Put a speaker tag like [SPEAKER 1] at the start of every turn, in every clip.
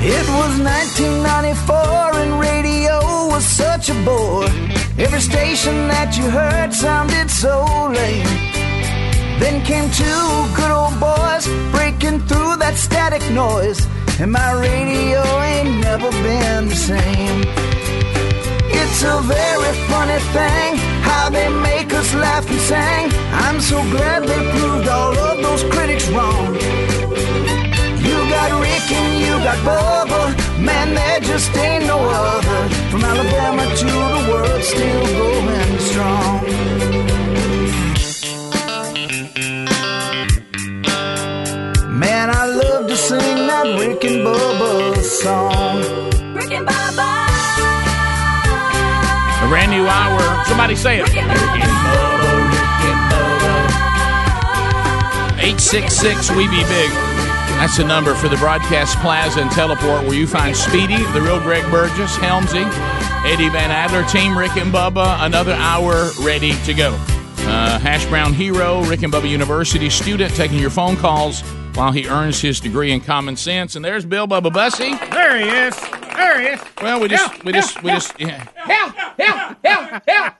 [SPEAKER 1] It was 1994 and radio was such a bore. Every station that you heard sounded so lame. Then came two good old boys breaking through that static noise, and my radio ain't never been the same. It's a very funny thing how they make us laugh and sing. I'm so glad they proved all of those critics wrong. You got Rick and you got Bubba, man, there just ain't no other. From Alabama to the world, still going strong. Man, I love to sing that Rick and Bubba song.
[SPEAKER 2] Rick and Bubba.
[SPEAKER 3] A brand new hour. Somebody say it.
[SPEAKER 2] Rick and Bubba.
[SPEAKER 3] 866 We Be Big. That's the number for the Broadcast Plaza and Teleport where you find Speedy, the real Greg Burgess, Helmsy, Eddie Van Adler, Team Rick and Bubba, another hour ready to go. Uh, Hash Brown Hero, Rick and Bubba University student taking your phone calls while he earns his degree in common sense. And there's Bill Bubba Bussy.
[SPEAKER 4] There he is. There he is.
[SPEAKER 3] Well, we just,
[SPEAKER 4] Yeah,
[SPEAKER 3] we
[SPEAKER 4] yeah,
[SPEAKER 3] just, we
[SPEAKER 4] yeah.
[SPEAKER 3] just, yeah.
[SPEAKER 4] Help! Help! Help! Help!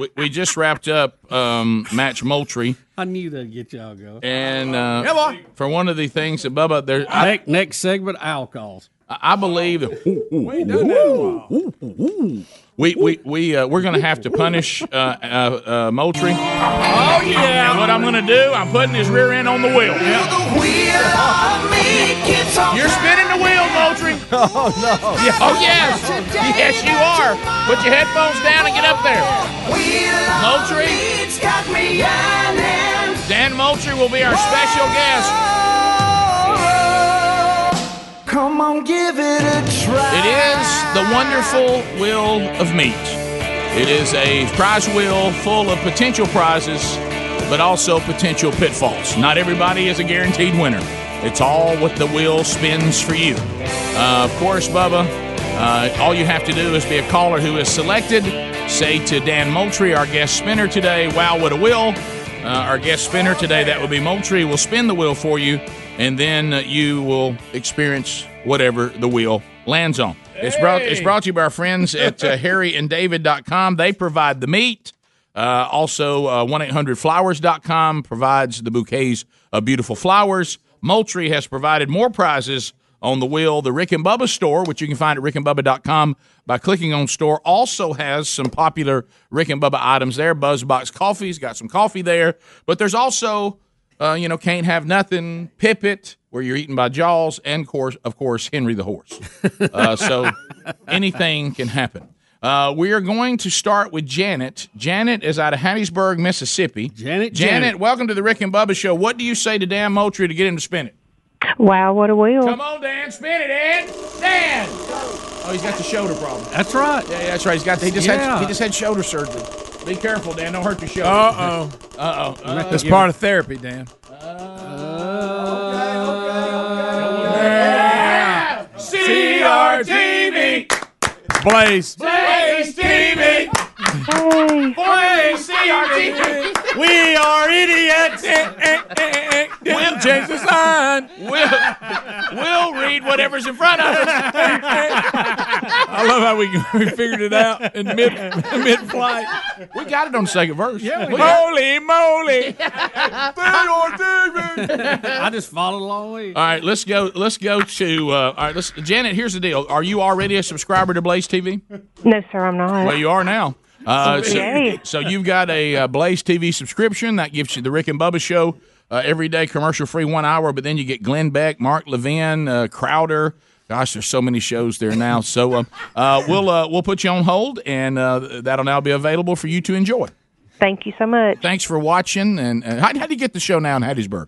[SPEAKER 3] We, we just wrapped up um, Match Moultrie.
[SPEAKER 5] I knew that'd get y'all go.
[SPEAKER 3] And uh,
[SPEAKER 4] Yeah, boy.
[SPEAKER 3] for one of the things that Bubba, there, I,
[SPEAKER 5] Next, next segment, owl calls.
[SPEAKER 3] I believe that we we we uh, we're gonna have to punish uh, uh, uh, Moultrie. Oh yeah! And what I'm gonna do? I'm putting his rear end on the wheel.
[SPEAKER 1] The wheel of me keeps on
[SPEAKER 3] You're spinning the wheel, Moultrie. Oh no! Oh yes, yes you are. Put your headphones down and get up there.
[SPEAKER 1] Wheel of
[SPEAKER 3] Moultrie,
[SPEAKER 1] me's got me yearning.
[SPEAKER 3] Dan Moultrie will be our special guest.
[SPEAKER 5] Oh,
[SPEAKER 1] Come on, give it a try.
[SPEAKER 3] It is the wonderful wheel of meat. It is a prize wheel full of potential prizes, but also potential pitfalls. Not everybody is a guaranteed winner. It's all what the wheel spins for you. Uh, of course, Bubba, uh, all you have to do is be a caller who is selected. Say to Dan Moultrie, our guest spinner today, wow, what a wheel. Uh, our guest spinner today, that would be Moultrie, will spin the wheel for you, and then uh, you will experience whatever the wheel lands on. It's brought it's brought to you by our friends at uh, harryanddavid.com. They provide the meat. Uh, also, one eight hundred flowers.com provides the bouquets of beautiful flowers. Moultrie has provided more prizes on the wheel. The Rick and Bubba store, which you can find at rickandbubba.com by clicking on store, also has some popular Rick and Bubba items there. Buzzbox Coffee's got some coffee there, but there's also, uh, you know, Can't Have Nothing, Pip It, where you're eaten by Jaws, and course, of course, Henry the Horse. Uh, so anything can happen. Uh, we are going to start with Janet. Janet is out of Hattiesburg, Mississippi.
[SPEAKER 5] Janet,
[SPEAKER 3] Janet,
[SPEAKER 5] Janet.
[SPEAKER 3] welcome to the Rick and Bubba Show. What do you say to Dan Moultrie to get him to spin it?
[SPEAKER 6] Wow, what a wheel.
[SPEAKER 3] Come on, Dan, spin it, Dan. Dan. Oh, he's got the shoulder problem.
[SPEAKER 5] That's right.
[SPEAKER 3] Yeah, yeah, that's right. He's got. He just had.
[SPEAKER 5] Yeah.
[SPEAKER 3] He just had shoulder surgery. Be careful, Dan. Don't hurt your shoulder.
[SPEAKER 4] Uh oh.
[SPEAKER 3] Uh oh.
[SPEAKER 4] That's part of therapy, Dan.
[SPEAKER 3] CRTV.
[SPEAKER 4] Blaze.
[SPEAKER 3] Blaze TV.
[SPEAKER 6] Hey,
[SPEAKER 3] Blaze CRTV.
[SPEAKER 4] We are idiots. Will change the sign.
[SPEAKER 3] We'll, we'll read whatever's in front of us.
[SPEAKER 4] I love how we, we figured it out in mid mid flight.
[SPEAKER 3] We got it on the second verse. Yeah, we got it.
[SPEAKER 4] Holy moly!
[SPEAKER 5] I just followed along with you.
[SPEAKER 3] All right, let's go. Let's go to. Uh, all right, let's. Janet, here's the deal. Are you already a subscriber to Blaze TV?
[SPEAKER 6] no, sir, I'm not.
[SPEAKER 3] Well, you are now. Uh, so,
[SPEAKER 6] Yay.
[SPEAKER 3] so you've got a uh, Blaze TV subscription that gives you the Rick and Bubba show uh, every day, commercial free, one hour. But then you get Glenn Beck, Mark Levin, uh, Crowder. Gosh, there's so many shows there now. So um, uh, we'll uh, we'll put you on hold, and uh, that'll now be available for you to enjoy.
[SPEAKER 6] Thank you so much.
[SPEAKER 3] Thanks for watching. And uh, how, how do you get the show now in Hattiesburg?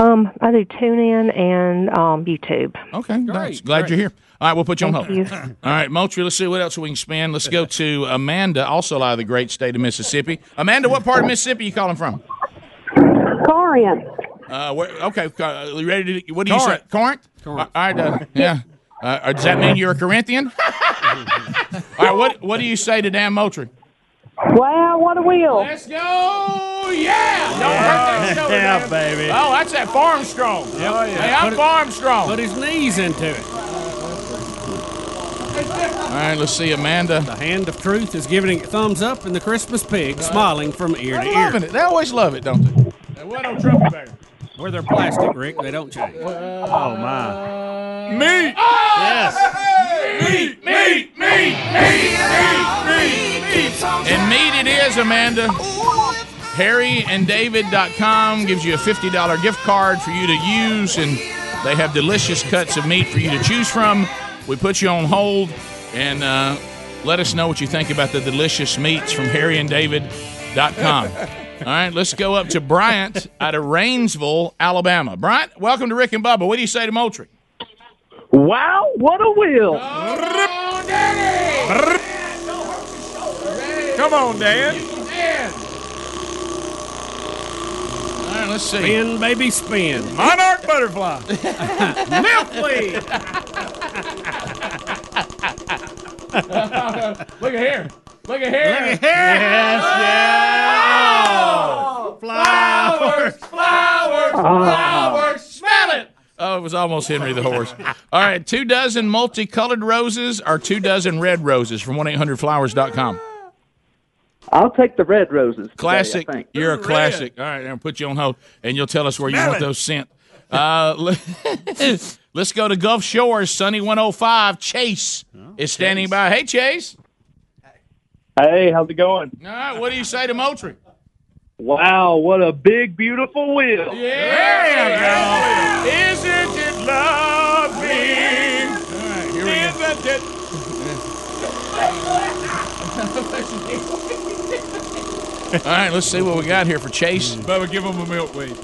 [SPEAKER 6] Um, I do tune in and um, YouTube.
[SPEAKER 3] Okay, nice. Glad you're here. All right, we'll put you on hold.
[SPEAKER 6] Thank
[SPEAKER 3] All
[SPEAKER 6] you.
[SPEAKER 3] right, Moultrie, let's see what else we can spin. Let's go to Amanda, also out of the great state of Mississippi. Amanda, what
[SPEAKER 7] Oh.
[SPEAKER 3] part of Mississippi you calling from?
[SPEAKER 8] Corian.
[SPEAKER 3] Uh, where, okay, uh, you ready to? What do you say?
[SPEAKER 4] Corinth.
[SPEAKER 3] Corinth. All right. Uh, yeah. Uh, does that mean you're a Corinthian? All right. What What do you say to Dan Moultrie?
[SPEAKER 8] Wow, what a wheel.
[SPEAKER 3] Let's go! Yeah! Don't hurt that shoulder,
[SPEAKER 5] yeah,
[SPEAKER 3] Dan.
[SPEAKER 5] baby.
[SPEAKER 3] Oh, that's that farm strong.
[SPEAKER 5] Oh, yeah.
[SPEAKER 3] Hey, I'm
[SPEAKER 5] Put it-
[SPEAKER 3] farm strong.
[SPEAKER 5] Put his knees into it.
[SPEAKER 3] All right, let's see, Amanda.
[SPEAKER 5] The hand of truth is giving it thumbs up, and the Christmas pig smiling from ear to
[SPEAKER 3] They're
[SPEAKER 5] ear.
[SPEAKER 3] loving it. They always love it, don't they?
[SPEAKER 4] What on Trump bear?
[SPEAKER 5] Where they're plastic, Rick, they don't change.
[SPEAKER 7] Oh my.
[SPEAKER 4] Me.
[SPEAKER 7] Yes.
[SPEAKER 4] Oh! Meat, meat, meat, meat, meat, meat.
[SPEAKER 3] And meat it is, Amanda. HarryandDavid.com gives you a $50 gift card for you to use, and they have delicious cuts of meat for you to choose from. We put you on hold, and uh, let us know what you think about the delicious meats from HarryandDavid.com. All right, let's go up to Bryant out of Rainsville, Alabama. Bryant, welcome to Rick and Bubba. What do you say to Moultrie?
[SPEAKER 9] Wow, what a wheel.
[SPEAKER 4] Come on, Dan.
[SPEAKER 3] All right, let's see.
[SPEAKER 5] Spin, baby, spin.
[SPEAKER 4] Monarch butterfly.
[SPEAKER 5] Milk, please.
[SPEAKER 4] Look at here. Oh! Look at here.
[SPEAKER 5] Look at here.
[SPEAKER 7] Yes, yes. Fly.
[SPEAKER 4] Flowers, flowers, flowers. Smell it.
[SPEAKER 3] Oh, it was almost Henry the horse. All right, two dozen multicolored roses or two dozen red roses from 1-800-Flowers.com.
[SPEAKER 9] I'll take the red roses. today, I
[SPEAKER 3] Classic.
[SPEAKER 9] think.
[SPEAKER 3] You're a classic. All right, I'll put you on hold, and you'll tell us where you want those sent. Uh, le- let's go to Gulf Shores, Sunny 105. Chase
[SPEAKER 9] Oh,
[SPEAKER 3] is standing by. Hey, Chase.
[SPEAKER 10] Hey, how's it going?
[SPEAKER 3] All right, what do you say to Moultrie?
[SPEAKER 10] Wow, what a big, beautiful wheel.
[SPEAKER 3] Yeah. Isn't it lovely? All right, let's see what we got here for Chase.
[SPEAKER 4] Bubba, give him a milkweed.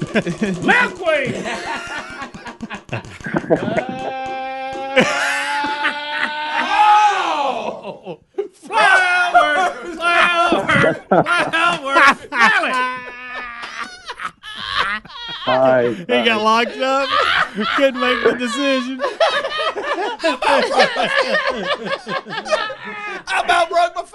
[SPEAKER 10] Hi.
[SPEAKER 7] He got locked up. Couldn't make the decision.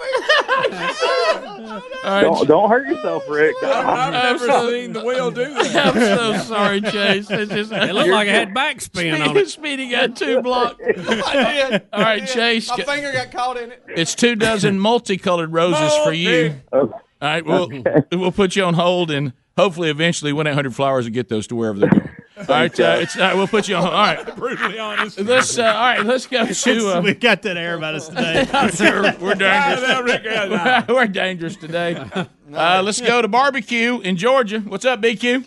[SPEAKER 5] Uh,
[SPEAKER 3] All right,
[SPEAKER 10] Don't, don't hurt yourself, Rick.
[SPEAKER 4] I've never seen the wheel do that.
[SPEAKER 3] I'm so sorry, Chase. It's just,
[SPEAKER 5] It looked like it had backspin on it.
[SPEAKER 3] Speedy got two blocked. All right, Chase. My finger got caught in it. It's two dozen multicolored roses for you.
[SPEAKER 10] Okay.
[SPEAKER 3] All right, we'll, we'll put you on hold and hopefully eventually 1 800 Flowers will get those to wherever they're going. All right, uh, it's, all right, we'll put you on. All right,
[SPEAKER 4] Brutally honest.
[SPEAKER 3] let's uh, all right, let's go to. Uh,
[SPEAKER 7] We got that air about us today.
[SPEAKER 3] we're, we're dangerous.
[SPEAKER 4] That Rick had that.
[SPEAKER 3] we're dangerous today. Uh, let's go to barbecue in Georgia. What's up, BQ?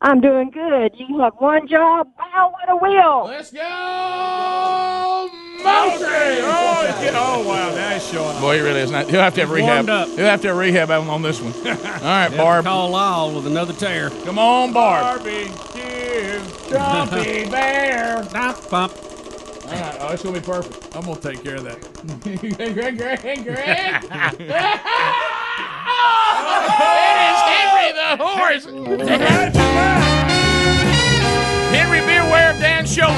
[SPEAKER 11] I'm doing good. You have one job. Wow, what a wheel.
[SPEAKER 3] Let's go, Moultrie.
[SPEAKER 4] Oh, it's get, oh wow, now he's showing.
[SPEAKER 3] Boy, he really is not. He'll have to have
[SPEAKER 5] Warmed
[SPEAKER 3] rehab.
[SPEAKER 5] up.
[SPEAKER 3] He'll have to have rehab on on this one. All right, Barb.
[SPEAKER 5] Call Lyle with another tear.
[SPEAKER 3] Come on, Barb.
[SPEAKER 4] Barbecue.
[SPEAKER 3] Dumpy bear.
[SPEAKER 5] Pop, pop.
[SPEAKER 4] Oh, it's gonna be perfect. I'm gonna take care of that.
[SPEAKER 3] Greg, Greg, Greg, Greg. it is Henry the horse. Henry, be aware of Dan's shoulder.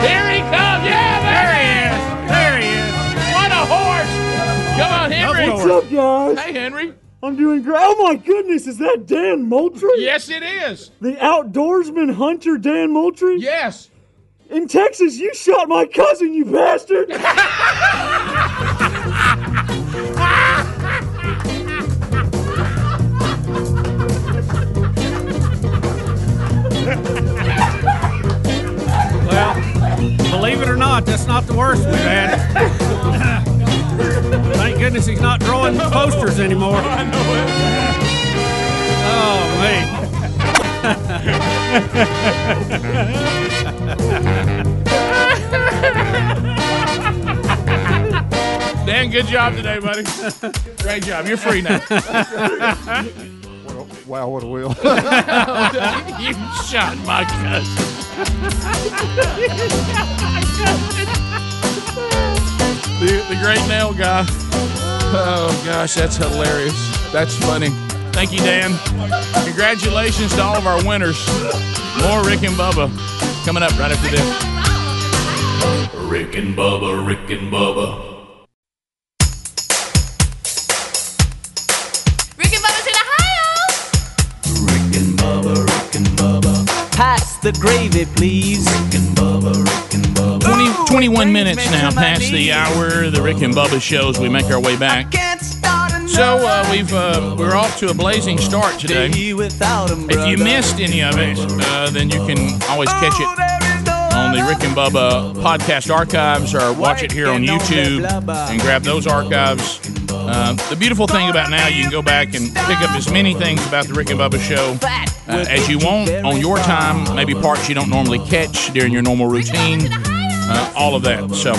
[SPEAKER 3] Here he comes. Yeah, there, he is. There he is. What a horse. Come on, Henry.
[SPEAKER 7] What's
[SPEAKER 3] up, Hey, Henry.
[SPEAKER 7] I'm doing great. Oh my goodness, is that Dan Moultrie?
[SPEAKER 3] Yes, it is.
[SPEAKER 7] The outdoorsman hunter Dan Moultrie?
[SPEAKER 3] Yes.
[SPEAKER 7] In Texas, you shot my cousin, you bastard!
[SPEAKER 5] Believe it or not, that's not the worst we've had. Thank goodness he's not drawing posters anymore. I know it. Oh, man.
[SPEAKER 3] Dan, good job today, buddy. Great job. You're free now.
[SPEAKER 12] Wow, what a wheel.
[SPEAKER 3] you shot my cousin. the, the great nail guy. Oh gosh, that's hilarious. That's funny. Thank you, Dan. Congratulations to all of our winners. More Rick and Bubba coming up right after this.
[SPEAKER 13] Rick and Bubba, Rick and Bubba.
[SPEAKER 14] Rick and Bubba's in Ohio.
[SPEAKER 13] Rick and Bubba, Rick and Bubba.
[SPEAKER 14] Pass
[SPEAKER 9] the gravy, please.
[SPEAKER 3] 20, 21 minutes now past the hour. The Rick and Bubba shows. We make our way back. So uh, we've uh, we're off to a blazing start today. If you missed any of it, uh, then you can always catch it on the Rick and Bubba podcast archives, or watch it here on YouTube and grab those archives. Uh, the beautiful thing about now, you can go back and pick up as many things about the Rick and Bubba show uh, as you want on your time. Maybe parts you don't normally catch during your normal routine. Uh, all of that. So,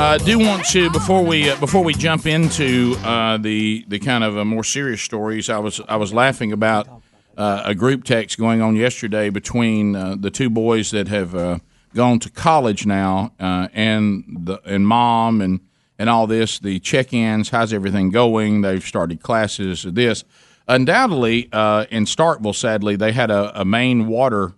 [SPEAKER 3] uh, I do want to before we uh, before we jump into uh, the the kind of uh, more serious stories. I was I was laughing about uh, a group text going on yesterday between uh, the two boys that have uh, gone to college now uh, and the and mom and and all this. The check-ins. How's everything going? They've started classes. This undoubtedly uh, in Starkville. Sadly, they had a, a main water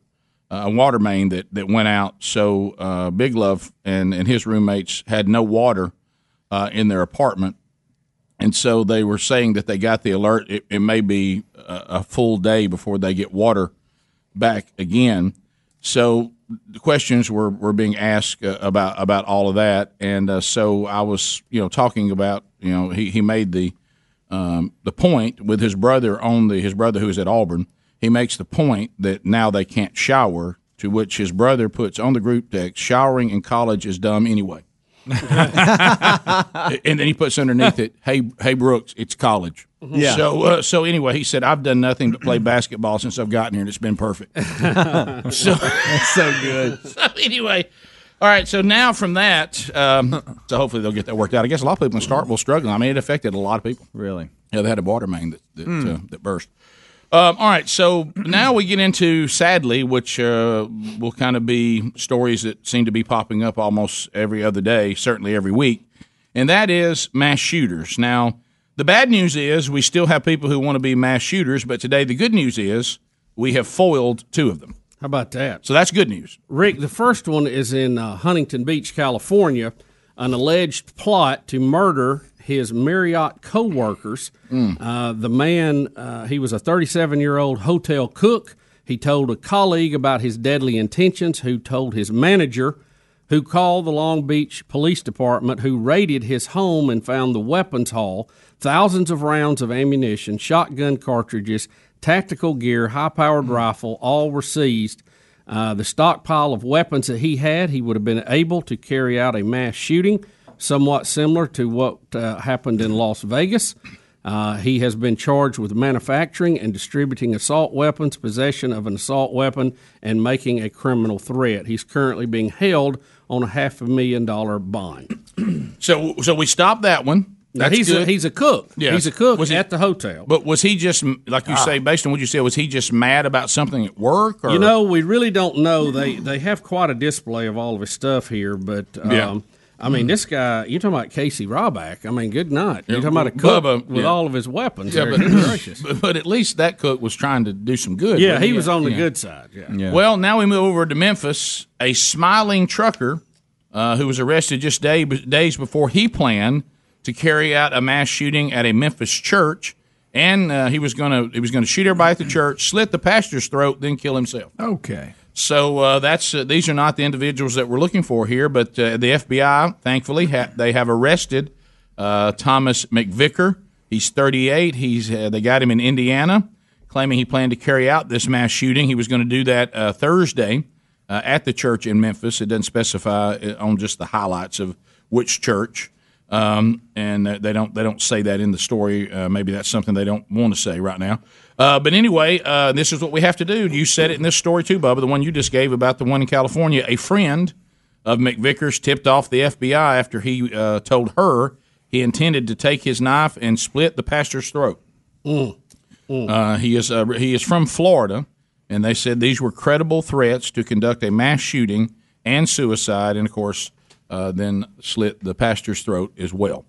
[SPEAKER 3] uh, a water main that, that went out. So uh, Big Love and, and his roommates had no water uh, in their apartment. And so they were saying that they got the alert. It, it may be a, a full day before they get water back again. So the questions were, were being asked uh, about about all of that. And uh, so I was you know talking about you know he, he made the um, the point with his brother on the his brother who is at Auburn. He makes the point that now they can't shower, to which his brother puts on the group text, "Showering in college is dumb anyway." and then he puts underneath it, "Hey, hey Brooks, it's college."
[SPEAKER 4] Yeah.
[SPEAKER 3] So uh, so anyway, he said, "I've done nothing but play basketball since I've gotten here, and it's been perfect." so
[SPEAKER 4] That's so good.
[SPEAKER 3] so anyway, all right. So now from that, um, so hopefully they'll get that worked out. I guess a lot of people in Starkville struggling. I mean, it affected a lot of people.
[SPEAKER 4] Really?
[SPEAKER 3] Yeah, they had a water main that that,
[SPEAKER 4] Hmm.
[SPEAKER 3] uh, that burst. Um, all right, so now we get into sadly, which uh, will kind of be stories that seem to be popping up almost every other day, certainly every week, and that is mass shooters. Now, the bad news is we still have people who want to be mass shooters, but today the good news is we have foiled two of them.
[SPEAKER 5] How about that?
[SPEAKER 3] So that's good news.
[SPEAKER 5] Rick, the first one is in uh, Huntington Beach, California. An alleged plot to murder his Marriott co workers. Uh, the man, uh, he was a 37 year old hotel cook. He told a colleague about his deadly intentions, who told his manager, who called the Long Beach Police Department, who raided his home and found the weapons hall, thousands of rounds of ammunition, shotgun cartridges, tactical gear, high powered rifle, all were seized. Uh, the stockpile of weapons that he had, he would have been able to carry out a mass shooting, somewhat similar to what uh, happened in Las Vegas. Uh, he has been charged with manufacturing and distributing assault weapons, possession of an assault weapon, and making a criminal threat. He's currently being held on a half a million dollar bond.
[SPEAKER 3] So, so we stopped that one.
[SPEAKER 5] Now,
[SPEAKER 3] That's
[SPEAKER 5] he's a,
[SPEAKER 3] good.
[SPEAKER 5] he's a cook.
[SPEAKER 3] Yeah.
[SPEAKER 5] he's a cook at the hotel.
[SPEAKER 3] But was he just like you
[SPEAKER 5] Ah.
[SPEAKER 3] say, based on what you said, was he just mad about something at work? Or
[SPEAKER 5] You know, we really don't know. They they have quite a display of all of his stuff here, but um,
[SPEAKER 3] Yeah. Mm-hmm.
[SPEAKER 5] I mean, this guy. You're talking about Casey Ryback. I mean, good night. You're talking about a cook
[SPEAKER 3] Bubba,
[SPEAKER 5] with
[SPEAKER 3] yeah.
[SPEAKER 5] all of his weapons.
[SPEAKER 3] Yeah,
[SPEAKER 5] there.
[SPEAKER 3] but,
[SPEAKER 5] Good gracious.
[SPEAKER 3] but, but at least that cook was trying to do some good.
[SPEAKER 5] yeah,
[SPEAKER 3] wasn't
[SPEAKER 5] he was on the
[SPEAKER 3] Yeah.
[SPEAKER 5] good side. Yeah.
[SPEAKER 3] Well, now we move over to Memphis. A smiling trucker uh, who was arrested just day, days before he planned to carry out a mass shooting at a Memphis church, and uh, he was going to he was going to shoot everybody at the church, slit the pastor's throat, then kill himself.
[SPEAKER 4] Okay.
[SPEAKER 3] So uh, that's uh, these are not the individuals that we're looking for here, but uh, the FBI, thankfully, ha- they have arrested uh, Thomas McVicker. He's 38. He's uh, they got him in Indiana, claiming he planned to carry out this mass shooting. He was going to do that uh, Thursday uh, at the church in Memphis. It doesn't specify uh, on just the highlights of which church, um, and they don't they don't say that in the story. Uh, maybe that's something they don't want to say right now. Uh, but anyway, uh, this is what we have to do. You said it in this story too, Bubba, the one you just gave about the one in California. A friend of McVickers tipped off the FBI after he uh, told her he intended to take his knife and split the pastor's throat. Uh, he is uh, he is from Florida, and they said these were credible threats to conduct a mass shooting and suicide, and of course, uh, then slit the pastor's throat as well.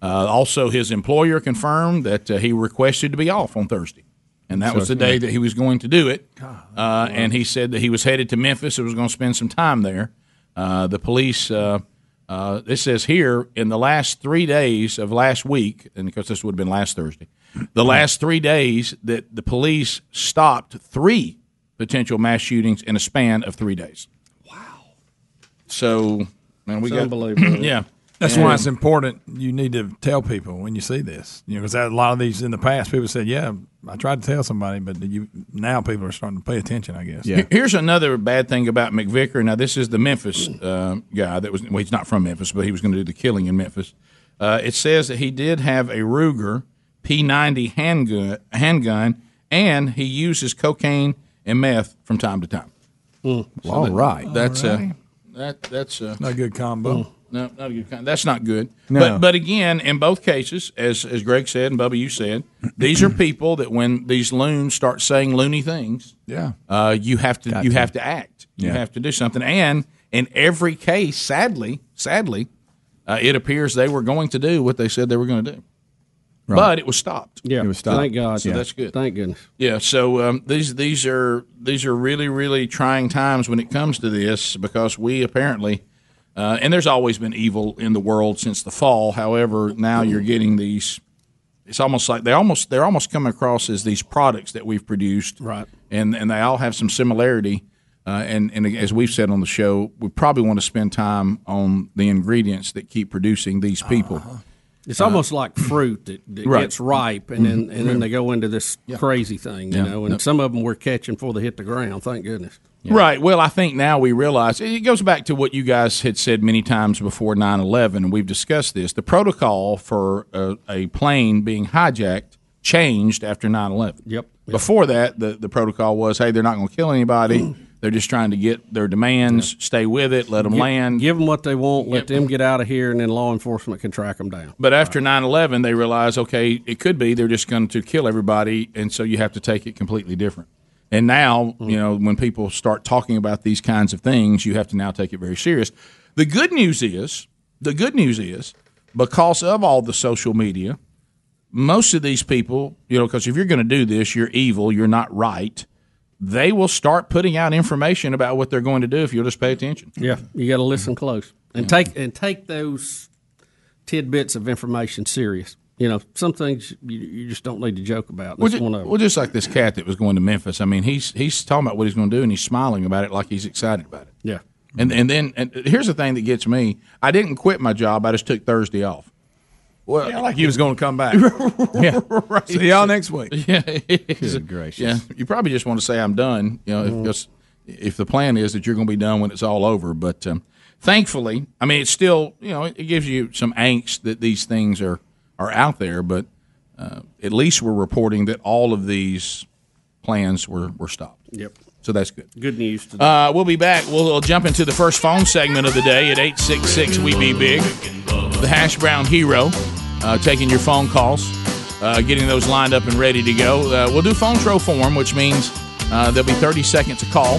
[SPEAKER 3] Uh, also, his employer confirmed that uh, he requested to be off on Thursday, and that
[SPEAKER 4] So-
[SPEAKER 3] was the day that he was going to do it. Uh, and he said that he was headed to Memphis and was going to spend some time there. Uh, the police, uh, uh, this says here, in the last three days of last week, and because this would have
[SPEAKER 4] Mm-hmm.
[SPEAKER 3] been last Thursday, the last three days that the police stopped three potential mass shootings in a span of three days. Wow. So, man, we
[SPEAKER 4] It's
[SPEAKER 3] got
[SPEAKER 4] unbelievable.
[SPEAKER 3] yeah,
[SPEAKER 4] That's
[SPEAKER 3] And-
[SPEAKER 4] why it's important. You need to tell people when you see this, you know, because a lot of these in the past, people said, "Yeah, I tried to tell somebody," but you now people are starting to pay attention. I guess.
[SPEAKER 3] Here- Here's another bad thing about McVicker. Now, this is the Memphis uh, guy that was. Well, he's not from Memphis, but he was going to do the killing in Memphis. Uh, it says that he did have a Ruger P90 handgun, handgun, and he uses cocaine and meth from time to time. So
[SPEAKER 4] Hmm. all
[SPEAKER 3] that-
[SPEAKER 4] right.
[SPEAKER 3] that's
[SPEAKER 4] All
[SPEAKER 3] uh, that that's uh,
[SPEAKER 4] not a good combo.
[SPEAKER 3] No, not a good kind. That's not good.
[SPEAKER 4] No.
[SPEAKER 3] But but again, in both cases, as as Greg said and Bubba, you said, these are people that when these loons start saying loony things,
[SPEAKER 4] Yeah.
[SPEAKER 3] uh, you have to
[SPEAKER 4] Got
[SPEAKER 3] you
[SPEAKER 4] to.
[SPEAKER 3] have to act. You
[SPEAKER 4] Yeah.
[SPEAKER 3] have to do something. And in every case, sadly, sadly, uh, it appears they were going to do what they said they were going to do,
[SPEAKER 5] Right.
[SPEAKER 3] but it was stopped.
[SPEAKER 5] Yeah, thank God.
[SPEAKER 3] So that's good.
[SPEAKER 5] Thank goodness.
[SPEAKER 3] Yeah, so um, these these are these are really really trying times when it comes to this because we apparently, uh, and there's always been evil in the world since the fall. However, now you're getting these. It's almost like they almost they're almost coming across as these products that we've produced, right? And and they all have some similarity. Uh, and and as we've said on the show, we probably want to spend time on the ingredients that keep producing these people.
[SPEAKER 5] It's
[SPEAKER 3] Uh,
[SPEAKER 5] almost like fruit that, that
[SPEAKER 3] Right.
[SPEAKER 5] gets ripe, and then and then
[SPEAKER 3] Mhm.
[SPEAKER 5] they go into this crazy thing, you
[SPEAKER 3] Yeah.
[SPEAKER 5] know. And
[SPEAKER 3] Yep.
[SPEAKER 5] some of them we're catching before they hit the ground. Thank goodness.
[SPEAKER 3] Right. Well, I think now we realize it goes back to what you guys had said many times before 9 11, and we've discussed this. The protocol for a, a plane being hijacked changed after 9 11.
[SPEAKER 5] Yep.
[SPEAKER 3] Before that, the, the protocol was hey, they're not going to kill anybody. They're just trying to get their demands, stay with it, let them
[SPEAKER 5] Gi-
[SPEAKER 3] land.
[SPEAKER 5] Give them what they want. Let them get out of here, and then law enforcement can track them down.
[SPEAKER 3] But after 9 11, they realize, okay, it could be they're just going to kill everybody. And so you have to take it completely different. And now, you know, when people start talking about these kinds of things, you have to now take it very serious. The good news is, the good news is, because of all the social media, most of these people, you know, because if you're going to do this, you're evil, you're not right. They will start putting out information about what they're going to do if you'll just pay attention.
[SPEAKER 5] Yeah, you got to listen
[SPEAKER 3] Mm-hmm.
[SPEAKER 5] close and take and take those tidbits of information serious. You know, some things you, you just don't need to joke about.
[SPEAKER 3] Well
[SPEAKER 5] That's
[SPEAKER 3] just,
[SPEAKER 5] one of them.
[SPEAKER 3] well, just like this cat that was going to Memphis. I mean, he's he's talking about what he's going to do, and he's smiling about it like he's excited about it.
[SPEAKER 5] Yeah.
[SPEAKER 3] And and then and here's the thing that gets me: I didn't quit my job. I just took Thursday off. Well,
[SPEAKER 4] Yeah, like he was
[SPEAKER 3] going to come back. yeah, right.
[SPEAKER 4] See y'all next week.
[SPEAKER 3] Yeah, good gracious. Yeah, you probably just want to say I'm done. You know,
[SPEAKER 5] Mm.
[SPEAKER 3] if, just- if the plan is that you're going to be done when it's all over, but um, thankfully, I mean, it's still you know it, it gives you some angst that these things are are out there, but uh, at least we're reporting that all of these plans were were stopped.
[SPEAKER 5] Yep.
[SPEAKER 3] So that's good.
[SPEAKER 5] Good news. Today.
[SPEAKER 3] Uh, we'll be back. We'll, we'll jump into the first phone segment of the day at 866 We Be Big. The Hash Brown Hero uh, taking your phone calls, uh, getting those lined up and ready to go. Uh, we'll do phone tro form, which means uh, there'll be 30 seconds a call,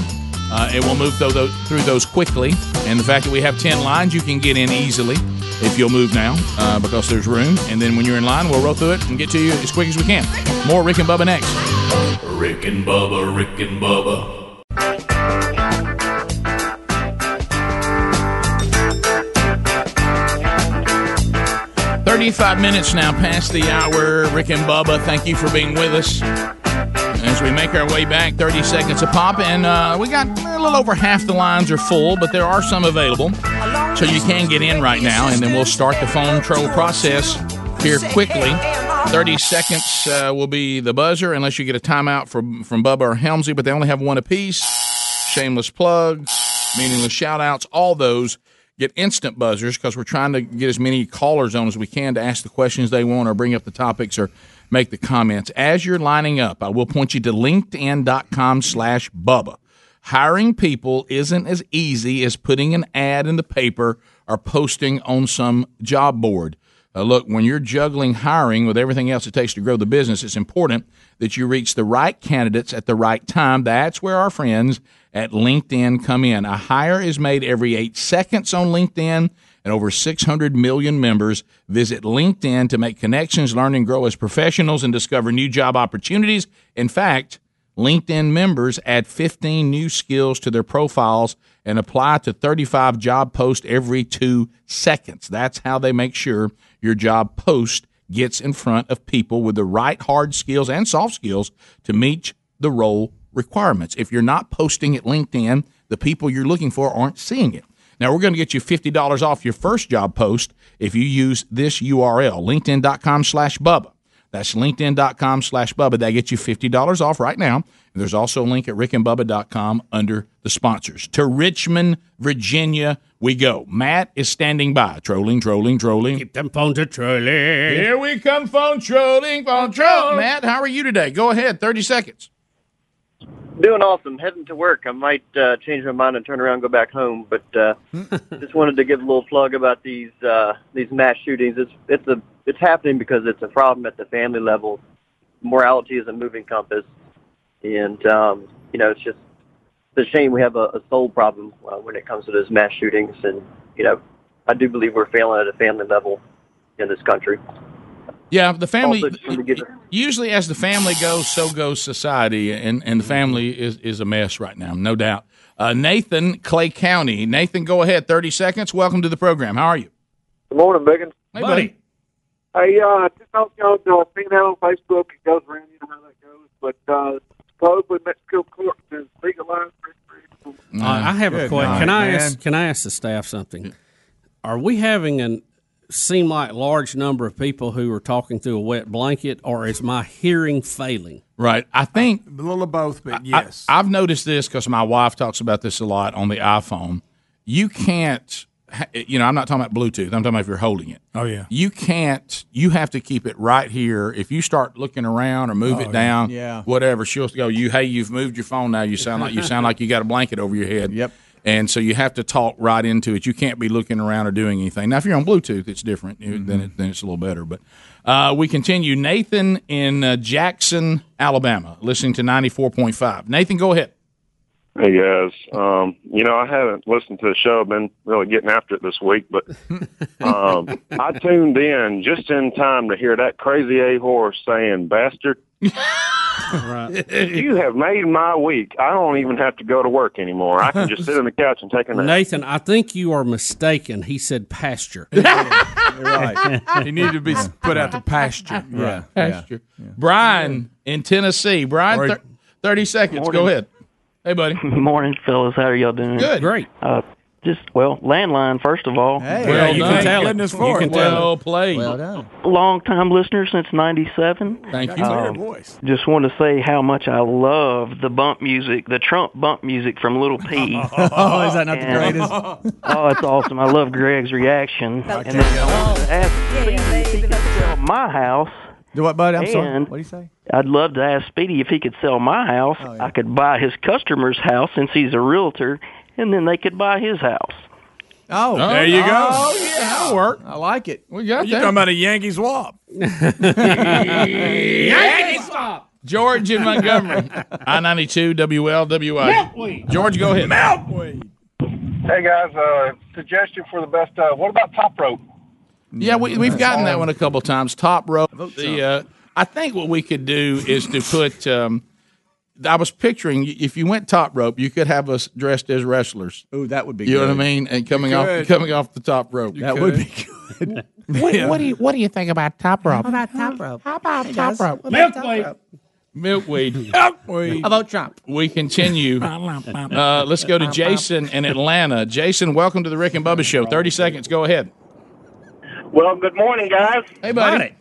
[SPEAKER 3] uh, and we'll move through those, through those quickly. And the fact that we have 10 lines, you can get in easily if you'll move now uh, because there's room. And then when you're in line, we'll roll through it and get to you as quick as we can. More Rick and Bubba next.
[SPEAKER 13] Rick and Bubba, Rick and Bubba,
[SPEAKER 3] Thirty-five minutes now past the hour. Rick and Bubba, thank you for being with us as we make our way back. Thirty seconds a pop, and uh, we got a little over half the lines are full, but there are some available, so you can get in right now, and then we'll start the phone troll process here quickly. Thirty seconds uh, will be the buzzer, unless you get a timeout from from Bubba or Helmsy, but they only have one apiece. Shameless plugs, meaningless shout outs, all those get instant buzzers because we're trying to get as many callers on as we can to ask the questions they want or bring up the topics or make the comments. As you're lining up, I will point you to linkedin.com slash Bubba. Hiring people isn't as easy as putting an ad in the paper or posting on some job board. Uh, look, when you're juggling hiring with everything else it takes to grow the business, it's important that you reach the right candidates at the right time. That's where our friends at LinkedIn come in. A hire is made every eight seconds on LinkedIn, and over 600 million members visit LinkedIn to make connections, learn and grow as professionals, and discover new job opportunities. In fact, LinkedIn members add 15 new skills to their profiles and apply to 35 job posts every two seconds. That's how they make sure your job post gets in front of people with the right hard skills and soft skills to meet the role requirements. If you're not posting at LinkedIn, the people you're looking for aren't seeing it. Now, we're going to get you $50 off your first job post if you use this URL, linkedin.com slash Bubba. That's linkedin.com slash Bubba. That gets you $50 off right now. And there's also a link at rickandbubba.com under the sponsors. To Richmond, Virginia, we go. Matt is standing by, trolling, trolling, trolling. Keep
[SPEAKER 5] them phones a trolling.
[SPEAKER 3] Here we come, phone trolling, phone troll. Matt, how are you today? Go ahead, 30 seconds.
[SPEAKER 9] Doing awesome. Heading to work. I might uh, change my mind and turn around and go back home, but uh, just wanted to give a little plug about these uh, these mass shootings. It's it's a it's happening because it's a problem at the family level. Morality is a moving compass, and um, you know it's just it's a shame we have a, a soul problem uh, when it comes to those mass shootings. And you know, I do believe we're failing at a family level in this country.
[SPEAKER 3] Yeah, the family.
[SPEAKER 9] Also, just wanted to give a-
[SPEAKER 3] usually as the family goes, so goes society, and and the family is is a mess right now, no doubt. Uh, Nathan, Clay County. Nathan, go ahead, thirty seconds. Welcome to the program. How are you?
[SPEAKER 15] Good morning, Biggins.
[SPEAKER 3] Hey, buddy.
[SPEAKER 15] Hey, uh, just hope y'all uh, seen that on Facebook. It goes around, you know how that goes. But uh, supposedly Mexico court is legalized.
[SPEAKER 5] Uh, I have a
[SPEAKER 15] Good
[SPEAKER 5] question.
[SPEAKER 15] night,
[SPEAKER 5] Can I
[SPEAKER 15] man.
[SPEAKER 5] ask? Can I ask the staff something? Are we having an seem like large number of people who are talking through a wet blanket, or is my hearing failing?
[SPEAKER 3] Right. I think
[SPEAKER 4] a little of both, but
[SPEAKER 3] I- I've noticed this because my wife talks about this a lot on the iPhone. You can't, ha- you know, I'm not talking about Bluetooth. I'm talking about if you're holding it.
[SPEAKER 4] oh yeah.
[SPEAKER 3] You can't. You have to keep it right here. If you start looking around or move
[SPEAKER 4] Oh,
[SPEAKER 3] it
[SPEAKER 4] yeah.
[SPEAKER 3] down,
[SPEAKER 4] Yeah.
[SPEAKER 3] whatever, she'll go. You hey, you've moved your phone now. You sound like you sound like you got a blanket over your head. Yep. And so you have to talk right into it. You can't be looking around or doing anything. Now, if you're on Bluetooth, it's different. You-
[SPEAKER 4] Mm-hmm.
[SPEAKER 3] Then it, then it's a little better. But uh, we continue. Nathan in uh, Jackson, Alabama, listening to ninety four point five. Nathan, go ahead.
[SPEAKER 12] Hey guys, um, you know I haven't listened to the show. I've been really getting after it this week, but um, I tuned in just in time to hear that crazy a horse saying "bastard." you have made my week. I don't even have to go to work anymore. I can just sit on the couch and take a nap.
[SPEAKER 5] Nathan, I think you are mistaken. He said pasture.
[SPEAKER 4] right. He needed to be put out to pasture.
[SPEAKER 5] Yeah,
[SPEAKER 3] Pasture. Brian in Tennessee. Brian, thir- thirty seconds. Go
[SPEAKER 16] Morning.
[SPEAKER 3] ahead. Hey, buddy.
[SPEAKER 16] Morning, fellas. How are y'all doing?
[SPEAKER 3] Good. Great.
[SPEAKER 16] Uh, just well, landline first of all. Hey,
[SPEAKER 3] Well you can done. tell it. Goodness for You it. can tell Well it. played. Well
[SPEAKER 16] done. Long time listener since '97.
[SPEAKER 3] Thank
[SPEAKER 4] you. Clear voice.
[SPEAKER 16] Just want to say how much I love the bump music, the Trump bump music from Little P.
[SPEAKER 6] Oh, is that not the
[SPEAKER 16] And-
[SPEAKER 6] greatest?
[SPEAKER 16] oh, it's awesome. I love Greg's reaction. And then I wanted to ask Speedy if he could sell my house.
[SPEAKER 6] Do what, buddy? I'm sorry.
[SPEAKER 16] And-
[SPEAKER 6] What do you say?
[SPEAKER 16] I'd love to ask Speedy if he could sell my house.
[SPEAKER 3] Oh,
[SPEAKER 16] I could buy his customer's house since he's a realtor, and then they could buy his house.
[SPEAKER 6] Oh,
[SPEAKER 16] There you go.
[SPEAKER 6] Oh, yeah,
[SPEAKER 3] that'll work.
[SPEAKER 6] I like it.
[SPEAKER 3] We got
[SPEAKER 4] You talking about a Yankees wop?
[SPEAKER 3] George in Montgomery. I 92 WLWI. George, go ahead.
[SPEAKER 17] Hey guys, uh, suggestion for the best. Uh, what about top rope?
[SPEAKER 3] Yeah, we, we've gotten that one a couple times. Top rope. The, uh, I think what we could do is to put. Um, I was picturing if you went top rope, you could have us dressed as wrestlers.
[SPEAKER 6] Ooh, that would be.
[SPEAKER 3] You know what I
[SPEAKER 6] good.
[SPEAKER 3] mean? And coming
[SPEAKER 6] You
[SPEAKER 3] off
[SPEAKER 6] could.
[SPEAKER 3] coming off the top rope.
[SPEAKER 6] That would be
[SPEAKER 3] good.
[SPEAKER 6] you What do you think about top rope? How about top rope? How about top rope? Milkweed.
[SPEAKER 3] Milkweed.
[SPEAKER 6] Milkweed. How about Trump?
[SPEAKER 3] We continue. Uh, let's go to Jason in Atlanta. Jason, welcome to the Rick and Bubba Show. Thirty seconds. Go ahead.
[SPEAKER 7] Well, good morning, guys.
[SPEAKER 3] Hey, buddy.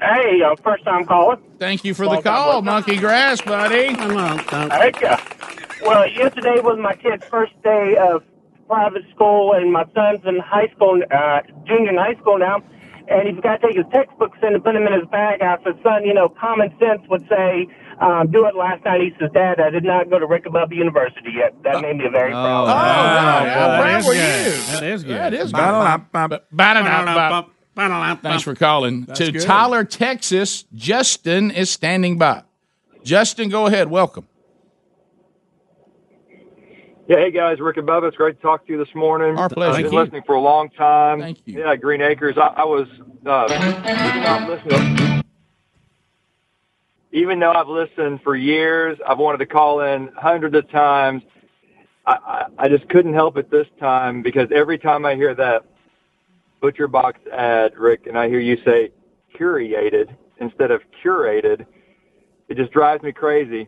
[SPEAKER 7] Hey, uh, first time caller.
[SPEAKER 3] Thank you for the call, Monkey Grass, buddy. Um,
[SPEAKER 7] Thank you. uh, Well, yesterday was my kid's first day of private school, and my son's in high school, uh, junior in high school now, and he's got to take his textbooks in and put them in his bag. I said, son, you know, common sense would say, um, do it last night. He says, Dad, I did not go to Rick and Bubba University yet. That made me very
[SPEAKER 5] Uh,
[SPEAKER 7] proud.
[SPEAKER 3] How proud were you? That is good. That is good. Ba-da-da-ba. Thanks for calling.
[SPEAKER 18] That's
[SPEAKER 3] to
[SPEAKER 18] good.
[SPEAKER 3] Tyler, Texas, Justin is standing by. Justin, go ahead. Welcome.
[SPEAKER 2] Yeah, hey guys, Rick and Bubba, it's great to talk to you this morning. Our
[SPEAKER 3] pleasure.
[SPEAKER 2] I've
[SPEAKER 3] Thank
[SPEAKER 2] been
[SPEAKER 3] you.
[SPEAKER 2] listening for a long time.
[SPEAKER 3] Thank you.
[SPEAKER 2] Yeah, Green Acres. I, I was uh, even though I've listened- even though I've listened for years, I've wanted to call in hundreds of times. I, I, I just couldn't help it this time because every time I hear that butcher box ad, Rick, and I hear you say "curated" instead of "curated," it just drives me crazy.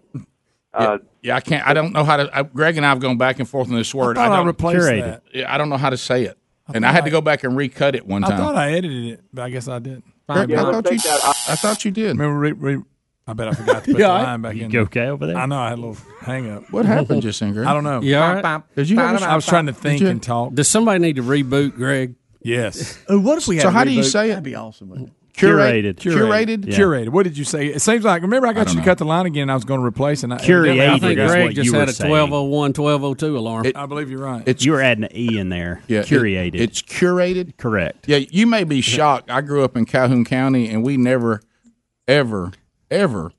[SPEAKER 3] Uh, yeah, I can't. I don't know how to. I, Greg and I have gone back and forth on this word.
[SPEAKER 4] thought I
[SPEAKER 3] don't,
[SPEAKER 4] replaced Curate that.
[SPEAKER 3] Yeah, I don't know how to say it, and I had to go back and recut it one
[SPEAKER 4] I
[SPEAKER 3] time.
[SPEAKER 4] thought I edited it, but I guess I didn't.
[SPEAKER 3] Greg, I thought you- I thought you did.
[SPEAKER 4] Remember, re, re, I bet I forgot to put
[SPEAKER 3] Yeah,
[SPEAKER 4] the
[SPEAKER 3] I-
[SPEAKER 4] line back
[SPEAKER 3] You
[SPEAKER 4] in.
[SPEAKER 3] okay over there?
[SPEAKER 4] I know I had a little hang up.
[SPEAKER 3] What happened just then, Greg?
[SPEAKER 4] I don't know.
[SPEAKER 5] You all right?
[SPEAKER 4] Did you have a- I was trying to think and talk.
[SPEAKER 5] Does somebody need to reboot, Greg?
[SPEAKER 4] Yes.
[SPEAKER 19] Oh, what if we had
[SPEAKER 5] So
[SPEAKER 19] a
[SPEAKER 5] how do you
[SPEAKER 19] reboot?
[SPEAKER 5] say it?
[SPEAKER 19] That'd be awesome. Wouldn't it?
[SPEAKER 5] Curated.
[SPEAKER 4] Curated.
[SPEAKER 5] Curated? Yeah.
[SPEAKER 4] Curated. What did you say? It seems like remember I got you to cut the line again. and I was going to replace and I, evidently
[SPEAKER 5] I think
[SPEAKER 4] forgot.
[SPEAKER 5] Greg just had a 1201, 1202 alarm.
[SPEAKER 4] I believe you're right.
[SPEAKER 20] you were adding an e in there.
[SPEAKER 3] Yeah, it-
[SPEAKER 20] curated.
[SPEAKER 3] it's curated.
[SPEAKER 20] Correct.
[SPEAKER 3] Yeah, you may be shocked. I grew up in Calhoun County, and we never, ever, ever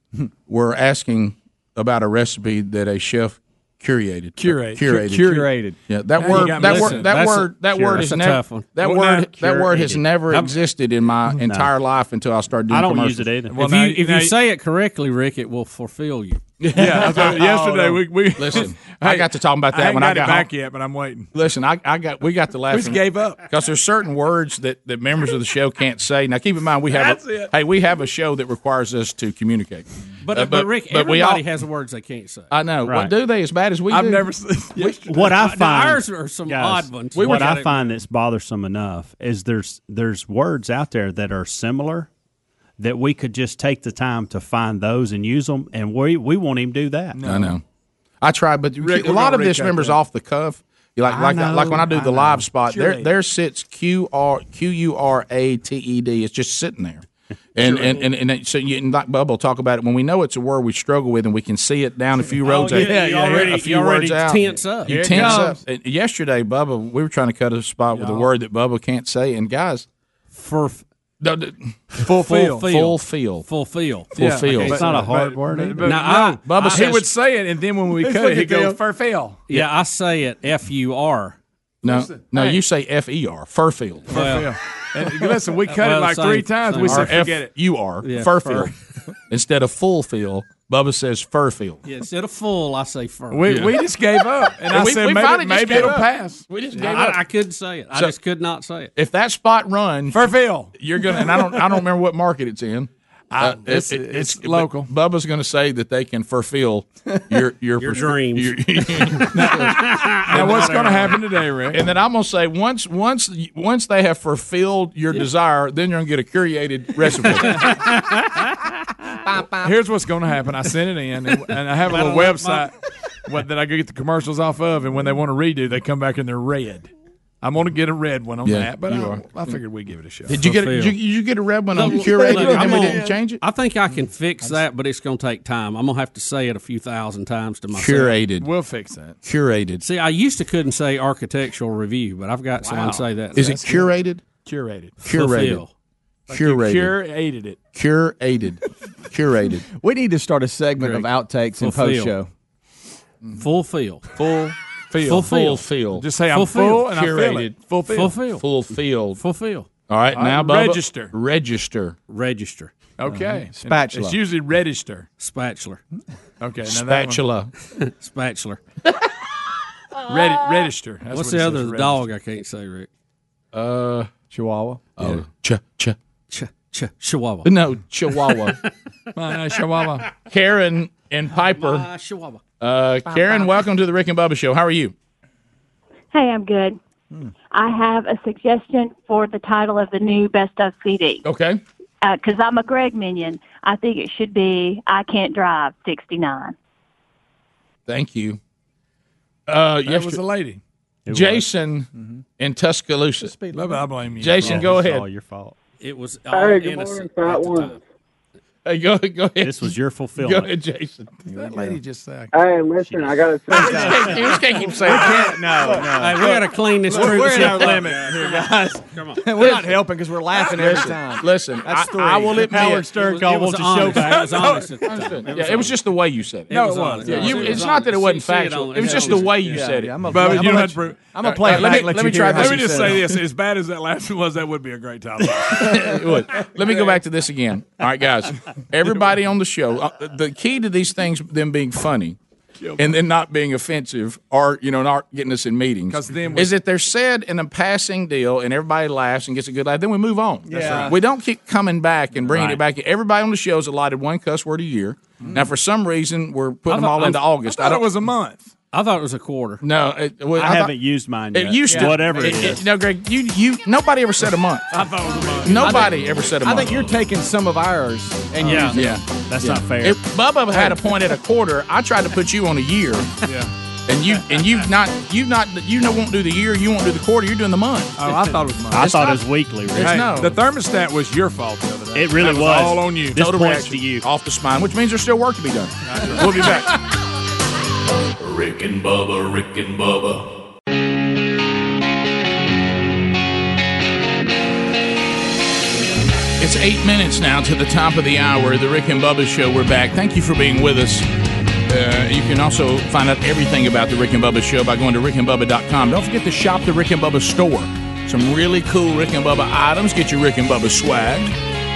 [SPEAKER 3] were asking about a recipe that a chef curated.
[SPEAKER 4] Curate.
[SPEAKER 3] Curated.
[SPEAKER 4] Cur- curated.
[SPEAKER 3] Yeah, that
[SPEAKER 4] Now you
[SPEAKER 3] word.
[SPEAKER 4] got
[SPEAKER 3] That
[SPEAKER 4] me.
[SPEAKER 3] word.
[SPEAKER 4] That's
[SPEAKER 3] That
[SPEAKER 4] a-
[SPEAKER 3] word. That
[SPEAKER 4] sure,
[SPEAKER 3] word
[SPEAKER 4] that's
[SPEAKER 3] is
[SPEAKER 4] a
[SPEAKER 3] never.
[SPEAKER 4] tough one.
[SPEAKER 3] That
[SPEAKER 4] Well,
[SPEAKER 3] word.
[SPEAKER 4] now-
[SPEAKER 3] that word has
[SPEAKER 4] curated.
[SPEAKER 3] never
[SPEAKER 4] I'm-
[SPEAKER 3] existed in my entire life until I started doing.
[SPEAKER 20] I don't use
[SPEAKER 3] commercials.
[SPEAKER 20] it either.
[SPEAKER 5] if you, if you say it correctly, Rick, it will fulfill you.
[SPEAKER 3] Yeah, so yesterday we, we listen. I got to talking about
[SPEAKER 4] I
[SPEAKER 3] that
[SPEAKER 4] ain't
[SPEAKER 3] when I
[SPEAKER 4] got it
[SPEAKER 3] got
[SPEAKER 4] back
[SPEAKER 3] home.
[SPEAKER 4] yet, but I'm waiting.
[SPEAKER 3] Listen, I, I got we got the last.
[SPEAKER 4] We just gave up
[SPEAKER 3] because there's certain words that, that members of the show can't say. Now keep in mind we have
[SPEAKER 5] That's
[SPEAKER 3] a,
[SPEAKER 5] it.
[SPEAKER 3] hey we have a show that requires us to communicate.
[SPEAKER 5] But,
[SPEAKER 3] Uh,
[SPEAKER 5] but, Rick, everybody
[SPEAKER 3] we all-
[SPEAKER 5] has words they can't say.
[SPEAKER 3] I know.
[SPEAKER 20] Right.
[SPEAKER 3] What do they as bad as we?
[SPEAKER 20] I've
[SPEAKER 3] do?
[SPEAKER 20] never
[SPEAKER 4] seen.
[SPEAKER 20] what I
[SPEAKER 5] Now,
[SPEAKER 20] find
[SPEAKER 5] ours are some
[SPEAKER 20] guys,
[SPEAKER 5] odd ones.
[SPEAKER 20] what I find that's bothersome enough is there's there's words out there that are similar that we could just take the time to find those and use them, and we we won't even do that.
[SPEAKER 3] I know. I try, but you-
[SPEAKER 20] Rick,
[SPEAKER 3] a
[SPEAKER 20] we're
[SPEAKER 3] lot of
[SPEAKER 20] gonna
[SPEAKER 3] this
[SPEAKER 20] recut
[SPEAKER 3] members
[SPEAKER 20] that.
[SPEAKER 3] off the cuff. You like
[SPEAKER 20] I
[SPEAKER 3] like
[SPEAKER 20] know,
[SPEAKER 3] like when I do
[SPEAKER 20] I
[SPEAKER 3] the
[SPEAKER 20] know.
[SPEAKER 3] live spot, there
[SPEAKER 20] Curated.
[SPEAKER 3] there sits Q R Q U R A T E D. It's just sitting there. And, and and and it- so you and like Bubble talk about it when we know it's a word we struggle with and we can see it down a
[SPEAKER 4] Oh,
[SPEAKER 3] few roads.
[SPEAKER 5] yeah,
[SPEAKER 3] out-
[SPEAKER 5] yeah, you already-
[SPEAKER 3] a few
[SPEAKER 5] you already
[SPEAKER 3] words out.
[SPEAKER 5] tense up.
[SPEAKER 3] You
[SPEAKER 5] Here it
[SPEAKER 3] tense up.
[SPEAKER 5] comes.
[SPEAKER 3] And yesterday, Bubba, we were trying to cut a spot with a word that Bubba can't say. And guys,
[SPEAKER 5] for
[SPEAKER 3] fulfill, fulfill,
[SPEAKER 5] fulfill,
[SPEAKER 3] fulfill.
[SPEAKER 5] Okay, it's not a hard word. either. Now, I- I-
[SPEAKER 4] Bubba he would say it, and then when we
[SPEAKER 5] Let's
[SPEAKER 4] cut
[SPEAKER 5] look
[SPEAKER 4] it, he'd
[SPEAKER 5] at
[SPEAKER 4] go
[SPEAKER 5] Dale.
[SPEAKER 4] fulfill.
[SPEAKER 5] Yeah, I say it F U R.
[SPEAKER 3] No, no, you say F E R, Furfield.
[SPEAKER 5] Well-
[SPEAKER 4] And listen, we cut it
[SPEAKER 5] Well,
[SPEAKER 4] like
[SPEAKER 5] same-
[SPEAKER 4] three times. We
[SPEAKER 5] same.
[SPEAKER 4] said,
[SPEAKER 5] Or F-
[SPEAKER 4] forget it.
[SPEAKER 3] You are
[SPEAKER 5] Yeah,
[SPEAKER 3] E Furfield instead of Fullfield. Bubba says Furfield.
[SPEAKER 5] Yeah, instead of full, I say firm.
[SPEAKER 4] We, we just gave up, and, I
[SPEAKER 5] We-
[SPEAKER 4] said
[SPEAKER 5] we
[SPEAKER 4] maybe,
[SPEAKER 5] finally just
[SPEAKER 4] maybe
[SPEAKER 5] gave
[SPEAKER 4] it'll
[SPEAKER 5] up.
[SPEAKER 4] pass.
[SPEAKER 5] We just
[SPEAKER 4] Yeah.
[SPEAKER 5] gave up. I, couldn't say it. I
[SPEAKER 3] So-
[SPEAKER 5] just could not say it.
[SPEAKER 3] If that spot runs,
[SPEAKER 4] Furfield,
[SPEAKER 3] you're gonna. And I don't. I don't remember what market it's in.
[SPEAKER 4] I-
[SPEAKER 3] Uh,
[SPEAKER 4] it's- it's local.
[SPEAKER 3] but Bubba's going to say that they can fulfill your your,
[SPEAKER 4] Your
[SPEAKER 3] dreams.
[SPEAKER 4] Now, what's going to happen today, Rick?
[SPEAKER 3] and then I'm going to say once once y- once they have fulfilled your desire, then you're going to get a curated recipe.
[SPEAKER 4] Here's what's going to happen. I sent it in, and, and I have a
[SPEAKER 3] Better
[SPEAKER 4] little
[SPEAKER 3] let
[SPEAKER 4] website what, that I go get the commercials off of. And when they want to redo, they come back and they're red. I'm going to get a red one on
[SPEAKER 3] Yeah,
[SPEAKER 4] that, but
[SPEAKER 3] you
[SPEAKER 4] I,
[SPEAKER 3] are.
[SPEAKER 4] I figured we'd give it a shot.
[SPEAKER 3] Did you get a, did you, did you get a red one on curated
[SPEAKER 5] Look,
[SPEAKER 3] and then
[SPEAKER 5] I'm
[SPEAKER 3] we
[SPEAKER 5] gonna-
[SPEAKER 3] didn't change it?
[SPEAKER 5] I think I can fix that, but it's going to take time. I'm going to have to say it a few thousand times to myself.
[SPEAKER 3] Curated.
[SPEAKER 4] We'll fix that.
[SPEAKER 3] Curated.
[SPEAKER 5] See, I used to couldn't say architectural review, but I've got someone say that.
[SPEAKER 3] Is it curated?
[SPEAKER 4] Curated.
[SPEAKER 3] Curated.
[SPEAKER 5] Fulfill.
[SPEAKER 3] Curated.
[SPEAKER 4] Curated it.
[SPEAKER 3] Curated. Curated.
[SPEAKER 19] We need to start a segment of outtakes and
[SPEAKER 5] Fulfill. Mm-hmm.
[SPEAKER 19] post
[SPEAKER 5] Fulfill.
[SPEAKER 19] show.
[SPEAKER 4] Full.
[SPEAKER 5] Fulfill.
[SPEAKER 3] Fulfill.
[SPEAKER 4] Just say I'm
[SPEAKER 5] Fulfill.
[SPEAKER 4] full and I feel
[SPEAKER 3] Curated.
[SPEAKER 4] it. Fulfill.
[SPEAKER 5] Fulfill.
[SPEAKER 3] Fulfilled.
[SPEAKER 5] Fulfill.
[SPEAKER 3] All right,
[SPEAKER 4] All
[SPEAKER 3] now
[SPEAKER 4] right,
[SPEAKER 3] Bubba,
[SPEAKER 4] register.
[SPEAKER 3] Register. Uh-huh.
[SPEAKER 5] Register.
[SPEAKER 4] Okay.
[SPEAKER 19] Spatula.
[SPEAKER 4] It's usually register.
[SPEAKER 5] Spatula.
[SPEAKER 4] Okay. now that one.
[SPEAKER 3] Spatula.
[SPEAKER 5] Spatula.
[SPEAKER 4] Redi- register. That's
[SPEAKER 5] What's
[SPEAKER 4] what
[SPEAKER 5] the
[SPEAKER 4] it says,
[SPEAKER 5] other
[SPEAKER 4] register.
[SPEAKER 5] dog I can't say, Rick?
[SPEAKER 3] Uh,
[SPEAKER 19] Chihuahua.
[SPEAKER 3] oh, ch ch
[SPEAKER 5] Ch- ch- Chihuahua.
[SPEAKER 3] no Chihuahua.
[SPEAKER 4] My Chihuahua.
[SPEAKER 3] Karen and Piper.
[SPEAKER 5] My Chihuahua.
[SPEAKER 3] Uh, Karen, welcome to the Rick and Bubba Show. How are you?
[SPEAKER 6] Hey, I'm good. I have a suggestion for the title of the new Best of CD
[SPEAKER 3] Okay.
[SPEAKER 6] because I'm a Greg minion. I think it should be I Can't Drive 69.
[SPEAKER 3] Thank you. Uh,
[SPEAKER 4] That was a lady. Mm-hmm.
[SPEAKER 3] Jason in Tuscaloosa.
[SPEAKER 4] Love it. I blame you.
[SPEAKER 3] Jason, go ahead.
[SPEAKER 20] your fault.
[SPEAKER 5] It was all
[SPEAKER 20] Hey, good
[SPEAKER 5] innocent.
[SPEAKER 20] morning,
[SPEAKER 5] at the
[SPEAKER 20] Fat
[SPEAKER 5] time.
[SPEAKER 3] Hey, go, go ahead.
[SPEAKER 20] This was your
[SPEAKER 3] Go
[SPEAKER 20] fulfillment.
[SPEAKER 3] ahead, Jason.
[SPEAKER 4] That lady just said.
[SPEAKER 21] Hey, listen, I gotta say that.
[SPEAKER 3] You just can't keep saying
[SPEAKER 19] can't. No, no.
[SPEAKER 5] Hey, we got to clean this
[SPEAKER 19] We're,
[SPEAKER 5] group
[SPEAKER 19] we're in
[SPEAKER 5] up.
[SPEAKER 19] our limit here, guys. Come on. we're not helping because we're laughing every time.
[SPEAKER 3] Listen,
[SPEAKER 19] That's
[SPEAKER 3] I, I
[SPEAKER 19] three.
[SPEAKER 3] will admit.
[SPEAKER 19] Howard Stern
[SPEAKER 5] It
[SPEAKER 19] called
[SPEAKER 5] was
[SPEAKER 19] us a show
[SPEAKER 5] honest.
[SPEAKER 19] back.
[SPEAKER 5] It was honest at the time.
[SPEAKER 3] Understood. Yeah, it was just the way you said it.
[SPEAKER 5] It was honest.
[SPEAKER 3] Yeah, you,
[SPEAKER 5] It was
[SPEAKER 3] it's not that it
[SPEAKER 5] honest.
[SPEAKER 3] wasn't
[SPEAKER 5] See, see it
[SPEAKER 3] factual.
[SPEAKER 5] on-
[SPEAKER 3] It was
[SPEAKER 5] yeah,
[SPEAKER 3] just
[SPEAKER 5] it
[SPEAKER 3] the
[SPEAKER 5] was-
[SPEAKER 3] way you said it.
[SPEAKER 19] yeah, I'm a-
[SPEAKER 3] But-
[SPEAKER 19] I'm
[SPEAKER 4] Bubba,
[SPEAKER 19] a
[SPEAKER 4] you don't
[SPEAKER 19] let
[SPEAKER 4] have to
[SPEAKER 19] you-
[SPEAKER 4] prove-
[SPEAKER 19] I'm a player.
[SPEAKER 4] Let me,
[SPEAKER 19] Let
[SPEAKER 4] let
[SPEAKER 19] you
[SPEAKER 4] me
[SPEAKER 19] hear
[SPEAKER 4] try
[SPEAKER 19] how
[SPEAKER 4] this.
[SPEAKER 19] you
[SPEAKER 4] Let me just
[SPEAKER 19] said
[SPEAKER 4] say
[SPEAKER 19] it.
[SPEAKER 4] this. As bad as that last one was, that would be a great title.
[SPEAKER 3] It would. Let me go back to this again. All right, guys. Everybody on the show, uh, the key to these things, them being funny and then not being offensive or, you know, not getting us in meetings,
[SPEAKER 4] 'Cause then we-
[SPEAKER 3] is that they're said in a passing deal and everybody laughs and gets a good laugh. Then we move on.
[SPEAKER 19] That's Yeah. right.
[SPEAKER 3] We don't keep coming back and bringing it
[SPEAKER 20] Right.
[SPEAKER 3] back. Everybody on the show is allotted one cuss word a year. Now, for some reason, we're
[SPEAKER 5] I
[SPEAKER 3] putting them all
[SPEAKER 5] thought-
[SPEAKER 3] into
[SPEAKER 5] I
[SPEAKER 3] August.
[SPEAKER 5] thought it was
[SPEAKER 4] a month.
[SPEAKER 5] I thought it was a quarter.
[SPEAKER 3] No, it, well,
[SPEAKER 5] I
[SPEAKER 3] thought-
[SPEAKER 5] haven't used mine
[SPEAKER 3] It
[SPEAKER 5] yet.
[SPEAKER 3] used to
[SPEAKER 5] Yeah. Whatever it is.
[SPEAKER 3] no, Greg, you you nobody ever said a month.
[SPEAKER 19] I vote.
[SPEAKER 3] Nobody ever said a
[SPEAKER 19] I
[SPEAKER 3] month.
[SPEAKER 19] think you're taking some of ours and
[SPEAKER 3] yeah,
[SPEAKER 19] using
[SPEAKER 3] yeah,
[SPEAKER 19] it.
[SPEAKER 3] If Bubba had a point at a quarter. I tried to put you on a year. Yeah. And you and you've not you not you no won't do the year. You won't do the quarter. You're doing the month.
[SPEAKER 4] Oh, I thought it was month.
[SPEAKER 20] I
[SPEAKER 3] It's
[SPEAKER 20] thought
[SPEAKER 3] not-
[SPEAKER 20] it was weekly. Rick.
[SPEAKER 3] It's no.
[SPEAKER 4] The thermostat was your fault the other day.
[SPEAKER 20] It really
[SPEAKER 4] That
[SPEAKER 20] was.
[SPEAKER 4] all on you.
[SPEAKER 20] This
[SPEAKER 3] Total
[SPEAKER 20] points
[SPEAKER 3] reaction. off the spine, which means there's still work to be done. We'll be back.
[SPEAKER 13] Rick and Bubba, Rick and Bubba,
[SPEAKER 3] It's eight minutes now to the top of the hour. The Rick and Bubba Show. We're back. Thank you for being with us. Uh, you can also find out everything about the Rick and Bubba Show by going to rickandbubba.com. Don't forget to shop the Rick and Bubba store. Some really cool Rick and Bubba items. Get your Rick and Bubba swag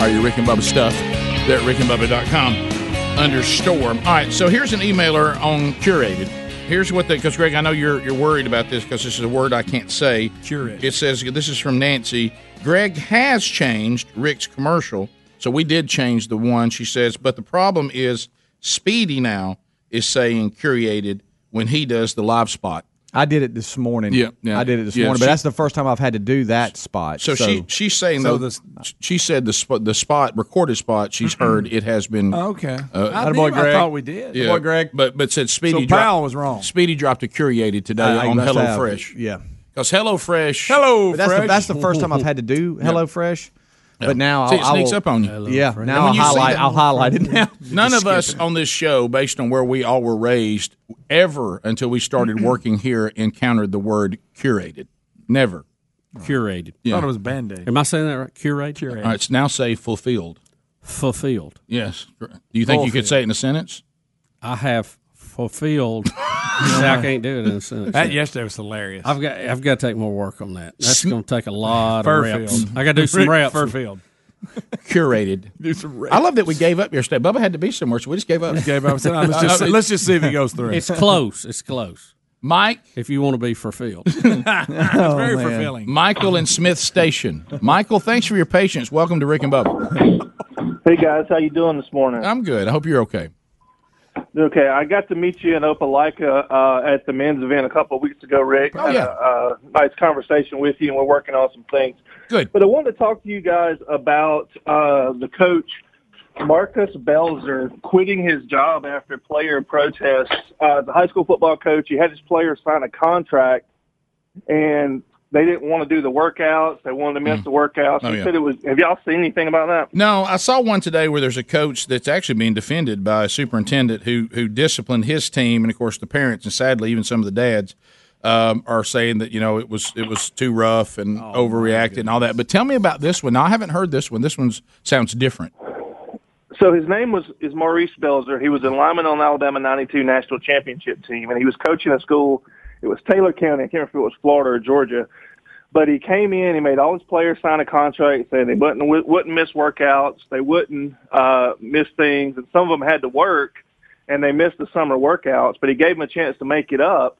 [SPEAKER 3] or your Rick and Bubba stuff there at rickandbubba.com under store. All right, so here's an emailer on curated. Here's what they, because Greg, I know you're, you're worried about this because this is a word I can't say. Curated. It says, this is from Nancy. Greg has changed Rick's commercial. So we did change the one, she says, but the problem is Speedy now is saying curated when he does the live spot.
[SPEAKER 19] I did it this morning.
[SPEAKER 3] Yeah, yeah.
[SPEAKER 19] I did it this
[SPEAKER 3] Yeah,
[SPEAKER 19] morning, but
[SPEAKER 3] she-
[SPEAKER 19] that's the first time I've had to do that spot.
[SPEAKER 3] So, she she's saying
[SPEAKER 19] so
[SPEAKER 3] though she said the spot the spot recorded spot she's heard it has been
[SPEAKER 19] Oh,
[SPEAKER 4] Okay.
[SPEAKER 3] Uh,
[SPEAKER 4] I,
[SPEAKER 3] Attaboy,
[SPEAKER 4] did, I
[SPEAKER 3] Greg.
[SPEAKER 4] thought we did.
[SPEAKER 3] yeah,
[SPEAKER 19] boy, Greg.
[SPEAKER 3] but but said Speedy
[SPEAKER 4] So
[SPEAKER 3] dropped-
[SPEAKER 4] Powell was wrong.
[SPEAKER 3] Speedy dropped a curated today
[SPEAKER 19] I- I
[SPEAKER 3] on
[SPEAKER 19] must
[SPEAKER 3] Hello
[SPEAKER 19] have.
[SPEAKER 3] Fresh
[SPEAKER 19] Yeah.
[SPEAKER 3] because Hello Fresh
[SPEAKER 4] Hello
[SPEAKER 19] But that's the, that's the first time I've had to do HelloFresh.
[SPEAKER 3] Yeah.
[SPEAKER 19] But now
[SPEAKER 3] See,
[SPEAKER 19] I'll,
[SPEAKER 3] it
[SPEAKER 19] I
[SPEAKER 3] sneaks
[SPEAKER 19] will,
[SPEAKER 3] up on you.
[SPEAKER 19] Yeah,
[SPEAKER 3] HelloFresh. And
[SPEAKER 19] now I'll
[SPEAKER 3] when you see
[SPEAKER 19] highlight.
[SPEAKER 3] that-
[SPEAKER 19] I'll highlight it now.
[SPEAKER 3] None of us on this show, based on where we all were raised, ever until we started working here, encountered the word curated. Never.
[SPEAKER 5] Curated.
[SPEAKER 3] Yeah.
[SPEAKER 4] thought it was Band Aid.
[SPEAKER 5] Am I saying that right? Curate?
[SPEAKER 3] All right, it's now say fulfilled.
[SPEAKER 5] Fulfilled.
[SPEAKER 3] Yes. Do you think you could say it in a sentence?
[SPEAKER 5] I have fulfilled. I can't do it in a sentence.
[SPEAKER 4] That yesterday was hilarious.
[SPEAKER 5] I've got I've got to take more work on that. That's going to take a lot of reps.
[SPEAKER 4] Furfield.
[SPEAKER 5] I got to do some
[SPEAKER 4] Rick
[SPEAKER 5] reps.
[SPEAKER 4] Furfield.
[SPEAKER 3] Curated.
[SPEAKER 4] Do some reps.
[SPEAKER 3] I love that we gave up yesterday. Bubba had to be somewhere, so we just gave up.
[SPEAKER 4] gave up. So, let's just- let's just see if it goes through.
[SPEAKER 5] It's close. It's close.
[SPEAKER 3] Mike,
[SPEAKER 5] if you want to be fulfilled,
[SPEAKER 4] It's very
[SPEAKER 3] Oh, man.
[SPEAKER 4] fulfilling.
[SPEAKER 3] Michael and Smith Station. Michael, thanks for your patience. Welcome to Rick and Bubba.
[SPEAKER 10] Hey guys, how you doing this morning?
[SPEAKER 3] I'm good. I hope you're okay.
[SPEAKER 10] Okay, I got to meet you in Opelika uh, at the men's event a couple of weeks ago, Rick.
[SPEAKER 3] Oh, yeah.
[SPEAKER 10] Had a, uh, nice conversation with you, and we're working on some things.
[SPEAKER 3] Good.
[SPEAKER 10] But I wanted to talk to you guys about uh, the coach, Marcus Belzer, quitting his job after player protests. Uh, the high school football coach, he had his players sign a contract, and they didn't want to do the workouts. They wanted to miss the workouts.
[SPEAKER 3] Oh,
[SPEAKER 10] he
[SPEAKER 3] yeah.
[SPEAKER 10] said it was. Have y'all seen anything about that?
[SPEAKER 3] No, I saw one today where there's a coach that's actually being defended by a superintendent who who disciplined his team, and of course the parents, and sadly even some of the dads um, are saying that you know it was it was too rough and overreacted and all that. But tell me about this one. Now, I haven't heard this one. This one sounds different.
[SPEAKER 10] So his name was is Maurice Belzer. He was a lineman on the Alabama '92 national championship team, and he was coaching a school. It was Taylor County. I can't remember if it was Florida or Georgia, but he came in. He made all his players sign a contract saying they wouldn't wouldn't miss workouts, they wouldn't uh, miss things, and some of them had to work, and they missed the summer workouts. But he gave them a chance to make it up.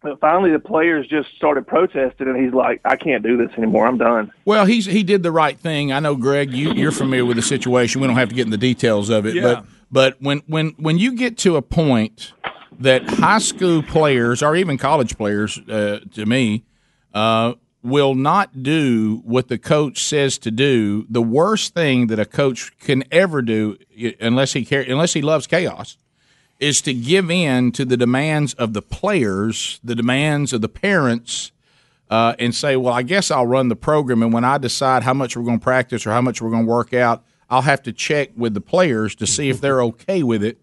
[SPEAKER 10] But finally, the players just started protesting, and he's like, "I can't do this anymore. I'm done."
[SPEAKER 3] Well, he's he did the right thing. I know, Greg, you, you're familiar with the situation. We don't have to get in the details of it,
[SPEAKER 4] Yeah.
[SPEAKER 3] but but when when when you get to a point that high school players or even college players, uh, to me, uh, will not do what the coach says to do, the worst thing that a coach can ever do, i- unless he care, unless he loves chaos, is to give in to the demands of the players, the demands of the parents, uh, and say, well, I guess I'll run the program. And when I decide how much we're going to practice or how much we're going to work out, I'll have to check with the players to see if they're okay with it.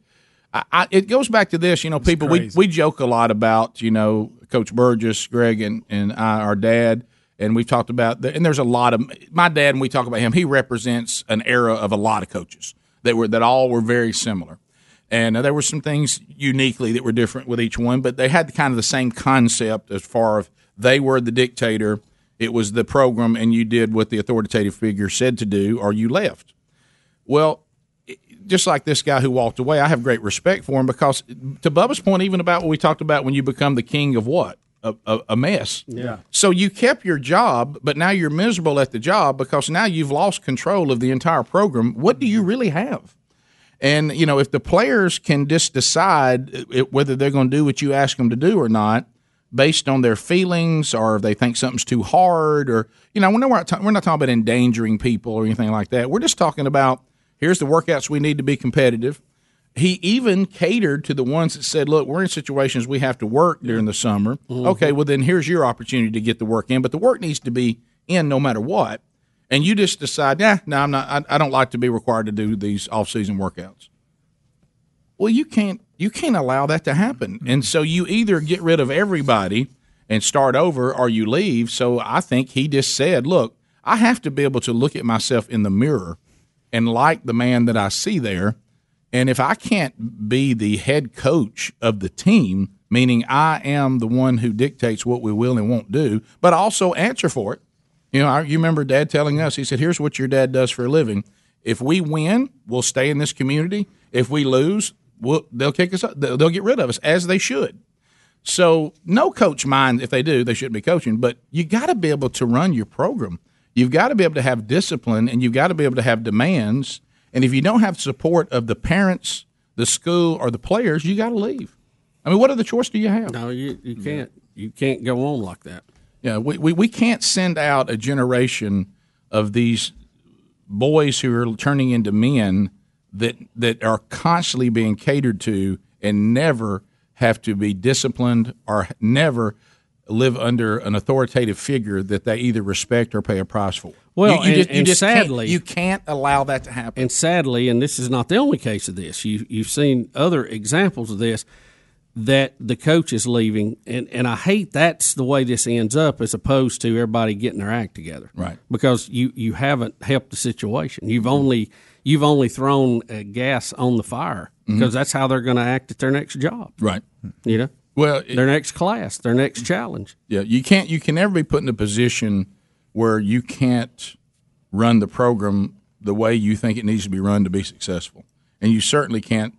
[SPEAKER 3] I, I, it goes back to this, you know, people, we, we joke a lot about, you know, Coach Burgess, Greg, and, and I, our dad. And we've talked about, the, and there's a lot of, my dad, when we talk about him, he represents an era of a lot of coaches that were, that all were very similar. And uh, there were some things uniquely that were different with each one, but they had kind of the same concept as far as they were the dictator. It was the program, and you did what the authoritative figure said to do, or you left. Well, it- just like this guy who walked away, I have great respect for him because, to Bubba's point, even about what we talked about when you become the king of what? A, a, a mess.
[SPEAKER 5] Yeah.
[SPEAKER 3] So you kept your job, but now you're miserable at the job because now you've lost control of the entire program. What do you really have? And you know, if the players can just decide it, whether they're going to do what you ask them to do or not, based on their feelings or if they think something's too hard, or you know, we're not ta- we're not talking about endangering people or anything like that. We're just talking about here's the workouts we need to be competitive. He even catered to the ones that said, "Look, we're in situations we have to work during the summer. Okay, well then here's your opportunity to get the work in, but the work needs to be in no matter what." And you just decide, "Yeah, no, I'm not. I, I don't like to be required to do these off-season workouts." Well, you can't you can't allow that to happen. And so you either get rid of everybody and start over or you leave. So I think he just said, "Look, I have to be able to look at myself in the mirror and like the man that I see there." And if I can't be the head coach of the team, meaning I am the one who dictates what we will and won't do, but also answer for it. You know, I, you remember Dad telling us, he said, here's what your dad does for a living. If we win, we'll stay in this community. If we lose, we'll, they'll kick us out. They'll they'll get rid of us, as they should. So no coach mind if they do, they shouldn't be coaching. But you got to be able to run your program. You've got to be able to have discipline, and you've got to be able to have demands. And if you don't have support of the parents, the school, or the players, you got to leave. I mean, what other choice do you have?
[SPEAKER 5] No, you, you can't. You can't go on like that.
[SPEAKER 3] Yeah, we, we, we can't send out a generation of these boys who are turning into men that that are constantly being catered to and never have to be disciplined or never live under an authoritative figure that they either respect or pay a price for.
[SPEAKER 5] Well,
[SPEAKER 3] you, you
[SPEAKER 5] and,
[SPEAKER 3] just, you
[SPEAKER 5] and
[SPEAKER 3] just
[SPEAKER 5] sadly,
[SPEAKER 3] can't, you can't allow that to happen.
[SPEAKER 5] And sadly, and this is not the only case of this. You, you've seen other examples of this that the coach is leaving, and, and I hate that's the way this ends up, as opposed to everybody getting their act together,
[SPEAKER 3] Right.
[SPEAKER 5] Because you you haven't helped the situation. You've only you've only thrown uh, gas on the fire because
[SPEAKER 3] Mhm.
[SPEAKER 5] that's how they're going to act at their next job,
[SPEAKER 3] Right.
[SPEAKER 5] You know,
[SPEAKER 3] well,
[SPEAKER 5] their next class, their next challenge.
[SPEAKER 3] Yeah, you can't. You can never be put in a position where you can't run the program the way you think it needs to be run to be successful, and you certainly can't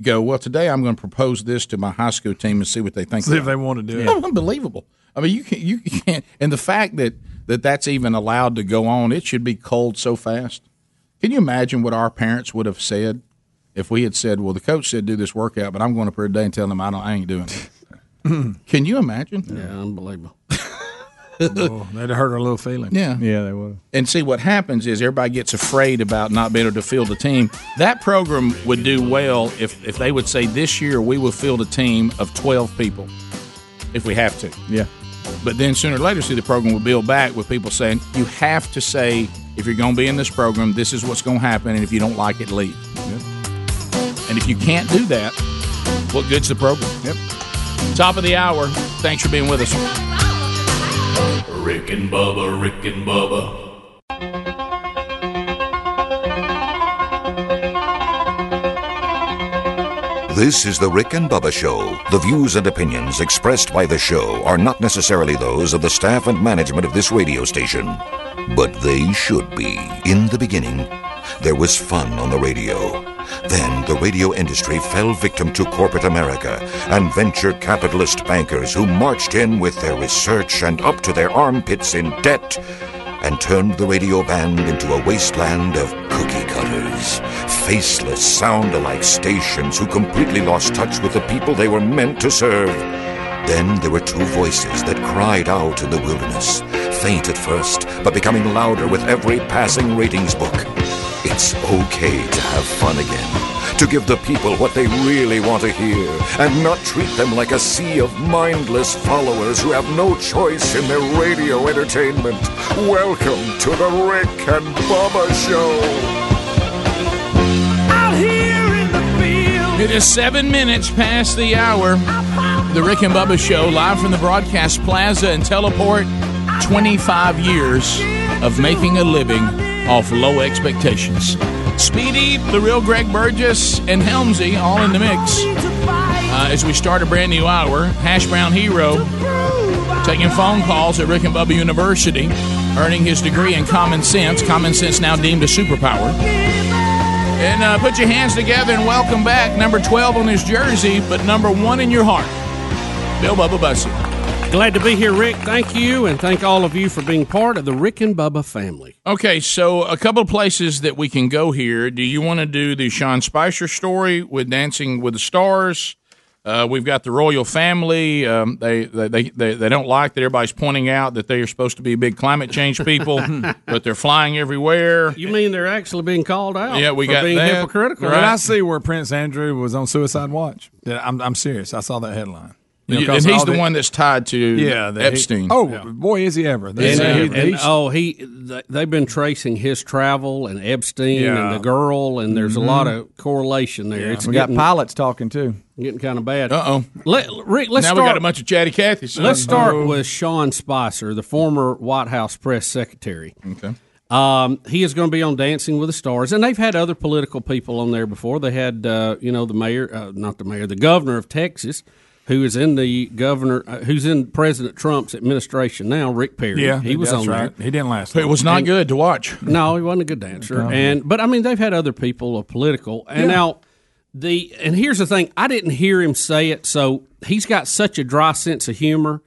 [SPEAKER 3] go. Well, today I'm going to propose this to my high school team and see what they think.
[SPEAKER 4] See if
[SPEAKER 3] about
[SPEAKER 4] they want to do it.
[SPEAKER 3] Oh, Unbelievable. I mean, you can't. You can't. And the fact that that that's even allowed to go on, it should be cold so fast. Can you imagine what our parents would have said if we had said, "Well, the coach said do this workout, but I'm going up here today and telling them I don't, I ain't doing it." Mm. Can you imagine?
[SPEAKER 5] Yeah, unbelievable.
[SPEAKER 4] Oh, that'd hurt our little feeling.
[SPEAKER 3] Yeah.
[SPEAKER 4] Yeah, they would.
[SPEAKER 3] And see what happens is everybody gets afraid about not being able to field a team. That program would do well if if they would say this year we will field a team of twelve people, if we have to.
[SPEAKER 4] Yeah.
[SPEAKER 3] But then sooner or later, see the program will build back with people saying you have to say if you're going to be in this program, this is what's going to happen, and if you don't like it, leave. And if you can't do that, what good's the program? Yep. Top of the hour. Thanks for being with us.
[SPEAKER 13] Rick and Bubba, Rick and Bubba,
[SPEAKER 22] This is the Rick and Bubba Show. The views and opinions expressed by the show are not necessarily those of the staff and management of this radio station, but they should be. In the beginning, there was fun on the radio. Then the radio industry fell victim to corporate America and venture capitalist bankers who marched in with their research and up to their armpits in debt and turned the radio band into a wasteland of cookie cutters. Faceless, sound alike stations who completely lost touch with the people they were meant to serve. Then there were two voices that cried out in the wilderness, faint at first, but becoming louder with every passing ratings book. It's okay to have fun again, to give the people what they really want to hear, and not treat them like a sea of mindless followers who have no choice in their radio entertainment. Welcome to the Rick and Bubba Show.
[SPEAKER 3] It is seven minutes past the hour. The Rick and Bubba Show, live from the Broadcast Plaza and Teleport. 25 years of making a living off low expectations. Speedy, the real Greg Burgess, and Helmsy all in the mix. Uh, as we start a brand new hour, Hash Brown Hero taking phone calls at Rick and Bubba University, earning his degree in common sense. Common sense now deemed a superpower. And uh, put your hands together and welcome back number 12 on his jersey, but number one in your heart, Bill Bubba Bussy.
[SPEAKER 5] Glad to be here, Rick. Thank you, and thank all of you for being part of the Rick and Bubba family.
[SPEAKER 3] Okay, so a couple of places that we can go here. Do you want to do the Sean Spicer story with Dancing with the Stars? Uh, we've got the royal family. Um, they, they, they, they, they don't like that everybody's pointing out that they are supposed to be big climate change people, but they're flying everywhere.
[SPEAKER 5] You mean they're actually being called out?
[SPEAKER 3] Yeah, we
[SPEAKER 5] for
[SPEAKER 3] got
[SPEAKER 5] being
[SPEAKER 3] that,
[SPEAKER 5] hypocritical.
[SPEAKER 4] Did I see where Prince Andrew was on suicide watch? Did- I'm, I'm serious. I saw that headline. You know,
[SPEAKER 3] You-
[SPEAKER 4] 'cause
[SPEAKER 3] and he's
[SPEAKER 4] all
[SPEAKER 3] the, one that's tied to
[SPEAKER 4] yeah, that he-
[SPEAKER 3] Epstein.
[SPEAKER 4] oh, boy, is he ever.
[SPEAKER 5] And,
[SPEAKER 4] That's-
[SPEAKER 5] and-
[SPEAKER 4] he-
[SPEAKER 5] and,
[SPEAKER 4] he's- uh,
[SPEAKER 5] oh, he th- they've been tracing his travel and Epstein
[SPEAKER 19] Yeah.
[SPEAKER 5] and the girl, and there's a lot
[SPEAKER 3] Mm-hmm.
[SPEAKER 19] Mhm.
[SPEAKER 5] of correlation there. It's
[SPEAKER 19] we got
[SPEAKER 5] getting-
[SPEAKER 19] pilots talking too.
[SPEAKER 5] Getting kind of bad.
[SPEAKER 3] Uh oh.
[SPEAKER 5] Let Rick. Let's
[SPEAKER 19] Now we
[SPEAKER 5] start,
[SPEAKER 19] got a bunch
[SPEAKER 3] of chatty Cathys.
[SPEAKER 5] Let's start with Sean Spicer, the former White House press secretary.
[SPEAKER 3] Okay.
[SPEAKER 5] Um, he is going to be on Dancing with the Stars, and they've had other political people on there before. They had, uh, you know, the mayor, uh, not the mayor, the governor of Texas, who is in the governor, uh, who's in President Trump's administration now, Rick Perry.
[SPEAKER 4] yeah,
[SPEAKER 5] he was
[SPEAKER 4] that's
[SPEAKER 5] on
[SPEAKER 4] right.
[SPEAKER 5] there.
[SPEAKER 4] He didn't last.
[SPEAKER 5] It was not
[SPEAKER 4] And-
[SPEAKER 3] good to watch.
[SPEAKER 5] No, he wasn't a good dancer.
[SPEAKER 4] No.
[SPEAKER 5] And but I mean, they've had other people of political. And
[SPEAKER 4] Uh-huh. Yeah.
[SPEAKER 5] now the and here's the thing: I didn't hear him say it, so he's got such a dry sense of humor.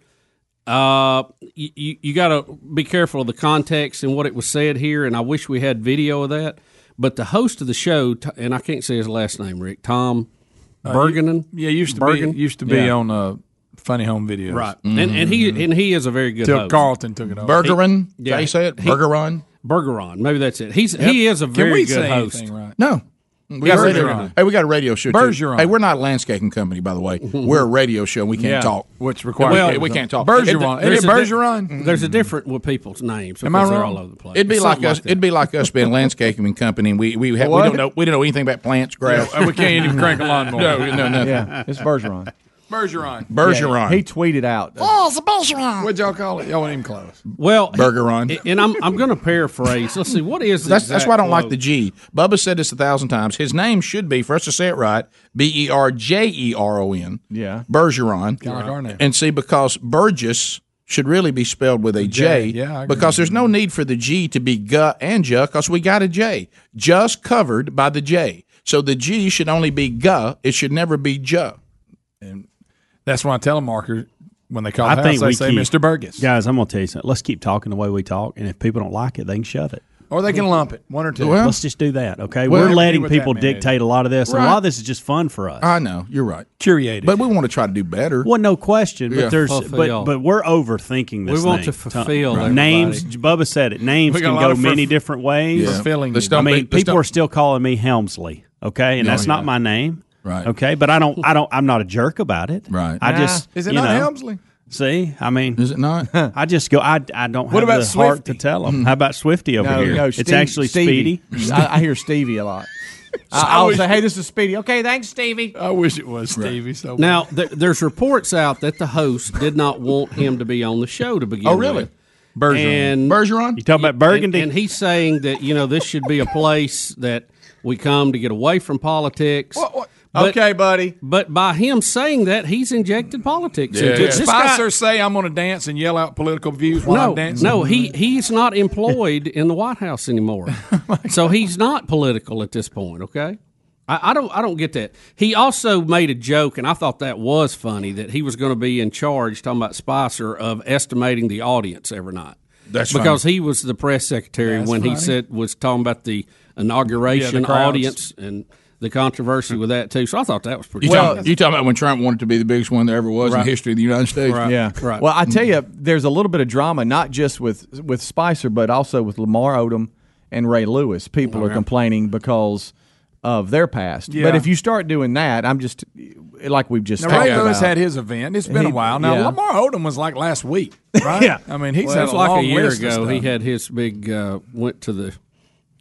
[SPEAKER 5] Uh, you you, you got to be careful of the context and what it was said here. And I wish we had video of that. But the host of the show, T- and I can't say his last name, Rick Tom
[SPEAKER 4] Uh,
[SPEAKER 5] Bergenin.
[SPEAKER 4] Yeah, used to
[SPEAKER 5] Bergen?
[SPEAKER 4] be used to be
[SPEAKER 5] Yeah.
[SPEAKER 4] on uh, Funny Home Videos. Mm-hmm.
[SPEAKER 5] Right,
[SPEAKER 3] Mm-hmm.
[SPEAKER 5] and and he and he is a very good.
[SPEAKER 4] Till
[SPEAKER 5] host.
[SPEAKER 4] Carlton took it over.
[SPEAKER 3] Bergeron? Is
[SPEAKER 5] He-
[SPEAKER 3] that how you say it? Bergeron?
[SPEAKER 5] Bergeron. Maybe that's it. He's
[SPEAKER 3] Yep.
[SPEAKER 5] he is a
[SPEAKER 3] Can
[SPEAKER 5] very
[SPEAKER 3] we
[SPEAKER 5] good
[SPEAKER 3] say
[SPEAKER 5] host.
[SPEAKER 3] anything right? No. We got a radio,
[SPEAKER 4] Bergeron.
[SPEAKER 3] hey, we got a radio show. too.
[SPEAKER 4] Bergeron.
[SPEAKER 3] Hey, we're not a landscaping company, by the way. We're a radio show. and We can't
[SPEAKER 4] Yeah,
[SPEAKER 3] talk.
[SPEAKER 4] which requires-
[SPEAKER 3] Well, we, can't talk.
[SPEAKER 4] Bergeron. Isn't it Bergeron?
[SPEAKER 5] There's a different with people's names.
[SPEAKER 3] Mm-hmm. Am I
[SPEAKER 5] because they're
[SPEAKER 3] wrong?
[SPEAKER 5] All over the place.
[SPEAKER 3] It'd be
[SPEAKER 5] It's
[SPEAKER 3] like
[SPEAKER 5] something
[SPEAKER 3] us.
[SPEAKER 5] that.
[SPEAKER 3] it'd be like us being a landscaping company. And we we, ha- we
[SPEAKER 5] What?
[SPEAKER 3] don't know we don't know anything about plants, grass.
[SPEAKER 5] Yeah, we can't even crank a lawnmower.
[SPEAKER 3] No, no, nothing.
[SPEAKER 19] Yeah, it's Bergeron.
[SPEAKER 4] Bergeron.
[SPEAKER 3] Bergeron.
[SPEAKER 19] Yeah, he tweeted out.
[SPEAKER 4] Oh, it's a Bergeron. What'd y'all call it? Y'all weren't even close.
[SPEAKER 5] Well,
[SPEAKER 3] Bergeron.
[SPEAKER 5] and I'm I'm going to paraphrase. Let's see what is the
[SPEAKER 3] That's, that's why I
[SPEAKER 5] exact
[SPEAKER 3] don't like
[SPEAKER 5] quote?
[SPEAKER 3] the G. Bubba said this a thousand times. His name should be for us to say it right. B e r j e r o n.
[SPEAKER 19] Yeah.
[SPEAKER 3] Bergeron.
[SPEAKER 4] Kinda like our name.
[SPEAKER 3] And see, because Burgess should really be spelled with a J.
[SPEAKER 4] J, yeah, I agree.
[SPEAKER 3] because there's no need for the G to be G and J because we got a J. Just covered by the J. So the G should only be G. It should never be J.
[SPEAKER 4] That's why telemarketers when they call
[SPEAKER 20] I
[SPEAKER 4] the house,
[SPEAKER 20] think
[SPEAKER 4] they
[SPEAKER 20] we
[SPEAKER 4] say
[SPEAKER 20] keep,
[SPEAKER 4] Mr. Burgess,
[SPEAKER 20] Guys, I'm gonna tell you something. Let's keep talking the way we talk, and if people don't like it, they can shut it.
[SPEAKER 4] or they can lump it one or two.
[SPEAKER 20] Let's just do that, okay?
[SPEAKER 4] Well,
[SPEAKER 20] We're
[SPEAKER 4] I
[SPEAKER 20] letting
[SPEAKER 4] agree with
[SPEAKER 20] people
[SPEAKER 4] that, man.
[SPEAKER 20] dictate a lot of this. and A
[SPEAKER 4] Right.
[SPEAKER 20] lot of this is just fun for us.
[SPEAKER 3] I know you're right.
[SPEAKER 4] Curiated,
[SPEAKER 3] but we want to try to do better.
[SPEAKER 20] Well, no question, but
[SPEAKER 3] Yeah.
[SPEAKER 20] there's
[SPEAKER 3] Fulfill.
[SPEAKER 20] but, but we're overthinking this.
[SPEAKER 3] We want
[SPEAKER 20] thing.
[SPEAKER 3] to fulfill
[SPEAKER 20] Tom-
[SPEAKER 3] everybody.
[SPEAKER 20] names. Bubba said it. Names
[SPEAKER 3] We got
[SPEAKER 20] can
[SPEAKER 3] a lot
[SPEAKER 20] go
[SPEAKER 3] of
[SPEAKER 20] many
[SPEAKER 3] fulf-
[SPEAKER 20] different ways.
[SPEAKER 3] Yeah. Fulfilling Let's you.
[SPEAKER 20] I
[SPEAKER 3] don't
[SPEAKER 20] mean,
[SPEAKER 3] be- let's
[SPEAKER 20] people
[SPEAKER 3] don't-
[SPEAKER 20] are still calling me Helmsley, okay, and
[SPEAKER 3] Yeah.
[SPEAKER 20] that's not my name,
[SPEAKER 3] Right.
[SPEAKER 20] Okay, but I don't, I don't, I'm not a jerk about it, right? I
[SPEAKER 4] Nah.
[SPEAKER 20] just
[SPEAKER 4] Is it
[SPEAKER 20] you
[SPEAKER 4] not
[SPEAKER 20] know,
[SPEAKER 4] Helmsley?
[SPEAKER 20] See, I mean,
[SPEAKER 3] is it not? Hmm.
[SPEAKER 20] I just go. I, I don't
[SPEAKER 19] What
[SPEAKER 20] have
[SPEAKER 19] about
[SPEAKER 20] the heart
[SPEAKER 19] Swifty?
[SPEAKER 20] to tell them. How about Swifty over
[SPEAKER 19] no,
[SPEAKER 20] here?
[SPEAKER 19] no,
[SPEAKER 20] it's
[SPEAKER 19] Steve-
[SPEAKER 20] actually
[SPEAKER 19] Stevie.
[SPEAKER 20] Speedy.
[SPEAKER 19] I, I hear Stevie a lot. I,
[SPEAKER 20] I
[SPEAKER 19] I will
[SPEAKER 20] wish-
[SPEAKER 19] say, "Hey, this is Speedy." Okay, thanks, Stevie.
[SPEAKER 4] I wish it was Stevie. So
[SPEAKER 5] Now th- there's reports out that the host did not want him to be on the show to begin.
[SPEAKER 4] Oh, really?
[SPEAKER 5] With.
[SPEAKER 4] Bergeron.
[SPEAKER 5] And,
[SPEAKER 3] Bergeron. You
[SPEAKER 20] talking about Burgundy?
[SPEAKER 5] And, and he's saying that you know this should be a place that we come to get away from politics.
[SPEAKER 4] Okay, buddy.
[SPEAKER 5] But by him saying that, he's injected politics
[SPEAKER 4] Did
[SPEAKER 5] into it. This guy-
[SPEAKER 4] Spicer say I'm going to dance and yell out political views while
[SPEAKER 5] No,
[SPEAKER 4] I'm dancing?
[SPEAKER 5] no, he he's not employed in the White House anymore,
[SPEAKER 3] Oh
[SPEAKER 5] so he's not political at this point. Okay, I, I don't I don't get that. He also made a joke, and I thought that was funny that he was going to be in charge, talking about Spicer, of estimating the audience every night.
[SPEAKER 3] That's
[SPEAKER 5] because
[SPEAKER 3] funny.
[SPEAKER 5] he was the press secretary
[SPEAKER 3] That's
[SPEAKER 5] when he
[SPEAKER 3] funny.
[SPEAKER 5] said was talking about the inauguration
[SPEAKER 3] crowds.
[SPEAKER 5] audience and the controversy with that too. So I thought that was pretty.
[SPEAKER 3] You,
[SPEAKER 5] funny.
[SPEAKER 3] talking, you talking about when Trump wanted to be the biggest one there ever was in
[SPEAKER 19] Right.
[SPEAKER 3] the history of the United States?
[SPEAKER 19] Yeah. Well, I
[SPEAKER 4] Mm.
[SPEAKER 19] tell you, there's a little bit of drama, not just with with Spicer, but also with Lamar Odom and Ray Lewis. People are
[SPEAKER 4] yeah.
[SPEAKER 19] complaining because of their past.
[SPEAKER 4] Yeah.
[SPEAKER 19] But if you start doing that, I'm just like we've just
[SPEAKER 4] Now,
[SPEAKER 19] talked
[SPEAKER 4] Ray Lewis
[SPEAKER 19] about.
[SPEAKER 4] had his event. It's been a
[SPEAKER 19] He-
[SPEAKER 4] while. Now
[SPEAKER 19] yeah.
[SPEAKER 4] Lamar Odom was like last week, right?
[SPEAKER 19] Yeah.
[SPEAKER 4] I mean, he's
[SPEAKER 5] Well,
[SPEAKER 4] had
[SPEAKER 5] it's
[SPEAKER 4] a
[SPEAKER 5] like
[SPEAKER 4] long
[SPEAKER 5] a year
[SPEAKER 4] list of
[SPEAKER 5] ago.
[SPEAKER 4] stuff.
[SPEAKER 5] He had his big uh, went to the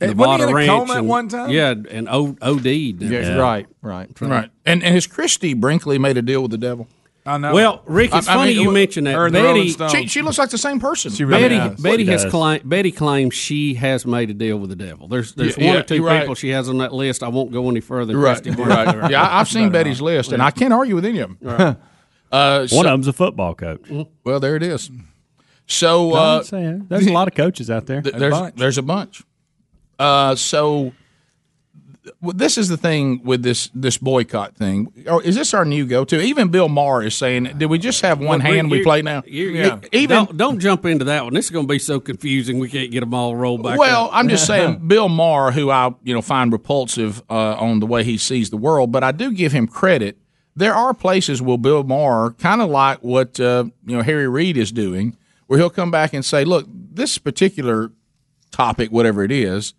[SPEAKER 4] Hey,
[SPEAKER 5] Nevada
[SPEAKER 4] wasn't he in a
[SPEAKER 5] ranch
[SPEAKER 4] coma at
[SPEAKER 5] and,
[SPEAKER 4] one time?
[SPEAKER 5] Yeah, and o- OD'd.
[SPEAKER 3] Yeah. right,
[SPEAKER 19] right,
[SPEAKER 3] Right. And and has Christy Brinkley made a deal with the devil?
[SPEAKER 4] I know.
[SPEAKER 5] Well, Rick, it's
[SPEAKER 3] I- I
[SPEAKER 5] funny
[SPEAKER 3] mean,
[SPEAKER 5] you
[SPEAKER 3] it-
[SPEAKER 5] mentioned that.
[SPEAKER 3] her and the Rolling
[SPEAKER 5] Betty,
[SPEAKER 3] Stones. She- she looks like the same person. She
[SPEAKER 5] Betty,
[SPEAKER 3] really does.
[SPEAKER 5] Betty
[SPEAKER 3] She
[SPEAKER 5] has
[SPEAKER 3] does.
[SPEAKER 5] cli- Betty claims she has made a deal with the devil. There's there's
[SPEAKER 3] Yeah,
[SPEAKER 5] one
[SPEAKER 3] yeah,
[SPEAKER 5] or two
[SPEAKER 3] you're right.
[SPEAKER 5] people she has on that list. I won't go any further. than
[SPEAKER 3] Right,
[SPEAKER 5] Christy
[SPEAKER 3] right.
[SPEAKER 5] Brinkley. uh,
[SPEAKER 3] Yeah, I- I've seen Betty's list, and I can't argue with any of them.
[SPEAKER 5] Right.
[SPEAKER 3] Uh, Mm-hmm.
[SPEAKER 20] One of them's a football coach.
[SPEAKER 3] Well, there it is. So
[SPEAKER 20] I'm
[SPEAKER 3] uh,
[SPEAKER 20] just saying, there's a lot of coaches out there.
[SPEAKER 3] Th- there's there's a bunch. Uh, so well, this is the thing with this this boycott thing. Or is this our new go to? Even Bill Maher is saying, "Did we just have one
[SPEAKER 5] Well,
[SPEAKER 3] hand we
[SPEAKER 5] you-
[SPEAKER 3] play now?" E,
[SPEAKER 5] you-
[SPEAKER 3] Yeah.
[SPEAKER 5] you- don't, don't jump into that one. This is going to be so confusing. We can't get them all rolled back.
[SPEAKER 3] Well,
[SPEAKER 5] up.
[SPEAKER 3] I'm just saying Bill Maher, who I you know find repulsive uh, on the way he sees the world, but I do give him credit. There are places where Bill Maher, kind of like what uh, you know Harry Reid is doing, where he'll come back and say, "Look, this particular topic, whatever it is,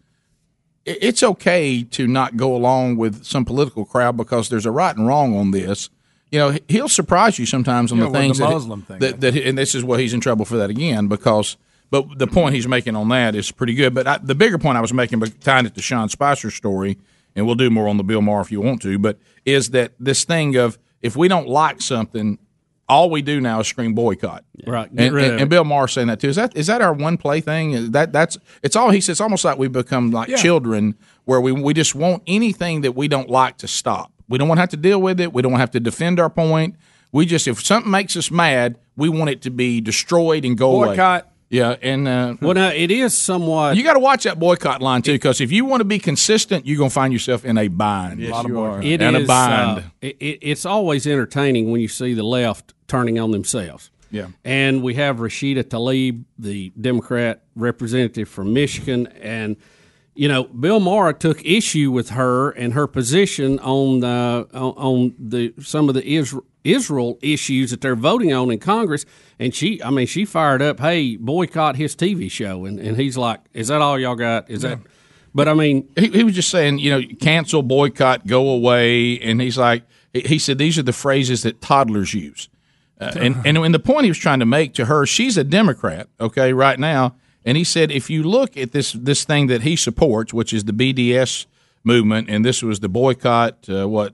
[SPEAKER 3] i- it's okay to not go along with some political crowd because there's a right and wrong on this." You know, he- he'll surprise you sometimes on
[SPEAKER 4] Yeah,
[SPEAKER 3] the
[SPEAKER 4] with the
[SPEAKER 3] things that-
[SPEAKER 4] Muslim thing.
[SPEAKER 3] that, that and this is what he's in trouble for that again because but the point he's making on that is pretty good. But I, the bigger point I was making, but tying it to Sean Spicer's story, and we'll do more on the Bill Maher if you want to, but is that this thing of if we don't like something, all we do now is scream boycott.
[SPEAKER 5] Right. Get
[SPEAKER 3] And,
[SPEAKER 5] rid of
[SPEAKER 3] and,
[SPEAKER 5] it.
[SPEAKER 3] and Bill Maher saying that too. Is that is that our one play thing? Is that that's it's all he says. It's almost like we become like
[SPEAKER 5] Yeah.
[SPEAKER 3] children where we we just want anything that we don't like to stop. We don't want to have to deal with it. We don't want to have to defend our point. We just if something makes us mad, we want it to be destroyed and go away.
[SPEAKER 5] Boycott.
[SPEAKER 3] Yeah, and uh,
[SPEAKER 5] Well, now it is somewhat.
[SPEAKER 3] you got to watch that boycott line too, because if you want to be consistent, you're gonna find yourself in a bind.
[SPEAKER 5] Yes,
[SPEAKER 3] Lot of
[SPEAKER 5] you are.
[SPEAKER 3] boycott.
[SPEAKER 5] It
[SPEAKER 3] and
[SPEAKER 5] is,
[SPEAKER 3] a bind.
[SPEAKER 5] uh, it, it- it's always entertaining when you see the left turning on themselves.
[SPEAKER 3] Yeah.
[SPEAKER 5] And we have Rashida Tlaib, the Democrat representative from Michigan. And, you know, Bill Maher took issue with her and her position on the, on- on the some of the Isra- Israel issues that they're voting on in Congress. And she, I mean, she fired up, hey, boycott his TV show. And, and he's like, is that all y'all got? Is that. But I mean,
[SPEAKER 3] he, he was just saying, you know, cancel, boycott, go away, and he's like, he- he said these are the phrases that toddlers use, uh, and and when the point he was trying to make to her, she's a Democrat, okay, right now, and he said if you look at this this thing that he supports, which is the BDS movement, and this was the boycott, uh, what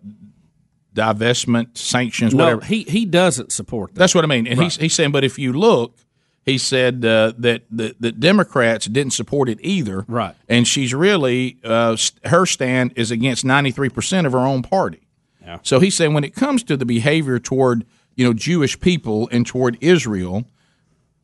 [SPEAKER 3] divestment, sanctions,
[SPEAKER 5] No,
[SPEAKER 3] whatever.
[SPEAKER 5] he he doesn't support that.
[SPEAKER 3] That's what I mean. And
[SPEAKER 5] Right.
[SPEAKER 3] he's, he's saying, but if you look, he said uh, that the, the Democrats didn't support it either. Right. And she's really, uh, st- her stand is against 93% of her own party.
[SPEAKER 5] Yeah.
[SPEAKER 3] So he's saying when it comes to the behavior toward, you know, Jewish people and toward Israel,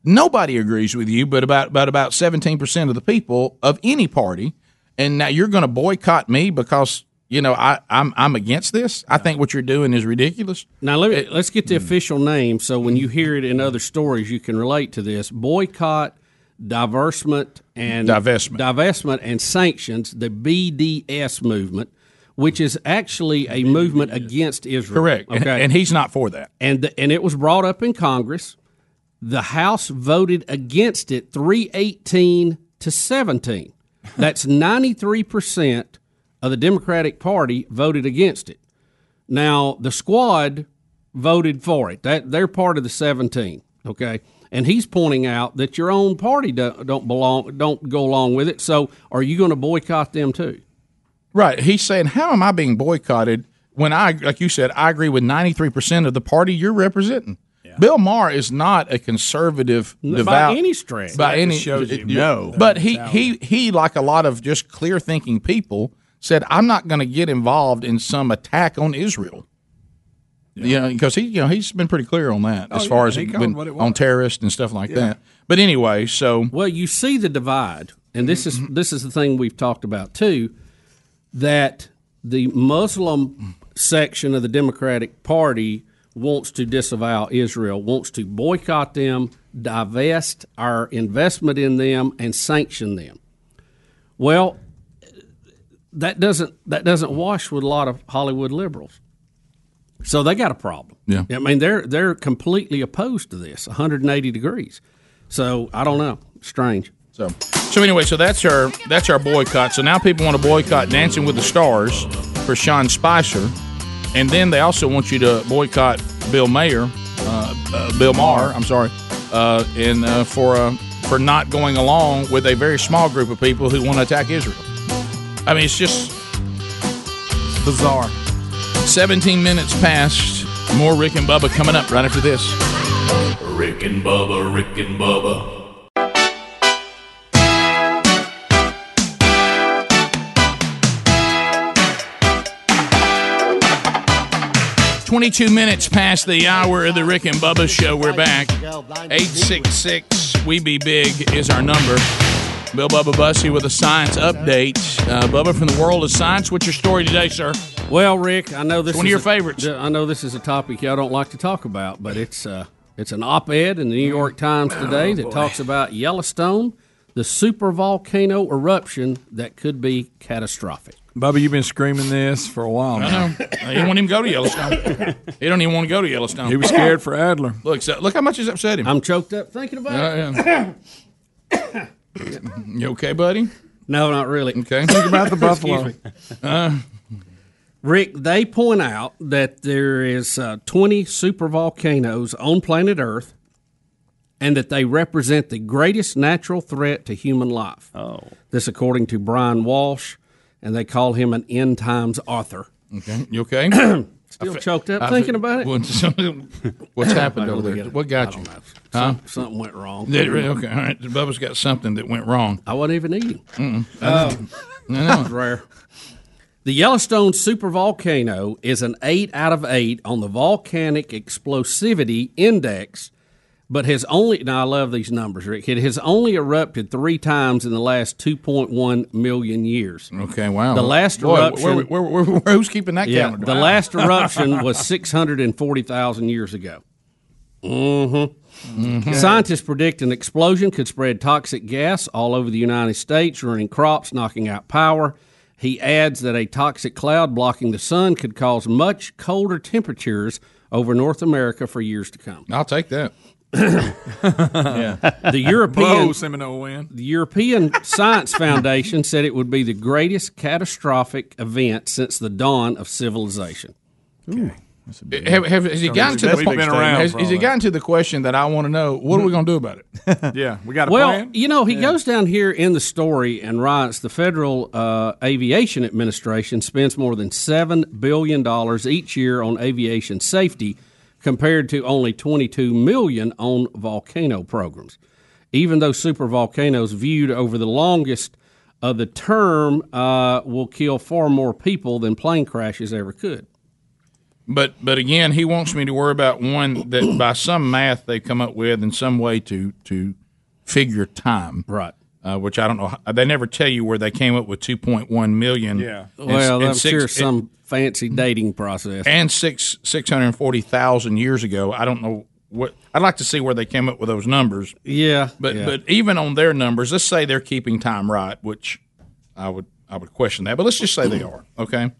[SPEAKER 3] nobody agrees with you, but about, about, about 17% of the people of any party. And now you're going to boycott me because, you know, I, I'm, I'm against this. I think what you're doing is ridiculous. Hmm.
[SPEAKER 5] Now let me, let's get the official name so when you hear it in other stories you can relate to this. Boycott, divestment and divestment. Divestment and sanctions, the BDS movement, which is actually a movement against Israel.
[SPEAKER 3] Correct.
[SPEAKER 5] Okay.
[SPEAKER 3] And- and he's not for that.
[SPEAKER 5] And the, and it was brought up in Congress. The House voted against it 318 to 17. That's 93% of the Democratic Party voted against it. Now, the squad voted for it. That they're part of the 17, okay? And he's pointing out that your own party do, don't belong don't go along with it. So, are you going to boycott them too?
[SPEAKER 3] Right. He's saying, how am I being boycotted when I, like you said, I agree with 93% of the party you're representing? Bill Maher is not a conservative,
[SPEAKER 5] By
[SPEAKER 3] devout
[SPEAKER 5] any stretch.
[SPEAKER 3] By
[SPEAKER 5] That
[SPEAKER 3] any
[SPEAKER 5] just shows you
[SPEAKER 3] no,
[SPEAKER 5] the
[SPEAKER 3] but he he he, like a lot of just clear thinking people, said, "I'm not going to get involved in some attack on Israel." Yeah, because he you know he's been pretty clear on that
[SPEAKER 5] Oh,
[SPEAKER 3] as
[SPEAKER 5] yeah,
[SPEAKER 3] far as
[SPEAKER 5] he
[SPEAKER 3] it-
[SPEAKER 5] called
[SPEAKER 3] when-
[SPEAKER 5] what it
[SPEAKER 3] on terrorists and stuff like that. But anyway, so
[SPEAKER 5] well, you see the divide, and this is this is the thing we've talked about too, that the Muslim section of the Democratic Party wants to disavow Israel, wants to boycott them, divest our investment in them, and sanction them. Well, that doesn't that doesn't wash with a lot of Hollywood liberals. So they got a problem.
[SPEAKER 3] Yeah.
[SPEAKER 5] I mean they're they're completely opposed to this, 180 degrees. So I don't know. Strange.
[SPEAKER 3] So So anyway, so that's our that's our boycott. So now people want to boycott Dancing with the Stars for Sean Spicer, and then they also want you to boycott Bill Mayer, uh, uh, Bill Maher. I'm sorry, uh, and uh, for uh, for not going along with a very small group of people who want to attack Israel. I mean, it's just bizarre. Seventeen minutes past. More Rick and Bubba coming up right after this.
[SPEAKER 13] Rick and Bubba, Rick and Bubba,
[SPEAKER 3] Twenty-two minutes past the hour of the Rick and Bubba show. We're back. 866 We Be Big is our number. Bill Bubba Bussy with a science update. Uh, Bubba from the world of science. What's your story today, sir?
[SPEAKER 5] Well, Rick, I know this
[SPEAKER 3] It's one of
[SPEAKER 5] is
[SPEAKER 3] your
[SPEAKER 5] a- th- I know this is a topic y'all don't like to talk about, but it's uh, it's an op-ed in the New York Times today that talks about Yellowstone, the super volcano eruption that could be catastrophic.
[SPEAKER 4] Bubba, you've been screaming this for a while
[SPEAKER 3] I
[SPEAKER 4] now.
[SPEAKER 3] know. He didn't Uh, want him to go to Yellowstone. he don't even want to go to Yellowstone.
[SPEAKER 4] He was scared for Adler.
[SPEAKER 3] Look, so, look how much has upset him.
[SPEAKER 5] I'm choked up thinking about it.
[SPEAKER 3] You okay, buddy?
[SPEAKER 5] No, not really.
[SPEAKER 3] Okay. Uh,
[SPEAKER 4] Think about the buffalo.
[SPEAKER 5] Rick, they point out that there is uh, 20 supervolcanoes on planet Earth and that they represent the greatest natural threat to human life.
[SPEAKER 20] Oh.
[SPEAKER 5] This according to Brian Walsh, and they call him an end times author.
[SPEAKER 3] Okay. You okay?
[SPEAKER 5] Still choked up
[SPEAKER 3] I fe-
[SPEAKER 5] thinking about it.
[SPEAKER 3] What's, what's happened
[SPEAKER 5] I
[SPEAKER 3] over
[SPEAKER 5] really
[SPEAKER 3] there?
[SPEAKER 5] got it.
[SPEAKER 3] What got you? Huh?
[SPEAKER 5] Some- something went wrong.
[SPEAKER 3] Did it really? Okay, all right. Bubba's got something that went wrong.
[SPEAKER 5] I wasn't even eating.
[SPEAKER 3] Mm-mm. Oh.
[SPEAKER 5] no, rare. The Yellowstone supervolcano is an eight out of eight on the volcanic explosivity index, but has only. Now I love these numbers, Rick. It has only erupted three times in the last two point one million years.
[SPEAKER 3] Okay, wow.
[SPEAKER 5] The last
[SPEAKER 3] Oh. Boy,
[SPEAKER 5] eruption.
[SPEAKER 3] where- where- where- where- who's keeping that
[SPEAKER 5] yeah,
[SPEAKER 3] calendar?
[SPEAKER 5] The
[SPEAKER 3] Wow.
[SPEAKER 5] last eruption was six hundred and forty thousand years ago. Mm-hmm. Scientists predict an explosion could spread toxic gas all over the United States, ruining crops, knocking out power. He adds that a toxic cloud blocking the sun could cause much colder temperatures over North America for years to come.
[SPEAKER 3] I'll take that.
[SPEAKER 5] yeah. The
[SPEAKER 4] Blow,
[SPEAKER 5] European
[SPEAKER 4] Seminole win.
[SPEAKER 5] the European Science Foundation said it would be the greatest catastrophic event since the dawn of civilization.
[SPEAKER 3] Have, have, has he
[SPEAKER 5] Don't
[SPEAKER 3] gotten
[SPEAKER 5] lose
[SPEAKER 3] to
[SPEAKER 5] your best
[SPEAKER 3] the point?
[SPEAKER 5] big statement.
[SPEAKER 3] Has, has he gotten to the question that I want to know? What are we going to do about it?
[SPEAKER 4] yeah, we got a
[SPEAKER 5] well,
[SPEAKER 4] plan.
[SPEAKER 5] you know, he goes down here in the story and writes the Federal uh, Aviation Administration spends more than $7 billion each year on aviation safety compared to only $22 million on volcano programs. Even though supervolcanoes viewed over the longest of the term uh, will kill far more people than plane crashes ever could.
[SPEAKER 3] But but again, he wants me to worry about one that by some math they've come up with in some way to to figure time,
[SPEAKER 5] right?
[SPEAKER 3] Uh, which I don't know. how- They never tell you where they came up with two point one million.
[SPEAKER 5] Yeah.
[SPEAKER 3] and-
[SPEAKER 5] Well,
[SPEAKER 3] and
[SPEAKER 5] I'm
[SPEAKER 3] six-
[SPEAKER 5] sure some fancy dating process.
[SPEAKER 3] and six six hundred forty thousand years ago. I don't know what. I'd like to see where they came up with those numbers.
[SPEAKER 5] Yeah,
[SPEAKER 3] but
[SPEAKER 5] yeah.
[SPEAKER 3] but even on their numbers, let's say they're keeping time right, which I would I would question that. But let's just say they are okay,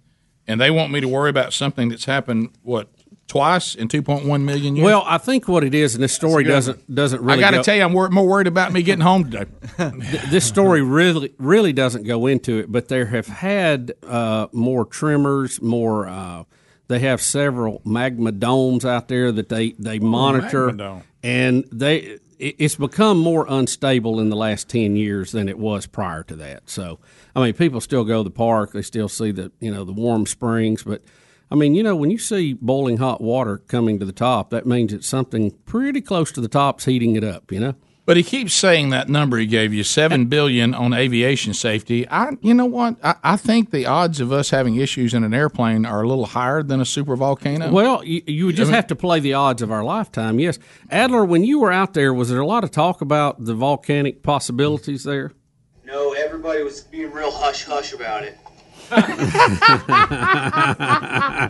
[SPEAKER 3] and they want me to worry about something that's happened what twice in two point one million years.
[SPEAKER 5] Well, I think what it is, and this story
[SPEAKER 3] That's good.
[SPEAKER 5] doesn't doesn't really.
[SPEAKER 3] I got to
[SPEAKER 5] go-
[SPEAKER 3] tell you, I'm wor- more worried about me getting home today.
[SPEAKER 5] Th- this story really really doesn't go into it, but there have had uh, more tremors, more. Uh, they have several magma domes out there that they they monitor,
[SPEAKER 4] magma dome.
[SPEAKER 5] and they it- it's become more unstable in the last ten years than it was prior to that. So, I mean, people still go to the park, they still see the you know the warm springs, but. I mean, you know, when you see boiling hot water coming to the top, that means it's something pretty close to the top's heating it up, you know?
[SPEAKER 3] But he keeps saying that number he gave you, seven billion on aviation safety. I, you know what? I, I think the odds of us having issues in an airplane are a little higher than a super volcano.
[SPEAKER 5] Well, you, you would just
[SPEAKER 3] I mean-
[SPEAKER 5] have to play the odds of our lifetime. Yes, Adler, when you were out there, was there a lot of talk about the volcanic possibilities there?
[SPEAKER 1] No, everybody was being real hush hush about it.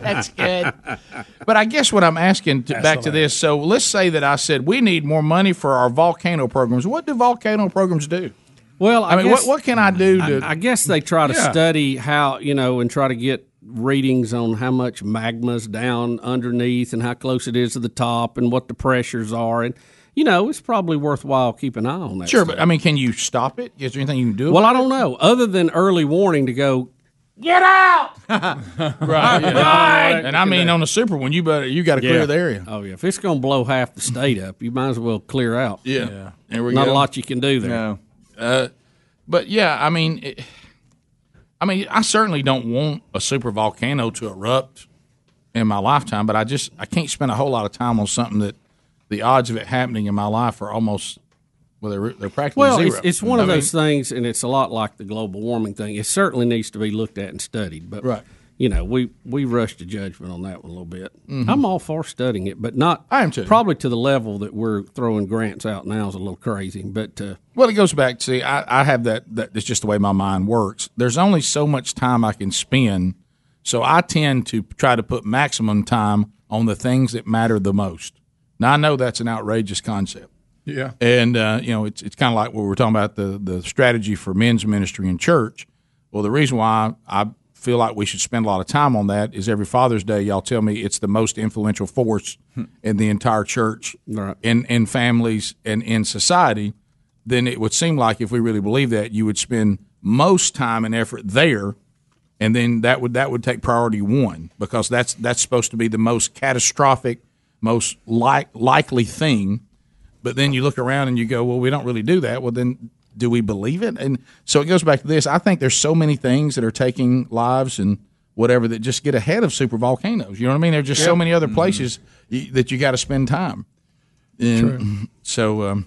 [SPEAKER 3] That's good. But I guess what I'm asking to, back to this. So let's say that I said we need more money for our volcano programs. What do volcano programs do?
[SPEAKER 5] Well, I
[SPEAKER 3] I, mean,
[SPEAKER 5] guess-
[SPEAKER 3] what what can I do
[SPEAKER 5] I,
[SPEAKER 3] to?
[SPEAKER 5] I guess they try to
[SPEAKER 3] Yeah.
[SPEAKER 5] study how you know and try to get readings on how much magma's down underneath and how close it is to the top and what the pressures are and you know it's probably worthwhile keeping an eye on that.
[SPEAKER 3] sure,
[SPEAKER 5] stuff.
[SPEAKER 3] but I mean, can you stop it? Is there anything you can do?
[SPEAKER 5] well, I don't know. Other than early warning to go
[SPEAKER 1] Get out!
[SPEAKER 3] Right, yeah.
[SPEAKER 5] Right.
[SPEAKER 3] And I mean, on a super one, you better you got to clear the area.
[SPEAKER 5] Oh yeah, if it's going to blow half the state up, you might as well clear out.
[SPEAKER 3] Yeah. Yeah. There we
[SPEAKER 5] Not
[SPEAKER 3] go.
[SPEAKER 5] a lot you can do there.
[SPEAKER 3] No. Uh, but yeah, I mean, it, I mean, I certainly don't want a super volcano to erupt in my lifetime, but I just I can't spend a whole lot of time on something that the odds of it happening in my life are almost well, they're, they're practically
[SPEAKER 5] Well,
[SPEAKER 3] zero.
[SPEAKER 5] it's, it's one of
[SPEAKER 3] I mean,
[SPEAKER 5] those things, and it's a lot like the global warming thing. It certainly needs to be looked at and studied. But
[SPEAKER 3] Right.
[SPEAKER 5] you know, we we rushed to judgment on that one a little bit.
[SPEAKER 3] Mm-hmm.
[SPEAKER 20] Mhm.
[SPEAKER 5] I'm all for studying it, but not I am too. Probably to the level that we're throwing grants out now is a little crazy, but uh,
[SPEAKER 3] Well, it goes back. See, I, I have that, that. It's just the way my mind works. There's only so much time I can spend, so I tend to try to put maximum time on the things that matter the most. Now I know that's an outrageous concept,
[SPEAKER 4] Yeah.
[SPEAKER 3] and uh, you know it's it's kind of like what we were talking about the the strategy for men's ministry in church. Well, the reason why I feel like we should spend a lot of time on that is every Father's Day, y'all tell me it's the most influential force in the entire church, in in families, and in society then it would seem like if we really believe that, you would spend most time and effort there, and then that would that would take priority one because that's that's supposed to be the most catastrophic, most like likely thing. But then you look around and you go, well, we don't really do that. Well, then do we believe it? And so it goes back to this. I think there's so many things that are taking lives and whatever that just get ahead of super volcanoes. You know what I mean? There's just so
[SPEAKER 4] Yep.
[SPEAKER 3] many other places you, that you got to spend time. And
[SPEAKER 4] True.
[SPEAKER 3] So. Um,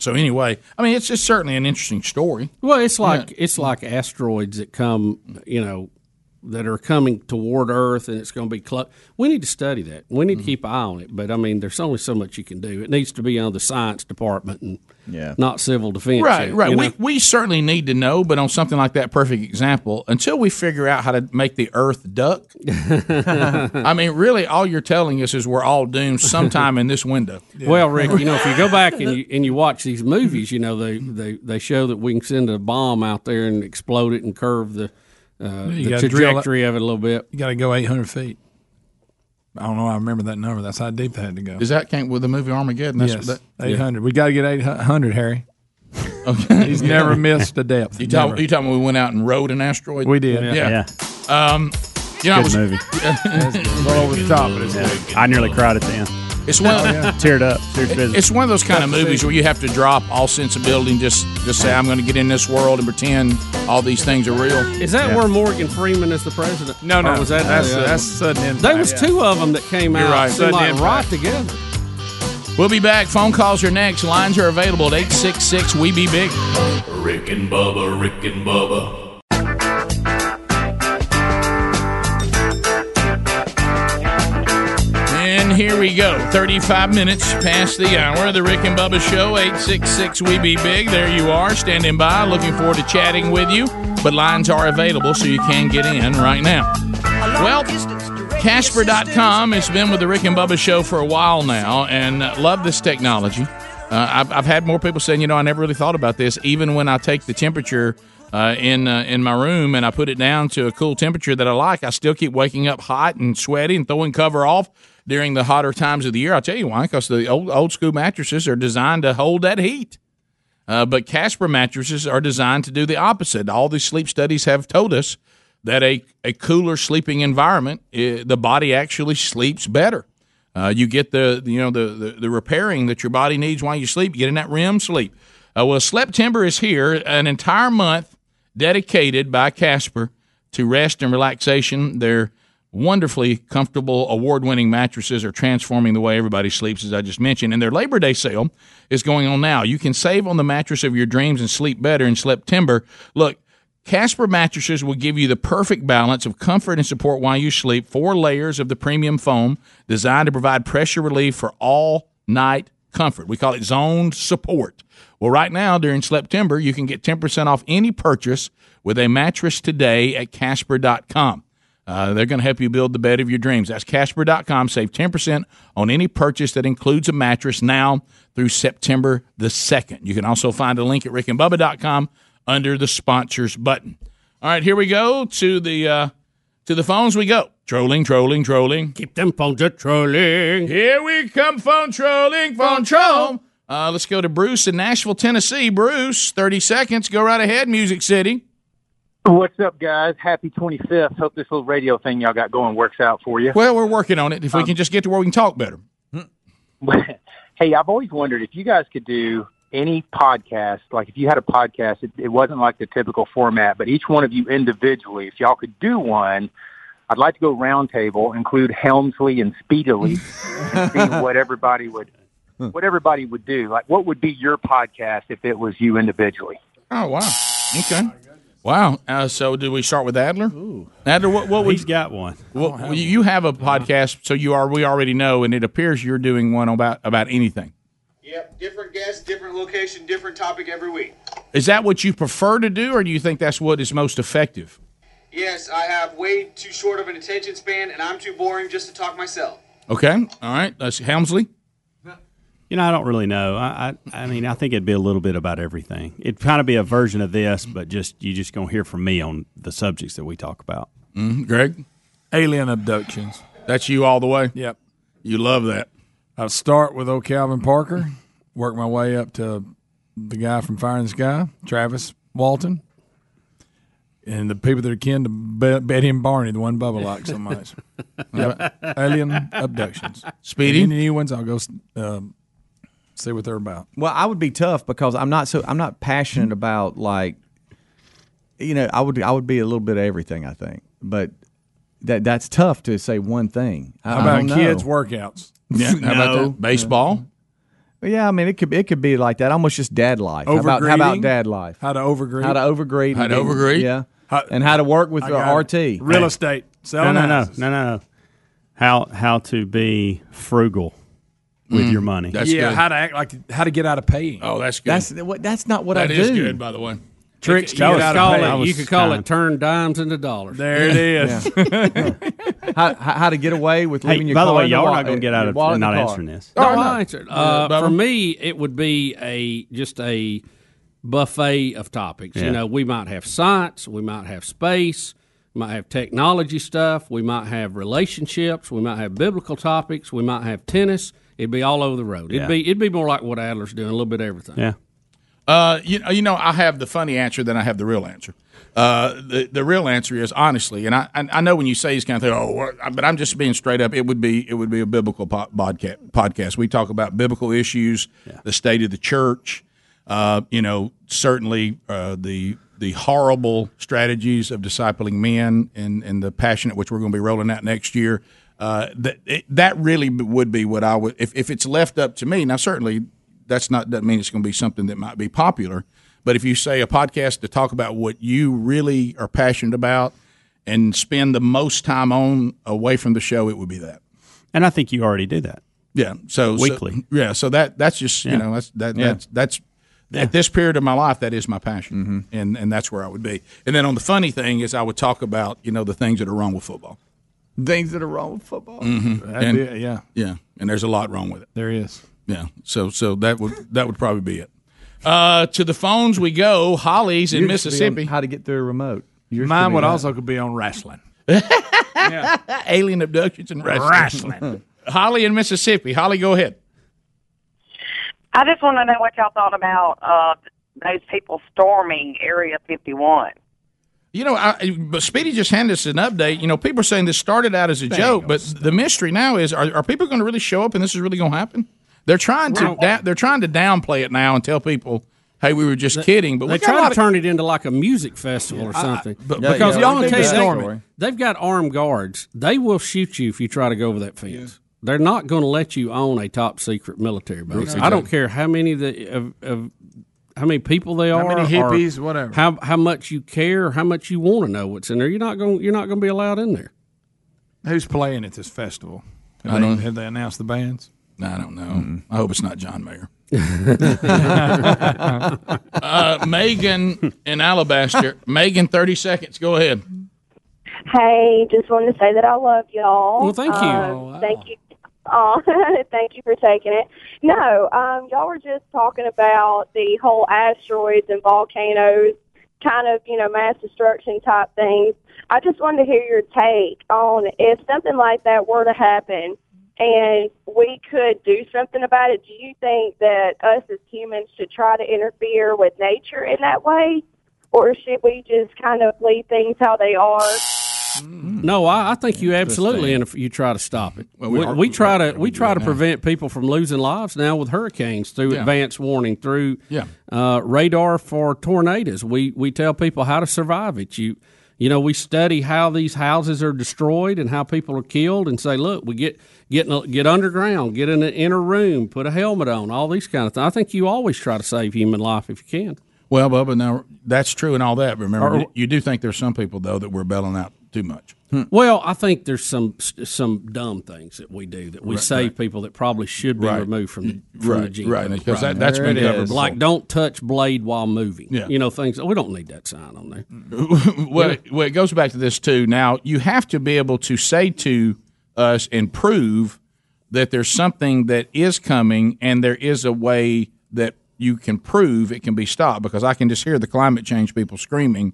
[SPEAKER 3] so anyway, I mean, it's, it's certainly an interesting story.
[SPEAKER 5] Well, it's like it's like asteroids that come, you know, that are coming toward Earth, and it's going to be close. We need to study that. We
[SPEAKER 3] Mm-hmm.
[SPEAKER 5] need to keep an eye on it. But I mean, there's only so much you can do. It needs to be on the science department and
[SPEAKER 19] yeah.
[SPEAKER 5] not civil defense.
[SPEAKER 3] right,
[SPEAKER 5] you
[SPEAKER 3] right.
[SPEAKER 5] know?
[SPEAKER 3] We, we certainly need to know, but on something like that perfect example, until we figure out how to make the Earth duck, I mean, really, all you're telling us is we're all doomed sometime in this window.
[SPEAKER 5] Well, Rick, you know, if you go back and you, and you watch these movies, you know they,
[SPEAKER 3] Mm-hmm.
[SPEAKER 5] they, they show that we can send a bomb out there and explode it and curve the uh,
[SPEAKER 4] You
[SPEAKER 5] the
[SPEAKER 4] gotta drill it.
[SPEAKER 5] trajectory of it a little bit.
[SPEAKER 4] You got to go 800 feet. I don't know. I remember that number. That's how deep they had to go.
[SPEAKER 3] Is that came with the movie Armageddon? That's
[SPEAKER 4] yes,
[SPEAKER 3] what that-
[SPEAKER 4] 800. We got to get 800, Harry. He's
[SPEAKER 3] Yeah.
[SPEAKER 4] never missed a depth.
[SPEAKER 3] You talking?
[SPEAKER 4] Never.
[SPEAKER 3] You talking? when We went out and rode an asteroid.
[SPEAKER 4] We did.
[SPEAKER 3] Yeah. Um, you know, I
[SPEAKER 20] Good
[SPEAKER 3] was,
[SPEAKER 20] movie.
[SPEAKER 4] a little over the top, but it's good.
[SPEAKER 20] I nearly cried at the end.
[SPEAKER 3] It's
[SPEAKER 19] Oh,
[SPEAKER 3] one of the-
[SPEAKER 20] teared up. Serious
[SPEAKER 3] It-
[SPEAKER 20] business.
[SPEAKER 3] It's one of those kind of movies where you have to drop all sensibility and just just say I'm going to get in this world and pretend all these things are real.
[SPEAKER 5] Is that where Morgan Freeman is the president?
[SPEAKER 3] No,
[SPEAKER 5] Or
[SPEAKER 3] no,
[SPEAKER 5] was that
[SPEAKER 3] that's-
[SPEAKER 5] the other
[SPEAKER 3] that's
[SPEAKER 5] one?
[SPEAKER 4] sudden
[SPEAKER 5] There was two of them that came
[SPEAKER 3] You're
[SPEAKER 5] out
[SPEAKER 3] right.
[SPEAKER 5] seemed
[SPEAKER 3] Sudden
[SPEAKER 5] like
[SPEAKER 3] impact.
[SPEAKER 5] right together.
[SPEAKER 3] We'll be back. Phone calls are next. Lines are available at 866 We Be Big.
[SPEAKER 13] Rick and Bubba, Rick and Bubba,
[SPEAKER 3] And here we go. 35 minutes past the hour. The Rick and Bubba Show, 866 We Be Big. There you are, standing by. Looking forward to chatting with you. But lines are available, so you can get in right now. Well, Casper.com has been with the Rick and Bubba Show for a while now and uh, love this technology. Uh, I've, I've had more people saying, you know, I never really thought about this, even when I take the temperature. Uh, in uh, in my room, and I put it down to a cool temperature that I like. I still keep waking up hot and sweaty and throwing cover off during the hotter times of the year. I'll tell you why, because the old old school mattresses are designed to hold that heat. Uh, but Casper mattresses are designed to do the opposite. All these sleep studies have told us that a, a cooler sleeping environment, eh, the body actually sleeps better. Uh, you get the the, you know the, the the repairing that your body needs while you sleep. You get in that REM sleep. Uh, well, September is here, an entire month dedicated by Casper to rest and relaxation. Their wonderfully comfortable, award winning mattresses are transforming the way everybody sleeps, as I just mentioned. And their Labor Day sale is going on now. You can save on the mattress of your dreams and sleep better in September. Look, Casper mattresses will give you the perfect balance of comfort and support while you sleep. Four layers of the premium foam designed to provide pressure relief for all night comfort. We call it zoned support. Well, right now during September, you can get 10% off any purchase with a mattress today at Casper.com. Uh, they're going to help you build the bed of your dreams. That's Casper.com. Save 10% on any purchase that includes a mattress now through September the 2nd. You can also find a link at rickandbubba.com under the sponsors button. All right, here we go to the uh, to the phones we go. Trolling, trolling, trolling.
[SPEAKER 5] Keep them phones a trolling.
[SPEAKER 3] Here we come, phone trolling, phone troll. Uh, let's go to Bruce in Nashville, Tennessee. Bruce, 30 seconds. Go right ahead, Music City.
[SPEAKER 8] What's up, guys? Happy 25th. Hope this little radio thing y'all got going works out for you.
[SPEAKER 3] Well, we're working on it.
[SPEAKER 8] Um,
[SPEAKER 3] If we can just get to where we can talk better.
[SPEAKER 8] hey, I've always wondered if you guys could do any podcast, like if you had a podcast, it, it wasn't like the typical format, but each one of you individually, if y'all could do one, I'd like to go roundtable, include Helmsley and Speedily, and see what everybody would what everybody would do. Like, what would be your podcast if it was you individually?
[SPEAKER 3] Oh, wow. Okay. Wow. Uh, so, did we start with Adler? Adler, what, what he's got one. Well, you you have a podcast, so you are. We already know, and it appears you're doing one about about anything.
[SPEAKER 1] Yep, different guest, different location, different topic every week.
[SPEAKER 3] Is that what you prefer to do, or do you think that's what is most effective?
[SPEAKER 1] Yes, I have way too short of an attention span, and I'm too boring just to talk myself.
[SPEAKER 3] Okay. All right. That's Helmsley.
[SPEAKER 20] You know, I don't really know. I, I, I mean, I think it'd be a little bit about everything. It'd kind of be a version of this, but just you just gonna hear from me on the subjects that we talk about.
[SPEAKER 3] Mm-hmm. Greg,
[SPEAKER 4] alien abductions.
[SPEAKER 3] That's you all the way.
[SPEAKER 4] Yep,
[SPEAKER 3] you love that.
[SPEAKER 4] I'll start with old Calvin Parker, work my way up to the guy from Fire and Sky, Travis Walton, and the people that are kin to Be- Betty and Barney, the one Bubba likes so much. Yep. Alien abductions.
[SPEAKER 19] Speedy?
[SPEAKER 4] And any new ones? I'll go um, see what they're about.
[SPEAKER 19] Well, I would be tough because I'm not so I'm not passionate
[SPEAKER 4] Mm.
[SPEAKER 19] about like you know, I would I would be a little bit of everything, I think. But that that's tough to say one thing. I,
[SPEAKER 4] How
[SPEAKER 19] I
[SPEAKER 4] about
[SPEAKER 19] don't know.
[SPEAKER 4] kids workouts?
[SPEAKER 19] Yeah, how about No. that?
[SPEAKER 3] Baseball?
[SPEAKER 19] Well, yeah, I mean it could it could be like that. Almost just dad life. How about how about
[SPEAKER 4] Overgreeting?
[SPEAKER 19] dad life?
[SPEAKER 4] How to overgreed?
[SPEAKER 19] How to overgreed?
[SPEAKER 4] How to
[SPEAKER 19] and-
[SPEAKER 4] overgreed?
[SPEAKER 19] Yeah.
[SPEAKER 4] How-
[SPEAKER 19] and how to work with
[SPEAKER 4] I
[SPEAKER 19] the
[SPEAKER 4] got it.
[SPEAKER 19] RT.
[SPEAKER 4] Real estate.
[SPEAKER 20] No,
[SPEAKER 4] Selling
[SPEAKER 20] no, no,
[SPEAKER 4] houses.
[SPEAKER 20] no, no, no. How how to be frugal with
[SPEAKER 3] Mm.
[SPEAKER 19] Mm.
[SPEAKER 20] your money?
[SPEAKER 4] yeah, how to act like how to get out of paying.
[SPEAKER 3] Oh, that's
[SPEAKER 20] good.
[SPEAKER 19] That's what. That's not what
[SPEAKER 20] That
[SPEAKER 19] I do.
[SPEAKER 20] is good, by
[SPEAKER 3] the way.
[SPEAKER 5] Tricks
[SPEAKER 19] You
[SPEAKER 5] you
[SPEAKER 19] could
[SPEAKER 5] could
[SPEAKER 19] call it-
[SPEAKER 5] call it. You could call it
[SPEAKER 19] turn.
[SPEAKER 5] turn dimes into dollars.
[SPEAKER 19] There it is. how, how how to get away with
[SPEAKER 5] Hey,
[SPEAKER 19] leaving your
[SPEAKER 5] by the
[SPEAKER 19] car
[SPEAKER 5] way,
[SPEAKER 19] in the
[SPEAKER 5] y'all are
[SPEAKER 19] wa-
[SPEAKER 5] not gonna get out
[SPEAKER 19] your
[SPEAKER 5] of-
[SPEAKER 19] wallet in the
[SPEAKER 5] not
[SPEAKER 19] car.
[SPEAKER 5] answering this. No, I'll answer it. Uh, for me, it would be a just a buffet of topics.
[SPEAKER 20] Yeah.
[SPEAKER 5] You know, we might have science, we might have space, we might have technology stuff, we might have relationships, we might have biblical topics, we might have tennis. It'd be all over the road. It'd
[SPEAKER 3] Yeah.
[SPEAKER 5] be it'd be more like what Adler's doing, a little bit of everything.
[SPEAKER 20] Yeah.
[SPEAKER 3] Uh, you, you know, I have the funny answer, then I have the real answer. Uh, the, the real answer is honestly, and I, I I know when you say these kind of things, oh, what- but I'm just being straight up. It would be it would be a biblical po- podca- podcast. We talk about biblical issues, the state of the church. Uh, you know, certainly uh, the the horrible strategies of discipling men and and the passionate which we're going to be rolling out next year. Uh, that it, that really would be what I would if if it's left up to me. Now, certainly that's not doesn't mean it's going to be something that might be popular. But if you say a podcast to talk about what you really are passionate about and spend the most time on away from the show, it would be that.
[SPEAKER 20] And I think you already do that.
[SPEAKER 3] Yeah. So so-
[SPEAKER 20] Weekly.
[SPEAKER 3] yeah. So that that's just
[SPEAKER 20] Yeah.
[SPEAKER 3] you know that's that
[SPEAKER 20] Yeah.
[SPEAKER 3] that's that's. At this period of my life, that is my passion,
[SPEAKER 19] Mm-hmm.
[SPEAKER 3] and and that's where I would be. And then on the funny thing is, I would talk about you know the things that are wrong with football.
[SPEAKER 19] Things that are wrong with football.
[SPEAKER 3] Mhm.
[SPEAKER 19] Mm-hmm. That'd
[SPEAKER 3] And-
[SPEAKER 19] be it, yeah.
[SPEAKER 3] yeah, and there's a lot wrong with it.
[SPEAKER 4] There is.
[SPEAKER 3] Yeah. So so that would that would probably be it. Uh, to the phones we go. Holly's
[SPEAKER 19] Yours would
[SPEAKER 3] in
[SPEAKER 19] be on
[SPEAKER 3] Mississippi.
[SPEAKER 19] How to get through a remote. Yours
[SPEAKER 4] Mine
[SPEAKER 19] be
[SPEAKER 4] would
[SPEAKER 19] that.
[SPEAKER 4] also could be on wrestling.
[SPEAKER 3] Alien abductions and wrestling.
[SPEAKER 4] Wrestling.
[SPEAKER 3] Holly in Mississippi. Holly, go ahead.
[SPEAKER 23] I just want to know what y'all thought about uh, those people storming Area 51.
[SPEAKER 3] You know, I, but Speedy just handed us an update. You know, people are saying this started out as a joke, but the mystery now is: are, are people going to really show up, and this is really going to happen? They're trying to da- they're trying to downplay it now and tell people, "Hey, we were just kidding." But
[SPEAKER 5] they
[SPEAKER 3] we got a
[SPEAKER 5] try
[SPEAKER 3] lot
[SPEAKER 5] to
[SPEAKER 3] of
[SPEAKER 5] turn it into like a music festival or
[SPEAKER 3] I-
[SPEAKER 5] something.
[SPEAKER 3] but- Yeah,
[SPEAKER 5] because
[SPEAKER 3] yeah,
[SPEAKER 5] y'all
[SPEAKER 3] they
[SPEAKER 5] tell you,
[SPEAKER 3] do that.
[SPEAKER 5] they, they've got armed guards. They will shoot you if you try to go over that fence. They're not going to let you own a top secret military base.
[SPEAKER 4] Exactly.
[SPEAKER 5] I don't care how many the of, of how many people they
[SPEAKER 4] How
[SPEAKER 5] are,
[SPEAKER 4] many
[SPEAKER 5] or
[SPEAKER 4] hippies, whatever.
[SPEAKER 5] How how much you care, how much you want to know what's in there. You're not going. You're not going to be allowed in there.
[SPEAKER 4] Who's playing at this festival? Have,
[SPEAKER 5] I
[SPEAKER 4] they,
[SPEAKER 5] don't-
[SPEAKER 4] have they announced the bands?
[SPEAKER 3] I don't know. I hope it's not John Mayer.
[SPEAKER 4] uh,
[SPEAKER 3] uh, Megan in Alabaster. Megan, thirty seconds. Go ahead.
[SPEAKER 11] Hey, just wanted to say that I love y'all.
[SPEAKER 3] Well, thank you.
[SPEAKER 11] Um,
[SPEAKER 3] Oh, wow.
[SPEAKER 11] Thank you. Oh, thank you for taking it. No, um, y'all were just talking about the whole asteroids and volcanoes, kind of, you know, mass destruction type things. I just wanted to hear your take on if something like that were to happen and we could do something about it, do you think that us as humans should try to interfere with nature in that way? Or should we just kind of leave things how they are?
[SPEAKER 4] hmm.
[SPEAKER 5] No, I, I think you absolutely and if you try to stop it.
[SPEAKER 3] we
[SPEAKER 5] we,
[SPEAKER 3] are-
[SPEAKER 5] we try to we try to prevent people from losing lives now with hurricanes through
[SPEAKER 3] Yeah.
[SPEAKER 5] advance warning through
[SPEAKER 3] Yeah.
[SPEAKER 5] uh, radar for tornadoes. We we tell people how to survive it. You you know we study how these houses are destroyed and how people are killed and say look we get get in a- get underground get in an inner room put a helmet on all these kind of things. I think you always try to save human life if you can.
[SPEAKER 3] Well, Bubba, now that's true and all that. Remember,
[SPEAKER 5] Or-
[SPEAKER 3] you, you do think there's some people though that we're bailing out too much.
[SPEAKER 5] Well, I think there's some some dumb things that we do that we
[SPEAKER 3] Right, Mm-hmm.
[SPEAKER 5] save people that probably should be removed from the, from the
[SPEAKER 3] Right,
[SPEAKER 5] gene
[SPEAKER 3] right,
[SPEAKER 5] code.
[SPEAKER 3] because that- that's
[SPEAKER 5] There
[SPEAKER 3] been
[SPEAKER 5] it
[SPEAKER 3] covered
[SPEAKER 5] is.
[SPEAKER 3] before.
[SPEAKER 5] Like don't touch blade while moving.
[SPEAKER 3] Yeah.
[SPEAKER 5] You know things. We don't need that sign on there.
[SPEAKER 3] well, it- well, it goes back to this too. Now you have to be able to say to us and prove that there's something that is coming, and there is a way that you can prove it can be stopped. Because I can just hear the climate change people screaming,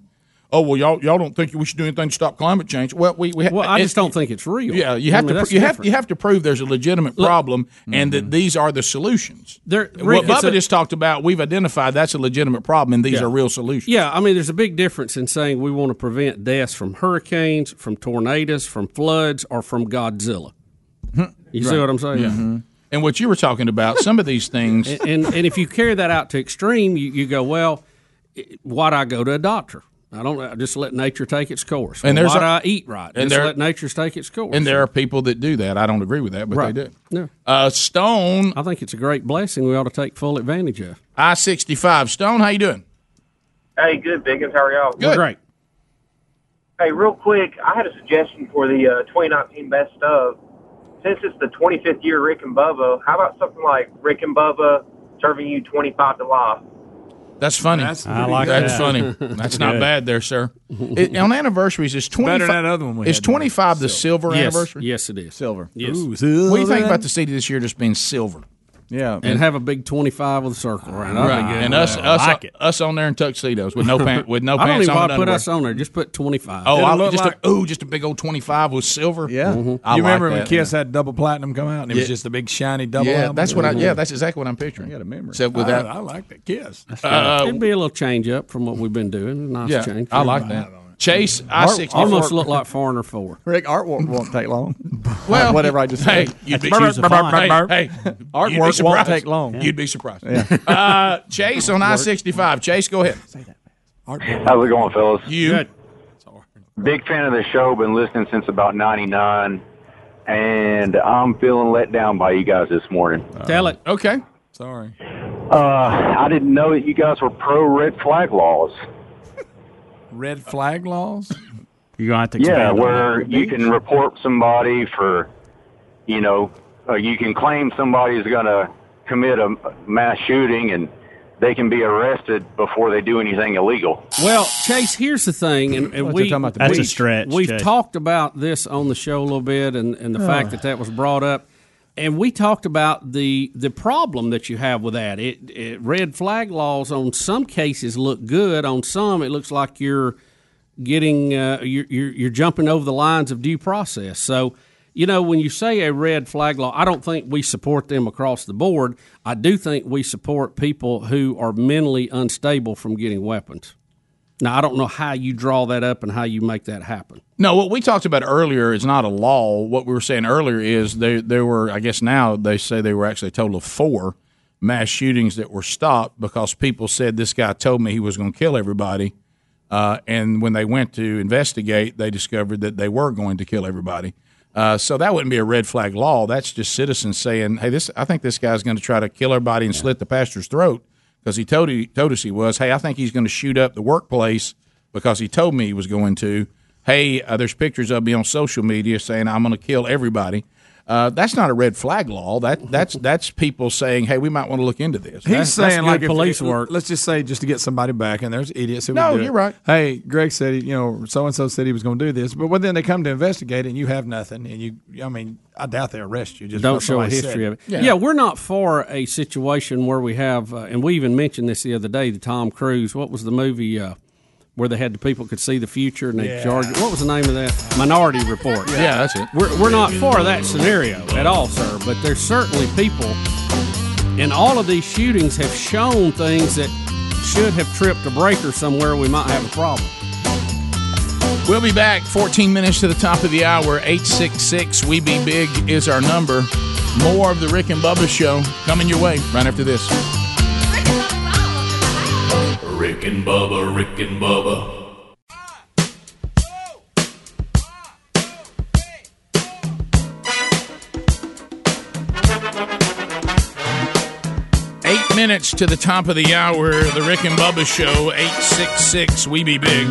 [SPEAKER 3] "Oh well, y'all y'all don't think we should do anything to stop climate change?" Well, we, we ha-
[SPEAKER 5] Well, I
[SPEAKER 3] it's-
[SPEAKER 5] just don't think it's real.
[SPEAKER 3] Yeah, you
[SPEAKER 5] I
[SPEAKER 3] have
[SPEAKER 5] mean,
[SPEAKER 3] to
[SPEAKER 5] that's
[SPEAKER 3] pr- you have
[SPEAKER 5] different. Mm-hmm.
[SPEAKER 3] you have to prove there's a legitimate problem and that these are the solutions.
[SPEAKER 5] There,
[SPEAKER 3] what
[SPEAKER 5] Rick, it's
[SPEAKER 3] Bubba
[SPEAKER 5] a-
[SPEAKER 3] just talked about, we've identified that's a legitimate problem, and these
[SPEAKER 5] Yeah.
[SPEAKER 3] are real solutions.
[SPEAKER 5] Yeah, I mean, there's a big difference in saying we want to prevent deaths from hurricanes, from tornadoes, from floods, or from Godzilla. You see
[SPEAKER 3] Hmm. Right. Mm-hmm.
[SPEAKER 5] what I'm saying?
[SPEAKER 3] Yeah. And what you were talking about, some of these things,
[SPEAKER 5] And, and and if you carry that out to extreme, you, you go, well, i- why'd I go to a doctor? I don't I just let nature take its course.
[SPEAKER 3] And there's
[SPEAKER 5] why'd
[SPEAKER 3] a-
[SPEAKER 5] I eat right? just
[SPEAKER 3] and there-
[SPEAKER 5] let nature take its course.
[SPEAKER 3] and there are people that do that. I don't agree with that, but
[SPEAKER 5] right.
[SPEAKER 3] they do.
[SPEAKER 5] Yeah.
[SPEAKER 3] Uh, Stone,
[SPEAKER 5] I think it's a great blessing. We ought to take full advantage of.
[SPEAKER 3] I sixty five. Stone, how you doing?
[SPEAKER 2] Hey, good, Biggins. How are y'all?
[SPEAKER 5] Good. Great.
[SPEAKER 2] Hey, real quick, I had a suggestion for the uh, 2019 best of. Since it's the 25th year Rick and Bubba, how about something like Rick and Bubba serving you 25 to life?
[SPEAKER 3] That's funny. That's
[SPEAKER 20] I like
[SPEAKER 3] That's
[SPEAKER 20] that.
[SPEAKER 3] funny. That's not
[SPEAKER 20] Good.
[SPEAKER 3] bad there, sir. It, on anniversaries, it's twenty.
[SPEAKER 4] Better than that other one we
[SPEAKER 3] It's
[SPEAKER 4] had.
[SPEAKER 3] twenty five the silver
[SPEAKER 5] yes,
[SPEAKER 3] anniversary.
[SPEAKER 5] Yes, it is. Silver. Yes.
[SPEAKER 3] What do you think about the city this year just being silver?
[SPEAKER 19] Yeah.
[SPEAKER 5] and have a big 25 with a circle around. That'd be
[SPEAKER 3] Right.
[SPEAKER 5] good.
[SPEAKER 3] And us us us on there in tuxedos with no pants with no
[SPEAKER 5] I don't
[SPEAKER 3] pants
[SPEAKER 5] even
[SPEAKER 3] on.
[SPEAKER 5] want
[SPEAKER 3] and
[SPEAKER 5] to put
[SPEAKER 3] underwear.
[SPEAKER 5] us on there. Just put 25.
[SPEAKER 3] Oh,
[SPEAKER 5] It'll
[SPEAKER 3] I
[SPEAKER 5] look
[SPEAKER 3] just
[SPEAKER 5] like-
[SPEAKER 3] a, ooh, just a big old twenty five with silver. Mm-hmm.
[SPEAKER 19] Yeah,
[SPEAKER 5] Mm-hmm.
[SPEAKER 4] you remember when Kiss
[SPEAKER 3] yeah.
[SPEAKER 4] had double platinum come out and it was
[SPEAKER 3] Yeah.
[SPEAKER 4] just a big shiny double.
[SPEAKER 3] Yeah,
[SPEAKER 4] album?
[SPEAKER 3] that's what I. Yeah, that's exactly what I'm picturing. I got a memory. Except with that,
[SPEAKER 4] I, I like that Kiss.
[SPEAKER 3] Uh,
[SPEAKER 5] It'd be a little change up from what we've been doing. Nice
[SPEAKER 3] Yeah,
[SPEAKER 5] change.
[SPEAKER 3] I like that. Chase, I
[SPEAKER 5] Art-
[SPEAKER 3] 64.
[SPEAKER 5] almost look like Foreigner Four.
[SPEAKER 19] Rick, art won't, won't take long.
[SPEAKER 3] Well,
[SPEAKER 19] whatever I just
[SPEAKER 3] hey,
[SPEAKER 19] said.
[SPEAKER 3] you'd be,
[SPEAKER 19] Burp, burp, burp, burp, burp.
[SPEAKER 3] hey, hey, you'd be
[SPEAKER 19] artwork won't
[SPEAKER 3] surprised.
[SPEAKER 19] take long.
[SPEAKER 3] You'd be surprised.
[SPEAKER 19] Yeah.
[SPEAKER 3] Uh, Chase on I sixty five. Chase, go ahead.
[SPEAKER 9] How's it going, fellas?
[SPEAKER 3] You
[SPEAKER 9] big fan of the show. Been listening since about '99, and I'm feeling let down by you guys this morning.
[SPEAKER 20] Uh.
[SPEAKER 5] Tell it.
[SPEAKER 3] Okay.
[SPEAKER 4] Sorry.
[SPEAKER 9] Uh, I didn't know that you guys were pro red flag laws.
[SPEAKER 4] Red flag laws.
[SPEAKER 20] You're going to have to
[SPEAKER 9] Yeah,
[SPEAKER 20] expand on
[SPEAKER 9] where
[SPEAKER 20] that.
[SPEAKER 9] you can report somebody for, you know, uh, you can claim somebody's going to commit a mass shooting and they can be arrested before they do anything illegal.
[SPEAKER 5] Well, Chase, here's the thing, and, and
[SPEAKER 9] Well,
[SPEAKER 5] we
[SPEAKER 9] they're talking about the
[SPEAKER 5] we-
[SPEAKER 9] That's a stretch,
[SPEAKER 5] We've
[SPEAKER 9] Chase.
[SPEAKER 5] talked about this on the show a little bit, and, and the
[SPEAKER 9] Oh.
[SPEAKER 5] fact that that was brought up, and we talked about the the problem that you have with that. It, it red flag laws on some cases look good, on some it looks like you're getting uh, you're, you're you're jumping over the lines of due process. So. You know, when you say a red flag law, I don't think we support them across the board. I do think we support people who are mentally unstable from getting weapons. Now, I don't know how you draw that up and how you make that happen.
[SPEAKER 3] No, what we talked about earlier is not a law. What we were saying earlier is there there were, I guess now they say they were actually a total of four mass shootings that were stopped because people said this guy told me he was going to kill everybody, uh, and when they went to investigate, they discovered that they were going to kill everybody. Uh, so that wouldn't be a red flag law. That's just citizens saying, "Hey, this I think this guy's going to try to kill everybody and slit the pastor's throat because he told he told us he was. Hey, I think he's going to shoot up the workplace because he told me he was going to." hey, uh, there's pictures of me on social media saying I'm going to kill everybody. Uh, that's not a red flag law. That that's that's people saying, hey, we might want to look into
[SPEAKER 4] He's
[SPEAKER 3] this. That- that's
[SPEAKER 4] saying
[SPEAKER 3] good
[SPEAKER 4] like if- if- Let's just say just to get somebody back, and there's idiots who would
[SPEAKER 3] No,
[SPEAKER 4] do it.
[SPEAKER 3] you're right.
[SPEAKER 4] Hey, Greg said he- you know so and so said he was going to do this, but when then they come to investigate it, and you have nothing, and you I mean I doubt they arrest you. Just
[SPEAKER 5] Don't
[SPEAKER 4] for
[SPEAKER 5] show a
[SPEAKER 4] somebody
[SPEAKER 5] history of
[SPEAKER 4] said
[SPEAKER 5] it. Yeah. we're not for a situation where we have, uh, and we even mentioned this the other day. The Tom Cruise, what was the movie uh, where they had the people could see the future and they
[SPEAKER 20] Yeah.
[SPEAKER 5] charged? What was the name of that? Minority Report.
[SPEAKER 20] Yeah. Yeah, that's it.
[SPEAKER 5] We're, we're not for that scenario at all, sir. But there's certainly people, and all of these shootings have shown things that should have tripped a breaker somewhere. We might have a problem.
[SPEAKER 3] We'll be back 14 minutes to the top of the hour. 866 We Be Big is our number. More of the Rick and Bubba show coming your way right after this.
[SPEAKER 13] Rick and Bubba, Rick and Bubba,
[SPEAKER 3] Eight minutes to the top of the hour. The Rick and Bubba Show, 866 We Be Big.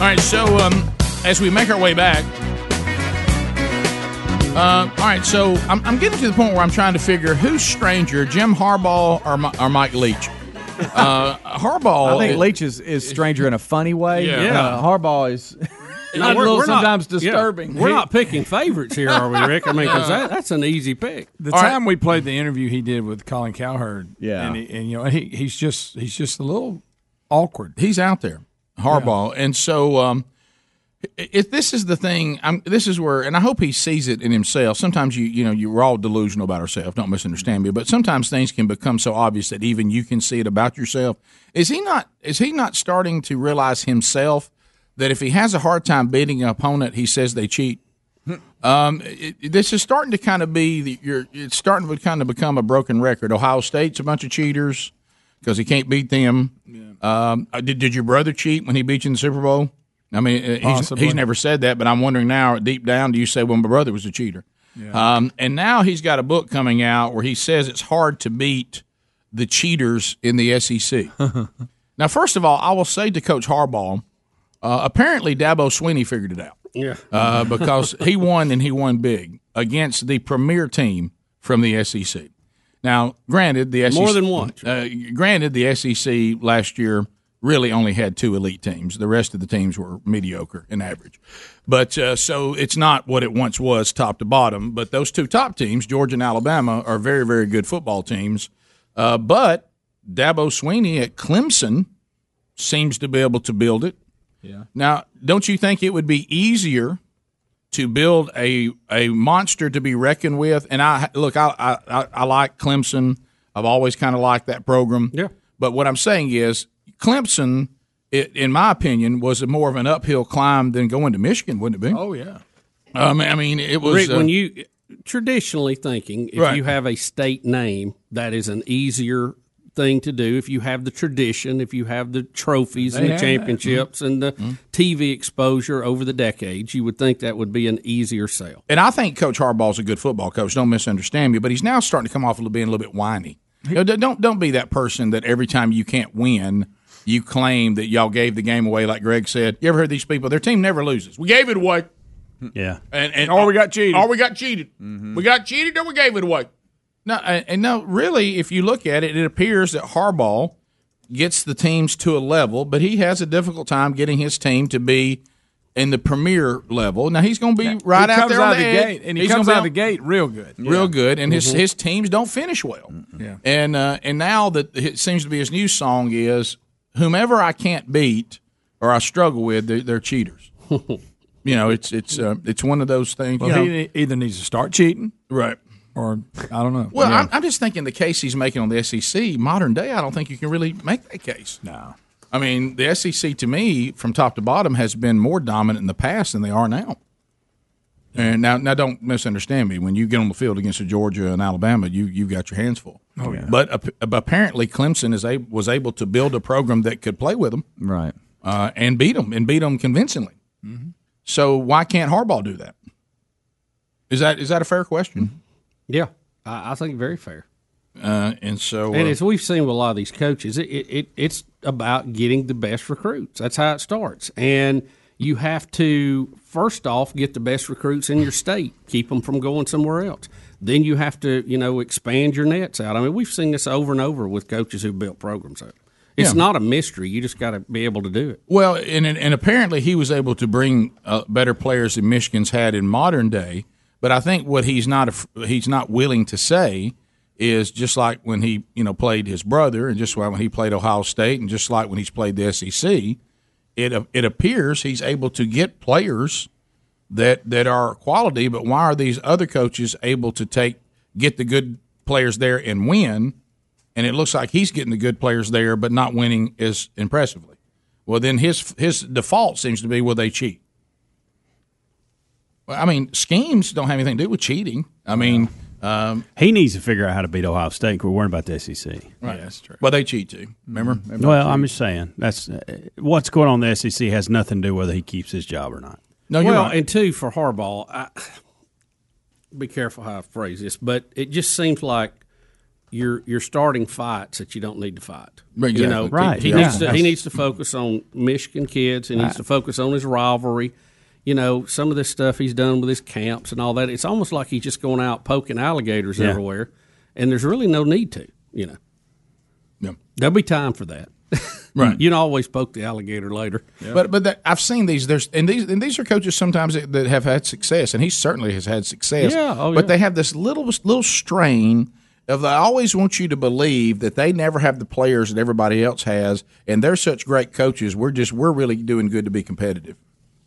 [SPEAKER 3] All right, so um, as we make our way back, uh, all right, so I'm, I'm getting to the point where I'm trying to figure who's stranger, Jim Harbaugh or, Mi- or Mike Leach. Uh, Harbaugh.
[SPEAKER 19] I think Leach is, is stranger in a funny way.
[SPEAKER 3] Yeah. Yeah.
[SPEAKER 19] Uh, Harbaugh is
[SPEAKER 5] No,
[SPEAKER 19] a
[SPEAKER 5] we're-
[SPEAKER 19] little
[SPEAKER 5] we're not-
[SPEAKER 19] sometimes
[SPEAKER 5] yeah.
[SPEAKER 19] disturbing.
[SPEAKER 5] We're not picking favorites here, are we, Rick? I mean, 'cause
[SPEAKER 4] No.
[SPEAKER 5] that, that's an easy pick.
[SPEAKER 4] The time we played the interview he did with Colin Cowherd,
[SPEAKER 5] Yeah.
[SPEAKER 4] and, he, and you know he, he's just he's just a little awkward.
[SPEAKER 3] He's out there, Harbaugh, and so um, i- if this is the thing, I'm, this is where, and I hope he sees it in himself. Sometimes you, you know, you're all delusional about ourselves. Don't misunderstand me, but sometimes things can become so obvious that even you can see it about yourself. Is he not? Is he not starting to realize himself that if he has a hard time beating an opponent, he says they cheat. Um, it, it- this is starting to kind of be the, you're, it's starting to kind of become a broken record. Ohio State's a bunch of cheaters because he can't beat them. Um, uh, did, did your brother cheat when he beat you in the Super Bowl? I mean, uh, he's,
[SPEAKER 4] Possibly.
[SPEAKER 3] he's never said that, but I'm wondering now, deep down, do you say, well, my brother was a cheater? Um, and now he's got a book coming out where he says it's hard to beat the cheaters in the SEC. now, first of all, I will say to Coach Harbaugh, uh, apparently Dabo Sweeney figured it out
[SPEAKER 5] Yeah.
[SPEAKER 3] uh, because he won and he won big against the premier team from the SEC. Now, granted, the SEC
[SPEAKER 5] More than once.
[SPEAKER 3] Uh, granted, the SEC last year really only had two elite teams. The rest of the teams were mediocre and average. But uh, so it's not what it once was, top to bottom. But those two top teams, Georgia and Alabama, are very, very good football teams. Uh, but Dabo Sweeney at Clemson seems to be able to build it.
[SPEAKER 4] Yeah.
[SPEAKER 3] Now, don't you think it would be easier to build a a monster to be reckoned with? And I look, I I, I- I like Clemson. I've always kind of liked that program. Yeah. But what I'm saying is, Clemson, it, in my opinion, was a more of an uphill climb than going to Michigan, wouldn't it be?
[SPEAKER 4] Oh yeah.
[SPEAKER 3] Um, I mean, it was
[SPEAKER 5] Rick,
[SPEAKER 3] uh,
[SPEAKER 5] when you traditionally thinking, if
[SPEAKER 3] Right.
[SPEAKER 5] you have a state name, that is an easier thing to do. If you have the tradition, if you have the trophies
[SPEAKER 20] They
[SPEAKER 5] and the
[SPEAKER 20] have that.
[SPEAKER 5] championships and the
[SPEAKER 3] Mm-hmm.
[SPEAKER 5] TV exposure over the decades, you would think that would be an easier sale.
[SPEAKER 3] And I think Coach Harbaugh's a good football coach. Don't misunderstand me, but he's now starting to come off a little being a little bit whiny. You know, d- don't don't be that person that every time you can't win, you claim that y'all gave the game away. Like Greg said, you ever heard these people? Their team never loses. We gave it away,
[SPEAKER 20] Yeah.
[SPEAKER 3] and and or we got cheated. Or we got cheated.
[SPEAKER 4] Mm-hmm.
[SPEAKER 3] We got cheated, or we gave it away. No, and, and no, really, if you look at it, it appears that Harbaugh gets the teams to a level, but he has a difficult time getting his team to be in the premier level. Now he's going to be right
[SPEAKER 4] he
[SPEAKER 3] out
[SPEAKER 4] comes
[SPEAKER 3] there
[SPEAKER 4] out
[SPEAKER 3] on
[SPEAKER 4] of the
[SPEAKER 3] edge.
[SPEAKER 4] gate, and he
[SPEAKER 3] He's
[SPEAKER 4] comes
[SPEAKER 3] gonna be
[SPEAKER 4] out
[SPEAKER 3] on-
[SPEAKER 4] of the gate
[SPEAKER 3] Mm-hmm.
[SPEAKER 4] Mm-hmm. real good,
[SPEAKER 3] real good, and
[SPEAKER 4] Mhm.
[SPEAKER 3] his his teams don't finish well.
[SPEAKER 4] Yeah.
[SPEAKER 3] And uh, and now that it seems to be his new song is whomever I can't beat or I struggle with, they're, they're cheaters. you know, it's it's uh, it's one of those things.
[SPEAKER 4] Well,
[SPEAKER 3] you know.
[SPEAKER 4] he either needs to start cheating,
[SPEAKER 3] right,
[SPEAKER 4] or I don't know.
[SPEAKER 3] Well,
[SPEAKER 4] Yeah.
[SPEAKER 3] I'm, I'm just thinking the case he's making on the SEC modern day. I don't think you can really make that case.
[SPEAKER 4] No.
[SPEAKER 3] I mean, the SEC to me, from top to bottom, has been more dominant in the past than they are now. And now, now don't misunderstand me. When you get on the field against a Georgia and Alabama, you you got your hands full.
[SPEAKER 19] Oh, yeah.
[SPEAKER 3] But ap- apparently, Clemson is a, was able to build a program that could play with them
[SPEAKER 19] Right.
[SPEAKER 3] uh, and beat them and beat them convincingly.
[SPEAKER 19] Mm-hmm.
[SPEAKER 3] So why can't Harbaugh do that? Is that is that a fair question?
[SPEAKER 5] Yeah, I, I think very fair.
[SPEAKER 3] Uh, and so,
[SPEAKER 5] and
[SPEAKER 3] uh,
[SPEAKER 5] as we've seen with a lot of these coaches, it, it, it it's about getting the best recruits. That's how it starts. And you have to first off get the best recruits in your state, keep them from going somewhere else. Then you have to you know expand your nets out. I mean, we've seen this over and over with coaches who built programs up. It's
[SPEAKER 3] Yeah.
[SPEAKER 5] not a mystery. You just got to be able to do it.
[SPEAKER 3] Well, and and- and apparently he was able to bring uh, better players than Michigan's had in modern day. But I think what he's not af- he's not willing to say is just like when he you know played his brother, and just like when he played Ohio State, and just like when he's played the SEC, it a- it appears he's able to get players that that are quality. But why are these other coaches able to take get the good players there and win? And it looks like he's getting the good players there, but not winning as impressively. Well, then his his default seems to be well they cheat. Well, I mean schemes don't have anything to do with cheating. I mean, um,
[SPEAKER 20] He needs to figure out how to beat Ohio State. We're worrying about the E SEC.
[SPEAKER 3] right. that's true. Well, they cheat too. Remember?
[SPEAKER 20] E Well, I'm just saying that's uh, what's going on. in The SEC has nothing to do whether he keeps his job or not.
[SPEAKER 24] No, you're
[SPEAKER 5] well,
[SPEAKER 24] right.
[SPEAKER 5] and two for Harbaugh. I, be careful how I phrase this, but it just seems like you're you're starting fights that you don't need to fight.
[SPEAKER 24] Exactly.
[SPEAKER 5] You know,
[SPEAKER 24] Right.
[SPEAKER 5] He, he
[SPEAKER 24] Yeah.
[SPEAKER 5] needs to, he needs to focus on Michigan kids. He needs to focus on his rivalry. You know, some of this stuff he's done with his camps and all that. It's almost like he's just going out poking alligators
[SPEAKER 24] Yeah.
[SPEAKER 5] everywhere, and there's really no need to. You know,
[SPEAKER 24] Yeah.
[SPEAKER 5] there'll be time for that.
[SPEAKER 24] Right.
[SPEAKER 5] you can always poke the alligator later.
[SPEAKER 3] But but that, I've seen these. There's and these and these are coaches sometimes that, that have had success, and he certainly has had success.
[SPEAKER 5] Yeah, oh,
[SPEAKER 3] but
[SPEAKER 5] yeah.
[SPEAKER 3] they have this little little strain of I always want you to believe that they never have the players that everybody else has, and they're such great coaches. We're just we're really doing good to be competitive.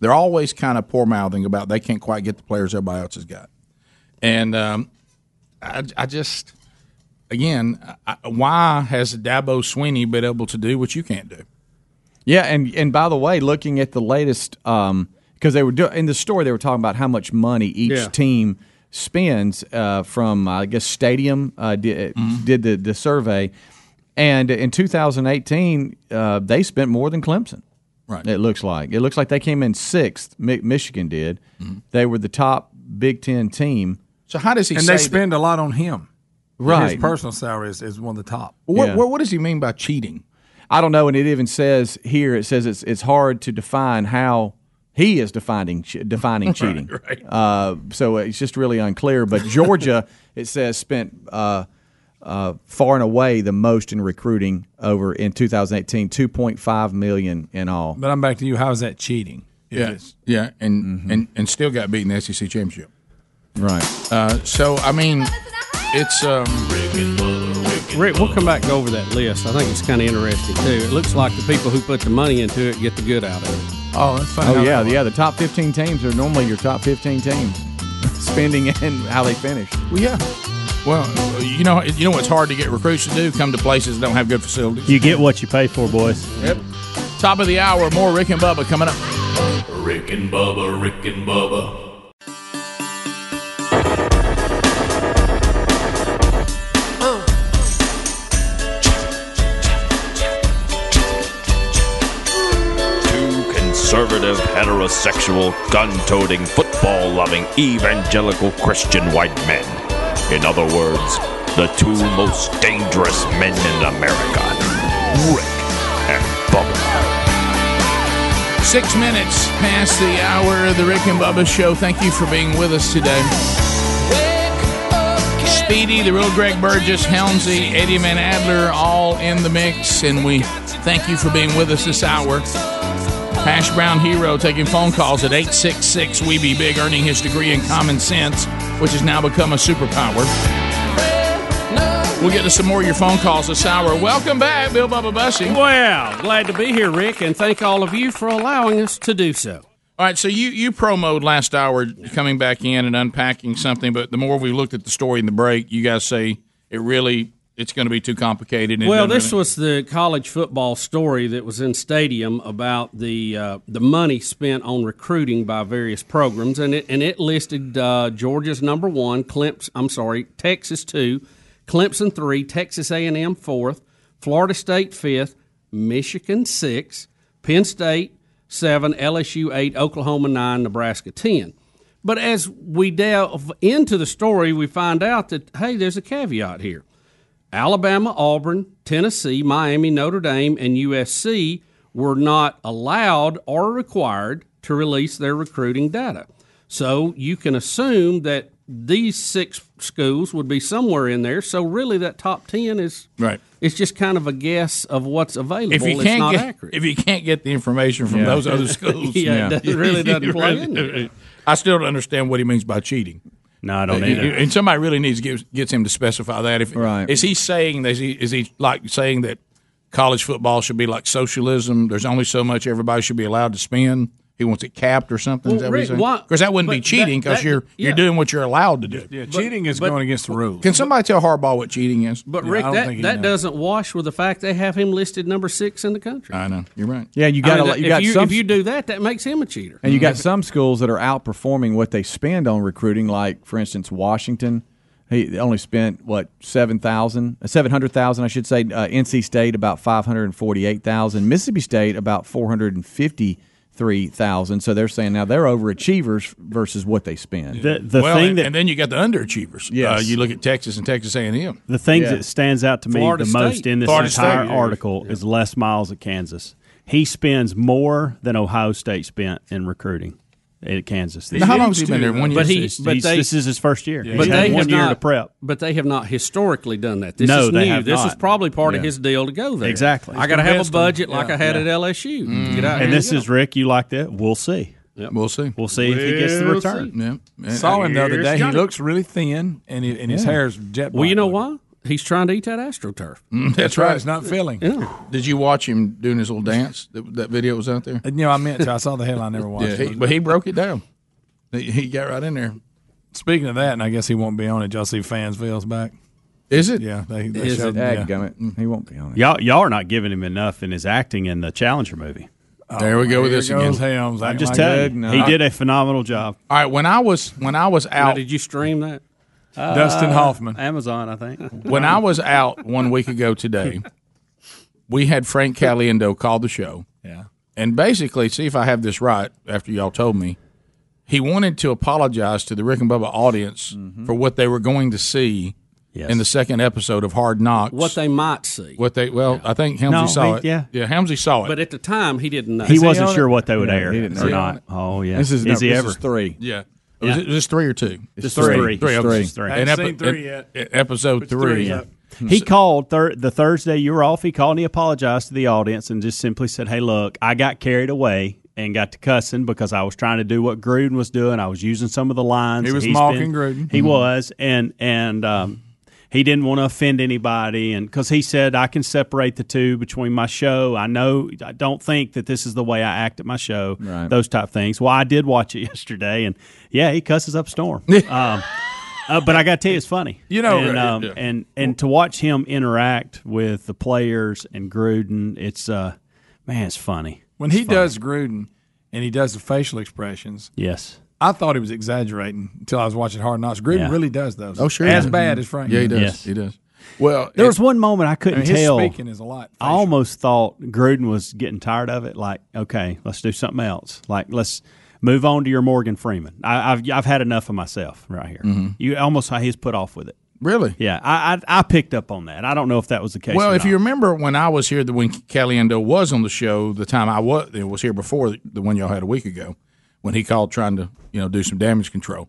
[SPEAKER 3] They're always kind of poor mouthing about they can't quite get the players everybody else has got, and um, I, I just again I, why has Dabo Sweeney been able to do what you can't do?
[SPEAKER 19] Yeah, and and by the way, looking at the latest, because they were do- in the story, they were talking about how much money each
[SPEAKER 3] Yeah.
[SPEAKER 19] team spends uh, from, I guess, stadium uh, did,
[SPEAKER 3] Mm-hmm.
[SPEAKER 19] did the the survey, and in 2018, uh, they spent more than Clemson.
[SPEAKER 3] Right.
[SPEAKER 19] It looks like it looks like they came in sixth. Mi- Michigan did. They were the top Big Ten team.
[SPEAKER 3] Mm-hmm. So how does he
[SPEAKER 4] and
[SPEAKER 3] say
[SPEAKER 4] they
[SPEAKER 3] that-
[SPEAKER 4] spend a lot on him.
[SPEAKER 19] Right.
[SPEAKER 4] His personal salary is, is one of the top.
[SPEAKER 19] What- Yeah. what-
[SPEAKER 3] what does he mean by cheating?
[SPEAKER 19] I don't know, and it even says here it says it's it's hard to define how he is defining che- defining
[SPEAKER 3] Right,
[SPEAKER 19] cheating. Uh, so it's just really unclear. But Georgia, it says, spent uh, uh, far and away the most in recruiting over in 2018, 2.5 million in all.
[SPEAKER 4] But I'm back to you. How is that cheating?
[SPEAKER 3] Yeah, yeah, and
[SPEAKER 5] Mm-hmm.
[SPEAKER 3] and and still got beaten the SEC championship.
[SPEAKER 19] Right.
[SPEAKER 3] Uh, so I mean, it's um,
[SPEAKER 5] Rick, we'll come back and go over that list. I think it's kind of interesting too. It looks like the people who put the money into it get the good out of it.
[SPEAKER 4] Oh, that's funny.
[SPEAKER 19] Oh
[SPEAKER 4] how
[SPEAKER 19] yeah,
[SPEAKER 4] that
[SPEAKER 19] yeah. The top 15 teams are normally your top 15 teams spending and how they finish.
[SPEAKER 3] Well, yeah. Well, you know, you know what's hard to get recruits to do? Come to places that don't have good facilities.
[SPEAKER 20] You get what you pay for, boys.
[SPEAKER 3] Yep. Top of the hour. More Rick and Bubba coming up.
[SPEAKER 13] Rick and Bubba, Rick and Bubba,
[SPEAKER 7] Two conservative, heterosexual, gun toting, football loving, evangelical Christian white men. In other words, the two most dangerous men in America Rick and Bubba.
[SPEAKER 3] Six minutes past the hour of the Rick and Bubba show. Thank you for being with us today. Speedy, the real Greg Burgess, Helmsy, Eddie Van Adler, all in the mix, and we thank you for being with us this hour. Hash Brown Hero taking phone calls at 866 We Be Big, earning his degree in common sense, which has now become a superpower. We'll get to some more of your phone calls this hour. Welcome back, Bill Bubba Bussy.
[SPEAKER 5] Well, glad to be here, Rick, and thank all of you for allowing us to do so.
[SPEAKER 3] All right, so you you promoed last hour coming back in and unpacking something, but the more we looked at the story in the break, you guys say it really it's going to be too complicated. and it
[SPEAKER 5] Well,
[SPEAKER 3] doesn't
[SPEAKER 5] this
[SPEAKER 3] really-
[SPEAKER 5] was the college football story that was in Stadium about the uh, the money spent on recruiting by various programs, and it and it listed uh, Georgia's number one, Clemson. I'm sorry, Texas two, Clemson three, Texas A and M fourth, Florida State fifth, Michigan six, Penn State seven, LSU eight, Oklahoma nine, Nebraska ten. But as we delve into the story, we find out that hey, there's a caveat here. Alabama, Auburn, Tennessee, Miami, Notre Dame, and USC were not allowed or required to release their recruiting data. So you can assume that these six schools would be somewhere in there. So really, that top ten is
[SPEAKER 3] Right.
[SPEAKER 5] It's just kind of a guess of what's available.
[SPEAKER 3] If you
[SPEAKER 5] it's
[SPEAKER 3] can't
[SPEAKER 5] not
[SPEAKER 3] get
[SPEAKER 5] accurate.
[SPEAKER 3] if you can't get the information from
[SPEAKER 5] Yeah.
[SPEAKER 3] those other schools,
[SPEAKER 5] Yeah, it doesn't- really doesn't
[SPEAKER 3] you
[SPEAKER 5] play in there.
[SPEAKER 3] I still don't understand what he means by cheating.
[SPEAKER 20] No, I don't either.
[SPEAKER 3] And somebody really needs to give, gets him to specify that. If
[SPEAKER 20] Right.
[SPEAKER 3] is he saying that is he, is he like saying that college football should be like socialism? There's only so much everybody should be allowed to spend. He wants it capped or something.
[SPEAKER 4] Well, Rick,
[SPEAKER 3] is that
[SPEAKER 4] why-
[SPEAKER 3] Because that wouldn't be
[SPEAKER 4] but
[SPEAKER 3] cheating
[SPEAKER 4] that-
[SPEAKER 3] because
[SPEAKER 4] that-
[SPEAKER 3] you're
[SPEAKER 4] yeah.
[SPEAKER 3] you're doing what you're allowed to do.
[SPEAKER 4] Yeah, cheating is going against the rules.
[SPEAKER 3] Can somebody tell Harbaugh what cheating is?
[SPEAKER 5] but Rick, that, that doesn't wash with the fact they have him listed number six in the country.
[SPEAKER 3] I know you're right.
[SPEAKER 19] Yeah, you
[SPEAKER 5] I
[SPEAKER 19] got
[SPEAKER 5] mean,
[SPEAKER 19] a lot- you
[SPEAKER 5] if
[SPEAKER 19] got some
[SPEAKER 5] if you do that, that makes him a cheater.
[SPEAKER 19] And you
[SPEAKER 20] Mm-hmm.
[SPEAKER 19] got some schools that are outperforming what they spend on recruiting, like for instance Washington. He they only spent what seven thousand, uh, seven hundred thousand, I should say. Uh, NC State about five hundred and forty-eight thousand. Mississippi State about four hundred and fifty three thousand. So they're saying now they're overachievers versus what they spend.
[SPEAKER 20] The- the Well, thing and- that-
[SPEAKER 19] and then you got the underachievers. Yes.
[SPEAKER 20] Uh, you
[SPEAKER 19] look at Texas and Texas A and M.
[SPEAKER 20] The things that stands out to me
[SPEAKER 19] Florida
[SPEAKER 20] the
[SPEAKER 19] State.
[SPEAKER 20] most in this
[SPEAKER 19] Florida
[SPEAKER 20] entire
[SPEAKER 19] State.
[SPEAKER 20] article is Les Miles at Kansas. He spends more than Ohio State spent in recruiting at Kansas. this
[SPEAKER 5] Now, how
[SPEAKER 20] year.
[SPEAKER 5] long's he been there? One year?
[SPEAKER 20] But he,
[SPEAKER 5] It's-
[SPEAKER 20] but
[SPEAKER 5] it's-
[SPEAKER 20] they-
[SPEAKER 5] this is his first year. He's had
[SPEAKER 20] But they
[SPEAKER 5] one
[SPEAKER 20] have
[SPEAKER 5] year to
[SPEAKER 20] not-
[SPEAKER 5] prep. But they have not historically done that. This
[SPEAKER 20] No,
[SPEAKER 5] is
[SPEAKER 20] they
[SPEAKER 5] new.
[SPEAKER 20] have
[SPEAKER 5] this is
[SPEAKER 20] not.
[SPEAKER 5] probably part of
[SPEAKER 20] Yeah.
[SPEAKER 5] his deal to go there.
[SPEAKER 20] Exactly.
[SPEAKER 5] I got to have a
[SPEAKER 20] Invest in-
[SPEAKER 5] budget like
[SPEAKER 20] yeah,
[SPEAKER 5] I had
[SPEAKER 20] yeah.
[SPEAKER 5] at LSU.
[SPEAKER 20] Mm.
[SPEAKER 5] Get out here
[SPEAKER 20] and this
[SPEAKER 5] go.
[SPEAKER 20] is Rick. You like that? We'll see.
[SPEAKER 3] We'll see.
[SPEAKER 20] We'll see if he gets the
[SPEAKER 3] We'll
[SPEAKER 20] return.
[SPEAKER 3] see. Yeah. And
[SPEAKER 4] Saw him the other
[SPEAKER 3] here's
[SPEAKER 4] day.
[SPEAKER 3] Johnny.
[SPEAKER 4] He looks really thin, and, he, and his
[SPEAKER 5] Yeah.
[SPEAKER 4] hair's jet black.
[SPEAKER 5] Well, you know why? He's trying to eat that AstroTurf.
[SPEAKER 3] Mm, that's right.
[SPEAKER 4] It's not filling.
[SPEAKER 3] Did you watch him doing his little dance? That, that video was out there.
[SPEAKER 4] And, you know, Uh, I meant to. I saw the headline. Never watched.
[SPEAKER 3] Yeah,
[SPEAKER 4] it.
[SPEAKER 3] he, but he broke it down. He, he got right in there.
[SPEAKER 4] Speaking of that, and I guess he won't be on it. Y'all see Fansville's back.
[SPEAKER 3] Is it?
[SPEAKER 4] Yeah, they, they
[SPEAKER 19] Is
[SPEAKER 4] showed,
[SPEAKER 19] it?
[SPEAKER 4] yeah.
[SPEAKER 19] Dadgummit.
[SPEAKER 5] Mm-hmm.
[SPEAKER 19] He won't be on it.
[SPEAKER 20] Y'all, y'all are not giving him enough in his acting in the Challenger movie.
[SPEAKER 3] There we go with
[SPEAKER 20] Here
[SPEAKER 3] this
[SPEAKER 20] goes
[SPEAKER 3] again.
[SPEAKER 20] Helms. I'm just telling you, he did a phenomenal job.
[SPEAKER 3] All right, when I was when I was out,
[SPEAKER 5] did you stream that?
[SPEAKER 3] Dustin
[SPEAKER 4] Uh,
[SPEAKER 3] Hoffman.
[SPEAKER 5] Uh, Amazon, I think.
[SPEAKER 3] when I was out one week ago today, we had Frank Caliendo call the show.
[SPEAKER 4] Yeah.
[SPEAKER 3] And basically, see if I have this right after y'all told me, he wanted to apologize to the Rick and Bubba audience for what they were going to see in the second episode of Hard Knocks.
[SPEAKER 5] What they might see.
[SPEAKER 3] What they, well, I think Helmsy
[SPEAKER 5] No,
[SPEAKER 3] saw
[SPEAKER 5] he-
[SPEAKER 3] it.
[SPEAKER 5] yeah.
[SPEAKER 3] Yeah, Helmsy saw it.
[SPEAKER 5] But at the time, he didn't know.
[SPEAKER 3] He Is he wasn't on sure it?
[SPEAKER 20] what they would
[SPEAKER 3] Yeah,
[SPEAKER 20] air
[SPEAKER 3] he didn't know.
[SPEAKER 20] or not. Oh yeah,
[SPEAKER 3] This is
[SPEAKER 20] is
[SPEAKER 3] not-
[SPEAKER 20] he
[SPEAKER 3] this
[SPEAKER 20] ever
[SPEAKER 3] is three. Yeah.
[SPEAKER 20] Yeah.
[SPEAKER 3] Was, it, was this three or two?
[SPEAKER 20] This is
[SPEAKER 3] Three.
[SPEAKER 20] three. This is
[SPEAKER 3] episodes.
[SPEAKER 20] three.
[SPEAKER 3] And
[SPEAKER 20] I haven't
[SPEAKER 4] seen three yet.
[SPEAKER 3] e- Episode three.
[SPEAKER 20] He called thir- the Thursday you were off. He called and he apologized to the audience and just simply said, "Hey, look, I got carried away and got to cussing because I was trying to do what Gruden was doing. I was using some of the lines.
[SPEAKER 4] He was
[SPEAKER 20] He's
[SPEAKER 4] mocking Gruden.
[SPEAKER 20] He
[SPEAKER 4] Mhm.
[SPEAKER 20] was, and and um, he didn't want to offend anybody, and because he said I can separate the two between my show. I know I don't think that this is the way I act at my show. Those type things. Well, I did watch it yesterday, and yeah, he cusses up a storm. um, uh, but I got to tell you, it's funny.
[SPEAKER 4] You know,
[SPEAKER 20] and, um,
[SPEAKER 4] yeah.
[SPEAKER 20] and and to watch him interact with the players and Gruden, it's uh, man, it's funny.
[SPEAKER 4] When he does Gruden, and he does the facial expressions.
[SPEAKER 20] Yes.
[SPEAKER 4] I thought he was exaggerating until I was watching Hard Knocks. Gruden
[SPEAKER 20] Yeah.
[SPEAKER 4] really does those.
[SPEAKER 20] Oh, sure he
[SPEAKER 4] As
[SPEAKER 20] does.
[SPEAKER 4] bad as Frank.
[SPEAKER 20] Yeah, he does. Yes.
[SPEAKER 3] Mm-hmm. He does. Well,
[SPEAKER 20] There was one moment I couldn't
[SPEAKER 4] I mean, his
[SPEAKER 20] tell.
[SPEAKER 4] speaking is a lot
[SPEAKER 20] I almost thought Gruden was getting tired of it. Like, okay, let's do something else. Like, let's move on to your Morgan Freeman. I, I've I've had enough of myself right here.
[SPEAKER 3] Mhm.
[SPEAKER 20] You almost how he's put off with it.
[SPEAKER 3] Really?
[SPEAKER 20] Yeah, I, I I picked up on that. I don't know if that was the case.
[SPEAKER 3] Well,
[SPEAKER 20] or
[SPEAKER 3] if
[SPEAKER 20] not.
[SPEAKER 3] you remember when I was here, the when Caliendo was on the show, the time I was it was here before the, the one y'all had a week ago, when he called trying to you know do some damage control.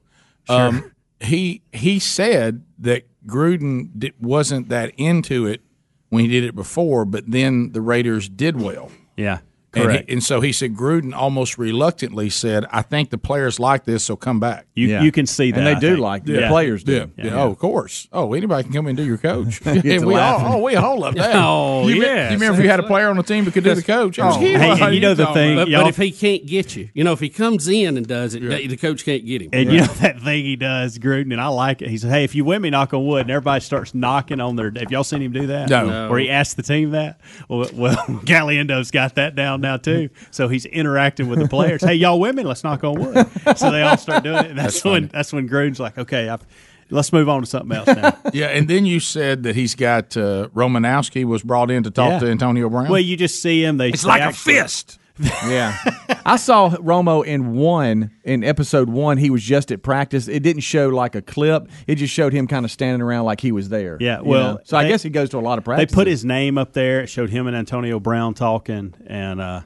[SPEAKER 3] Um, he he said that Gruden di- wasn't that into it when he did it before, but then the Raiders did well.
[SPEAKER 20] yeah,
[SPEAKER 3] And he-
[SPEAKER 20] correct.
[SPEAKER 3] And, so he said Gruden almost reluctantly said, "I think the players like this, so come back."
[SPEAKER 20] You- Yeah. you can see
[SPEAKER 19] And that, they I do think. like it. The players do.
[SPEAKER 3] Yeah.
[SPEAKER 19] Yeah.
[SPEAKER 3] Yeah. Oh, of course. Oh, anybody can come in and do your coach.
[SPEAKER 19] Get
[SPEAKER 3] Yeah,
[SPEAKER 19] to
[SPEAKER 3] we all,
[SPEAKER 19] laughing.
[SPEAKER 3] oh, we all love that.
[SPEAKER 5] Oh,
[SPEAKER 3] you me-
[SPEAKER 5] yes.
[SPEAKER 3] you remember if you had a player on the team that could do the coach? It was cute. What are talking about?
[SPEAKER 5] but, but if he can't get you, you know, if he comes in and does it, the coach can't get him.
[SPEAKER 20] And you know that thing he does, Gruden, and I like it. He says, "Hey, if you win me, knock on wood." And everybody starts knocking on their. Have y'all seen him do that?
[SPEAKER 5] No. No.
[SPEAKER 20] Or he asked the team that. Well, well, Galiendo's got that down now too. So he's interacting with the players. hey, y'all women, let's knock on wood. So they all start doing it. And that's,
[SPEAKER 3] That's
[SPEAKER 20] when that's when Gruden's like, "Okay, I've, let's move on to something else now."
[SPEAKER 3] yeah, and then you said that he's got uh, Romanowski was brought in to talk
[SPEAKER 20] Yeah.
[SPEAKER 3] to Antonio Brown.
[SPEAKER 20] Well, you just see him. They
[SPEAKER 3] It's
[SPEAKER 20] they
[SPEAKER 3] like a
[SPEAKER 20] actually-
[SPEAKER 3] fist.
[SPEAKER 19] yeah. I saw Romo in one in episode one. He was just at practice. It didn't show like a clip. It just showed him kind of standing around like he was there.
[SPEAKER 20] Yeah,
[SPEAKER 19] you
[SPEAKER 20] well,
[SPEAKER 19] know? so I
[SPEAKER 20] they-
[SPEAKER 19] guess he goes to a lot of
[SPEAKER 20] They
[SPEAKER 19] practice.
[SPEAKER 20] put his name up there. It showed him and Antonio Brown talking. And uh,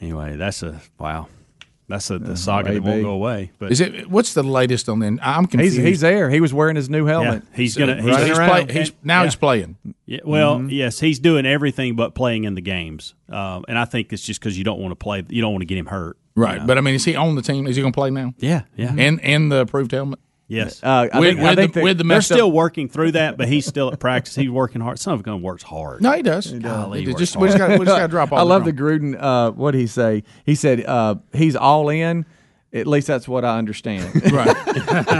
[SPEAKER 20] anyway, that's a wow. That's a the saga that won't
[SPEAKER 3] maybe.
[SPEAKER 20] go away. But
[SPEAKER 3] Is it? What's the latest on the? I'm
[SPEAKER 19] He's,
[SPEAKER 3] confused.
[SPEAKER 19] he's there. He was wearing his new helmet.
[SPEAKER 20] Yeah, he's gonna. He's,
[SPEAKER 19] Running
[SPEAKER 20] he's
[SPEAKER 19] around.
[SPEAKER 20] play-
[SPEAKER 3] he's- now he's playing. Mm-hmm.
[SPEAKER 20] Yeah, well,
[SPEAKER 19] Mhm.
[SPEAKER 20] yes, he's doing everything but playing in the games, um, and I think it's just because you don't want to play. You don't want to get him hurt.
[SPEAKER 3] right, but I mean, is he on the team? Is he going to play now?
[SPEAKER 20] Yeah, yeah.
[SPEAKER 3] And and the approved helmet.
[SPEAKER 20] Mm-hmm. Yes,
[SPEAKER 3] Uh, I With- think- I with the- think that- with the
[SPEAKER 20] they're
[SPEAKER 3] messed up-
[SPEAKER 20] still working through that, but he's still at practice. He's working hard. Son of a gun works hard.
[SPEAKER 3] No, he does.
[SPEAKER 20] Golly,
[SPEAKER 3] He
[SPEAKER 20] he
[SPEAKER 3] does. just,
[SPEAKER 20] works
[SPEAKER 3] we just
[SPEAKER 20] hard.
[SPEAKER 3] got to drop all
[SPEAKER 19] I love the Gruden. Uh, what did he say? He said uh, he's all in. At least that's what I understand.
[SPEAKER 3] right.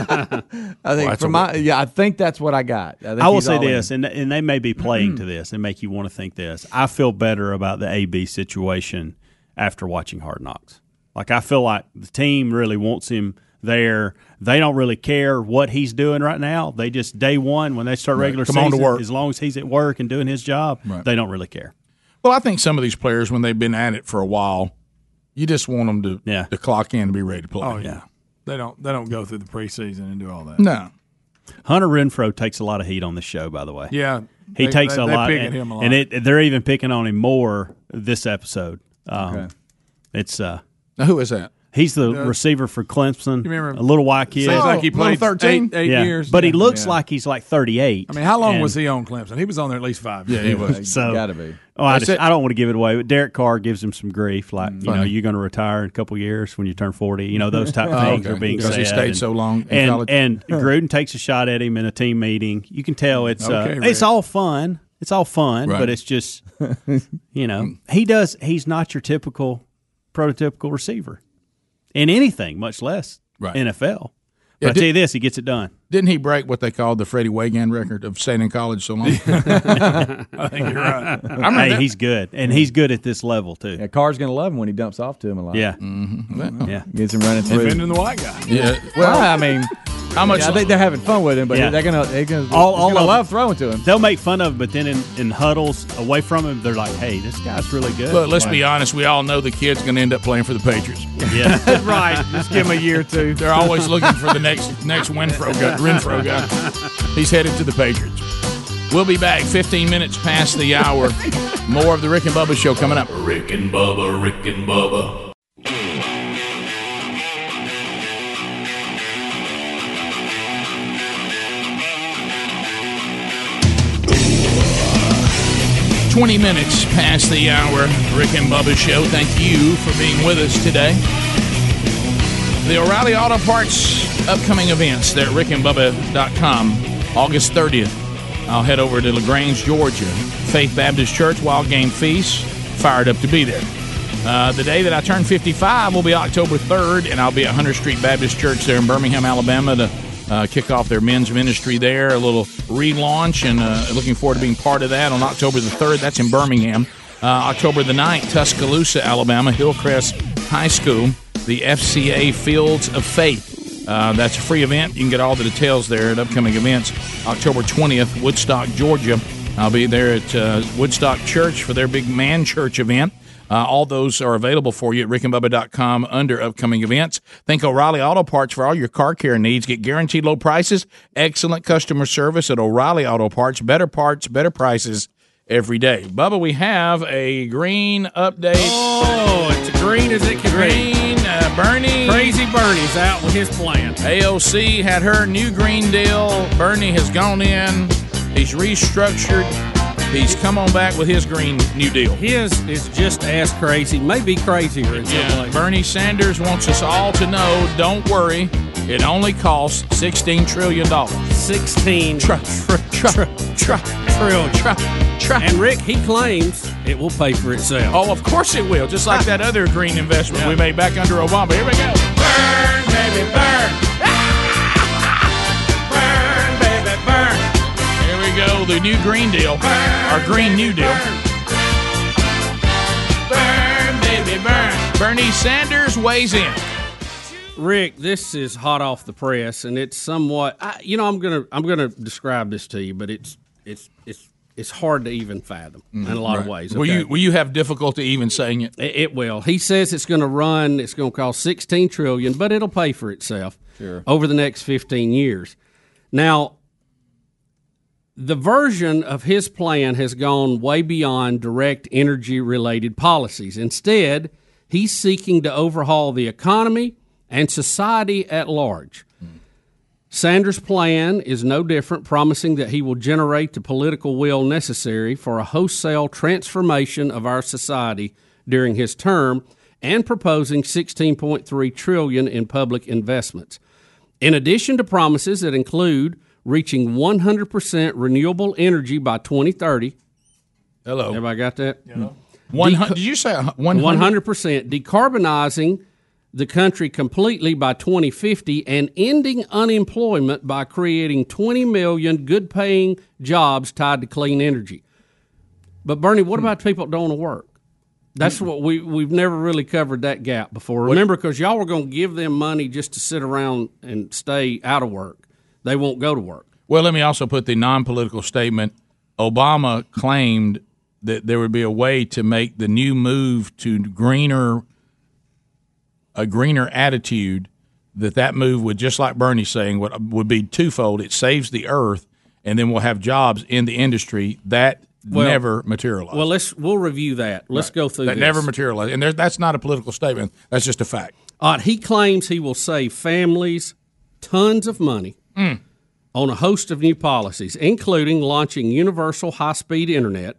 [SPEAKER 19] I think
[SPEAKER 20] that's
[SPEAKER 19] from
[SPEAKER 20] a-
[SPEAKER 19] my yeah, I think that's what I got. I, think
[SPEAKER 20] I will
[SPEAKER 19] he's
[SPEAKER 20] say
[SPEAKER 19] all in.
[SPEAKER 20] this, and and they may be playing to this and make you want to think this. I feel better about the AB situation after watching Hard Knocks. Like I feel like the team really wants him there. They don't really care what he's doing right now. They just day one when they start
[SPEAKER 3] Right.
[SPEAKER 20] regular
[SPEAKER 3] Come on to
[SPEAKER 20] season,
[SPEAKER 3] work.
[SPEAKER 20] as long as he's at work and doing his job,
[SPEAKER 3] Right.
[SPEAKER 20] they don't really care.
[SPEAKER 3] Well, I think some of these players, when they've been at it for a while,
[SPEAKER 7] You just want them to yeah. to clock in and be ready to play.
[SPEAKER 4] Oh yeah, they don't they don't go through the preseason and do all that.
[SPEAKER 7] No.
[SPEAKER 20] Hunter Renfro takes a lot of heat on the show, by the way.
[SPEAKER 4] Yeah,
[SPEAKER 20] he
[SPEAKER 4] they-
[SPEAKER 20] takes
[SPEAKER 4] they-
[SPEAKER 20] a,
[SPEAKER 4] they
[SPEAKER 20] lot,
[SPEAKER 4] pick at
[SPEAKER 20] and,
[SPEAKER 4] him a lot.
[SPEAKER 20] and it, they're even picking on him more this episode. Um,
[SPEAKER 4] Okay.
[SPEAKER 20] It's uh,
[SPEAKER 7] now who is that?
[SPEAKER 20] He's the
[SPEAKER 4] Uh,
[SPEAKER 20] receiver for Clemson.
[SPEAKER 4] you remember-
[SPEAKER 20] a little white kid.
[SPEAKER 4] Seems like he Oh, played little 13? eight- eight
[SPEAKER 20] Yeah.
[SPEAKER 4] years.
[SPEAKER 20] but he
[SPEAKER 4] Yeah.
[SPEAKER 20] looks
[SPEAKER 4] Yeah.
[SPEAKER 20] like he's like thirty-eight.
[SPEAKER 4] I mean, how long
[SPEAKER 20] And-
[SPEAKER 4] was he on Clemson? He was on there at least five. years.
[SPEAKER 20] so Oh, I,
[SPEAKER 4] They
[SPEAKER 20] just,
[SPEAKER 4] said-
[SPEAKER 20] I don't want to give it away. But Derek Carr gives him some grief, like
[SPEAKER 7] Mm.
[SPEAKER 20] you know,
[SPEAKER 4] Funny.
[SPEAKER 20] you're going to retire in a couple years when you turn forty. You know, those type
[SPEAKER 7] Oh,
[SPEAKER 20] things
[SPEAKER 7] okay.
[SPEAKER 20] are being
[SPEAKER 7] Because
[SPEAKER 20] said.
[SPEAKER 7] he stayed
[SPEAKER 20] and,
[SPEAKER 7] so long in college.
[SPEAKER 20] and, and Gruden takes a shot at him in a team meeting. You can tell it's
[SPEAKER 7] Okay,
[SPEAKER 20] uh,
[SPEAKER 7] Rick.
[SPEAKER 20] it's all fun. It's all fun,
[SPEAKER 7] Right. Mm.
[SPEAKER 20] but it's just you know he does. He's not your typical prototypical receiver in anything, much less
[SPEAKER 7] Right.
[SPEAKER 20] NFL. But
[SPEAKER 7] Yeah,
[SPEAKER 20] I
[SPEAKER 7] did-
[SPEAKER 20] tell you this, he gets it done.
[SPEAKER 7] Didn't he break what they called the Freddie Wagan record of staying in college so long?
[SPEAKER 4] I think you're right. I remember
[SPEAKER 20] hey,
[SPEAKER 4] that-
[SPEAKER 20] he's good, and he's good at this level too.
[SPEAKER 19] Yeah, Carr's going to love him when he dumps off to him a lot.
[SPEAKER 20] Yeah.
[SPEAKER 19] Mhm.
[SPEAKER 20] Yeah.
[SPEAKER 19] Gets him running through.
[SPEAKER 4] Defending the white guy.
[SPEAKER 7] Yeah.
[SPEAKER 19] Well, I mean,
[SPEAKER 4] How much-
[SPEAKER 19] I think they're having fun with him, but they're going to. They're gonna,
[SPEAKER 20] all,
[SPEAKER 19] he's
[SPEAKER 20] all
[SPEAKER 19] gonna
[SPEAKER 20] of
[SPEAKER 19] love throwing to him.
[SPEAKER 20] They'll make fun of, him, but then in, in huddles away from him, they're like, "Hey, this guy's really good."
[SPEAKER 7] Look, let's be
[SPEAKER 20] Like,
[SPEAKER 7] honest. We all know the kid's going to end up playing for the Patriots.
[SPEAKER 20] Yeah.
[SPEAKER 7] right. Just give him a year or two. They're always looking for the next next Winfro guy. Renfro guy. He's headed to the Patriots. We'll be back 15 minutes past the hour. More of the Rick and Bubba show coming up.
[SPEAKER 13] Rick and Bubba, Rick and Bubba.
[SPEAKER 3] Twenty minutes past the hour. Rick and Bubba show. Thank you for being with us today.
[SPEAKER 7] The O'Reilly Auto Parts
[SPEAKER 3] upcoming events. They're at rickandbubba.com. August 30th, I'll head over to LaGrange, Georgia. Faith Baptist Church, Wild Game Feast. Fired up to be there. Uh, the day that I turn 55 will be October 3rd, and I'll be at Hunter Street Baptist Church there in Birmingham, Alabama to uh, kick off their men's ministry there. A little relaunch, and uh, looking forward to being part of that on October the 3rd. That's in Birmingham. Uh, October the 9th, Tuscaloosa, Alabama, Hillcrest High School, the FCA Fields of Faith. Uh, that's a free event. You can get all the details there at upcoming events. October 20th, Woodstock, Georgia. I'll be there at uh, Woodstock Church for their big man church event. Uh, all those are available for you at rickandbubba.com under upcoming events. Thank O'Reilly Auto Parts for all your car care needs. Get guaranteed low prices, excellent customer service at O'Reilly Auto Parts. Better parts, better prices every day. Bubba, we have a green update. Oh,
[SPEAKER 5] it's green as it can
[SPEAKER 3] be. Green, uh, Bernie.
[SPEAKER 5] Crazy Bernie's out with his plan.
[SPEAKER 3] AOC had her new green deal. Bernie has gone in. He's restructured. He's come on back with his green new deal.
[SPEAKER 5] His is just as crazy, maybe crazier in some
[SPEAKER 3] Yeah.
[SPEAKER 5] ways.
[SPEAKER 3] Bernie Sanders wants us all to know don't worry, it only costs $16 trillion.
[SPEAKER 5] 16
[SPEAKER 3] tr- tr- tr- tr-
[SPEAKER 5] trillion.
[SPEAKER 3] And
[SPEAKER 5] Rick, he claims it will pay for itself. Ah.
[SPEAKER 3] Oh, of course it will, just like that other green investment we made back under Obama. Here we go. Burn, baby, burn. burn, baby, burn. Here we go, the new Green Deal, our Green New Deal. Burn, baby, burn. Bernie Sanders weighs in.
[SPEAKER 5] Rick, this is hot off the press, and it's somewhat. I, you know, I'm gonna I'm gonna describe this to you, but it's it's it's it's hard to even fathom in a lot of
[SPEAKER 3] Mm, Right.
[SPEAKER 5] ways.
[SPEAKER 3] Will you-
[SPEAKER 5] will
[SPEAKER 7] you have difficulty even saying it?
[SPEAKER 5] It, will. He says it's going to run. It's going to cost 16 trillion, but it'll pay for itself
[SPEAKER 19] Sure.
[SPEAKER 3] Oh.
[SPEAKER 5] over the next 15 years. Now, the version of his plan has gone way beyond direct energy related policies. Instead, he's seeking to overhaul the economy and society at large. Sanders' plan is no different, promising that he will generate the political will necessary for a wholesale transformation of our society during his term and proposing 16.3 trillion in public investments. In addition to promises that include reaching 100% renewable energy by 2030.
[SPEAKER 7] Hello.
[SPEAKER 5] Everybody got that?
[SPEAKER 7] One hun- did you say a hun- 100?
[SPEAKER 5] 100%? Decarbonizing the country completely by 2050 and ending unemployment by creating 20 million good paying jobs tied to clean energy. But, Bernie, what
[SPEAKER 3] Hmm.
[SPEAKER 5] about people that don't want to work? That's what we, we've never really covered that gap before. Remember, because y'all were going to give them money just to sit around and stay out of work. They won't go to work.
[SPEAKER 7] Well, let me also put the non political statement. Obama claimed that there would be a way to make the new move to greener
[SPEAKER 3] a greener attitude that that move would just like Bernie saying would would be twofold. It saves the earth, and then we'll have jobs in the industry that
[SPEAKER 5] Well-
[SPEAKER 3] never materialize.
[SPEAKER 5] Well, let's we'll review that. Let's
[SPEAKER 3] Right.
[SPEAKER 5] go through
[SPEAKER 3] that
[SPEAKER 5] this.
[SPEAKER 3] never materialized, and there, that's not a political statement. That's just a fact.
[SPEAKER 5] All right, he claims he will save families tons of money on a host of new policies, including launching universal high speed internet,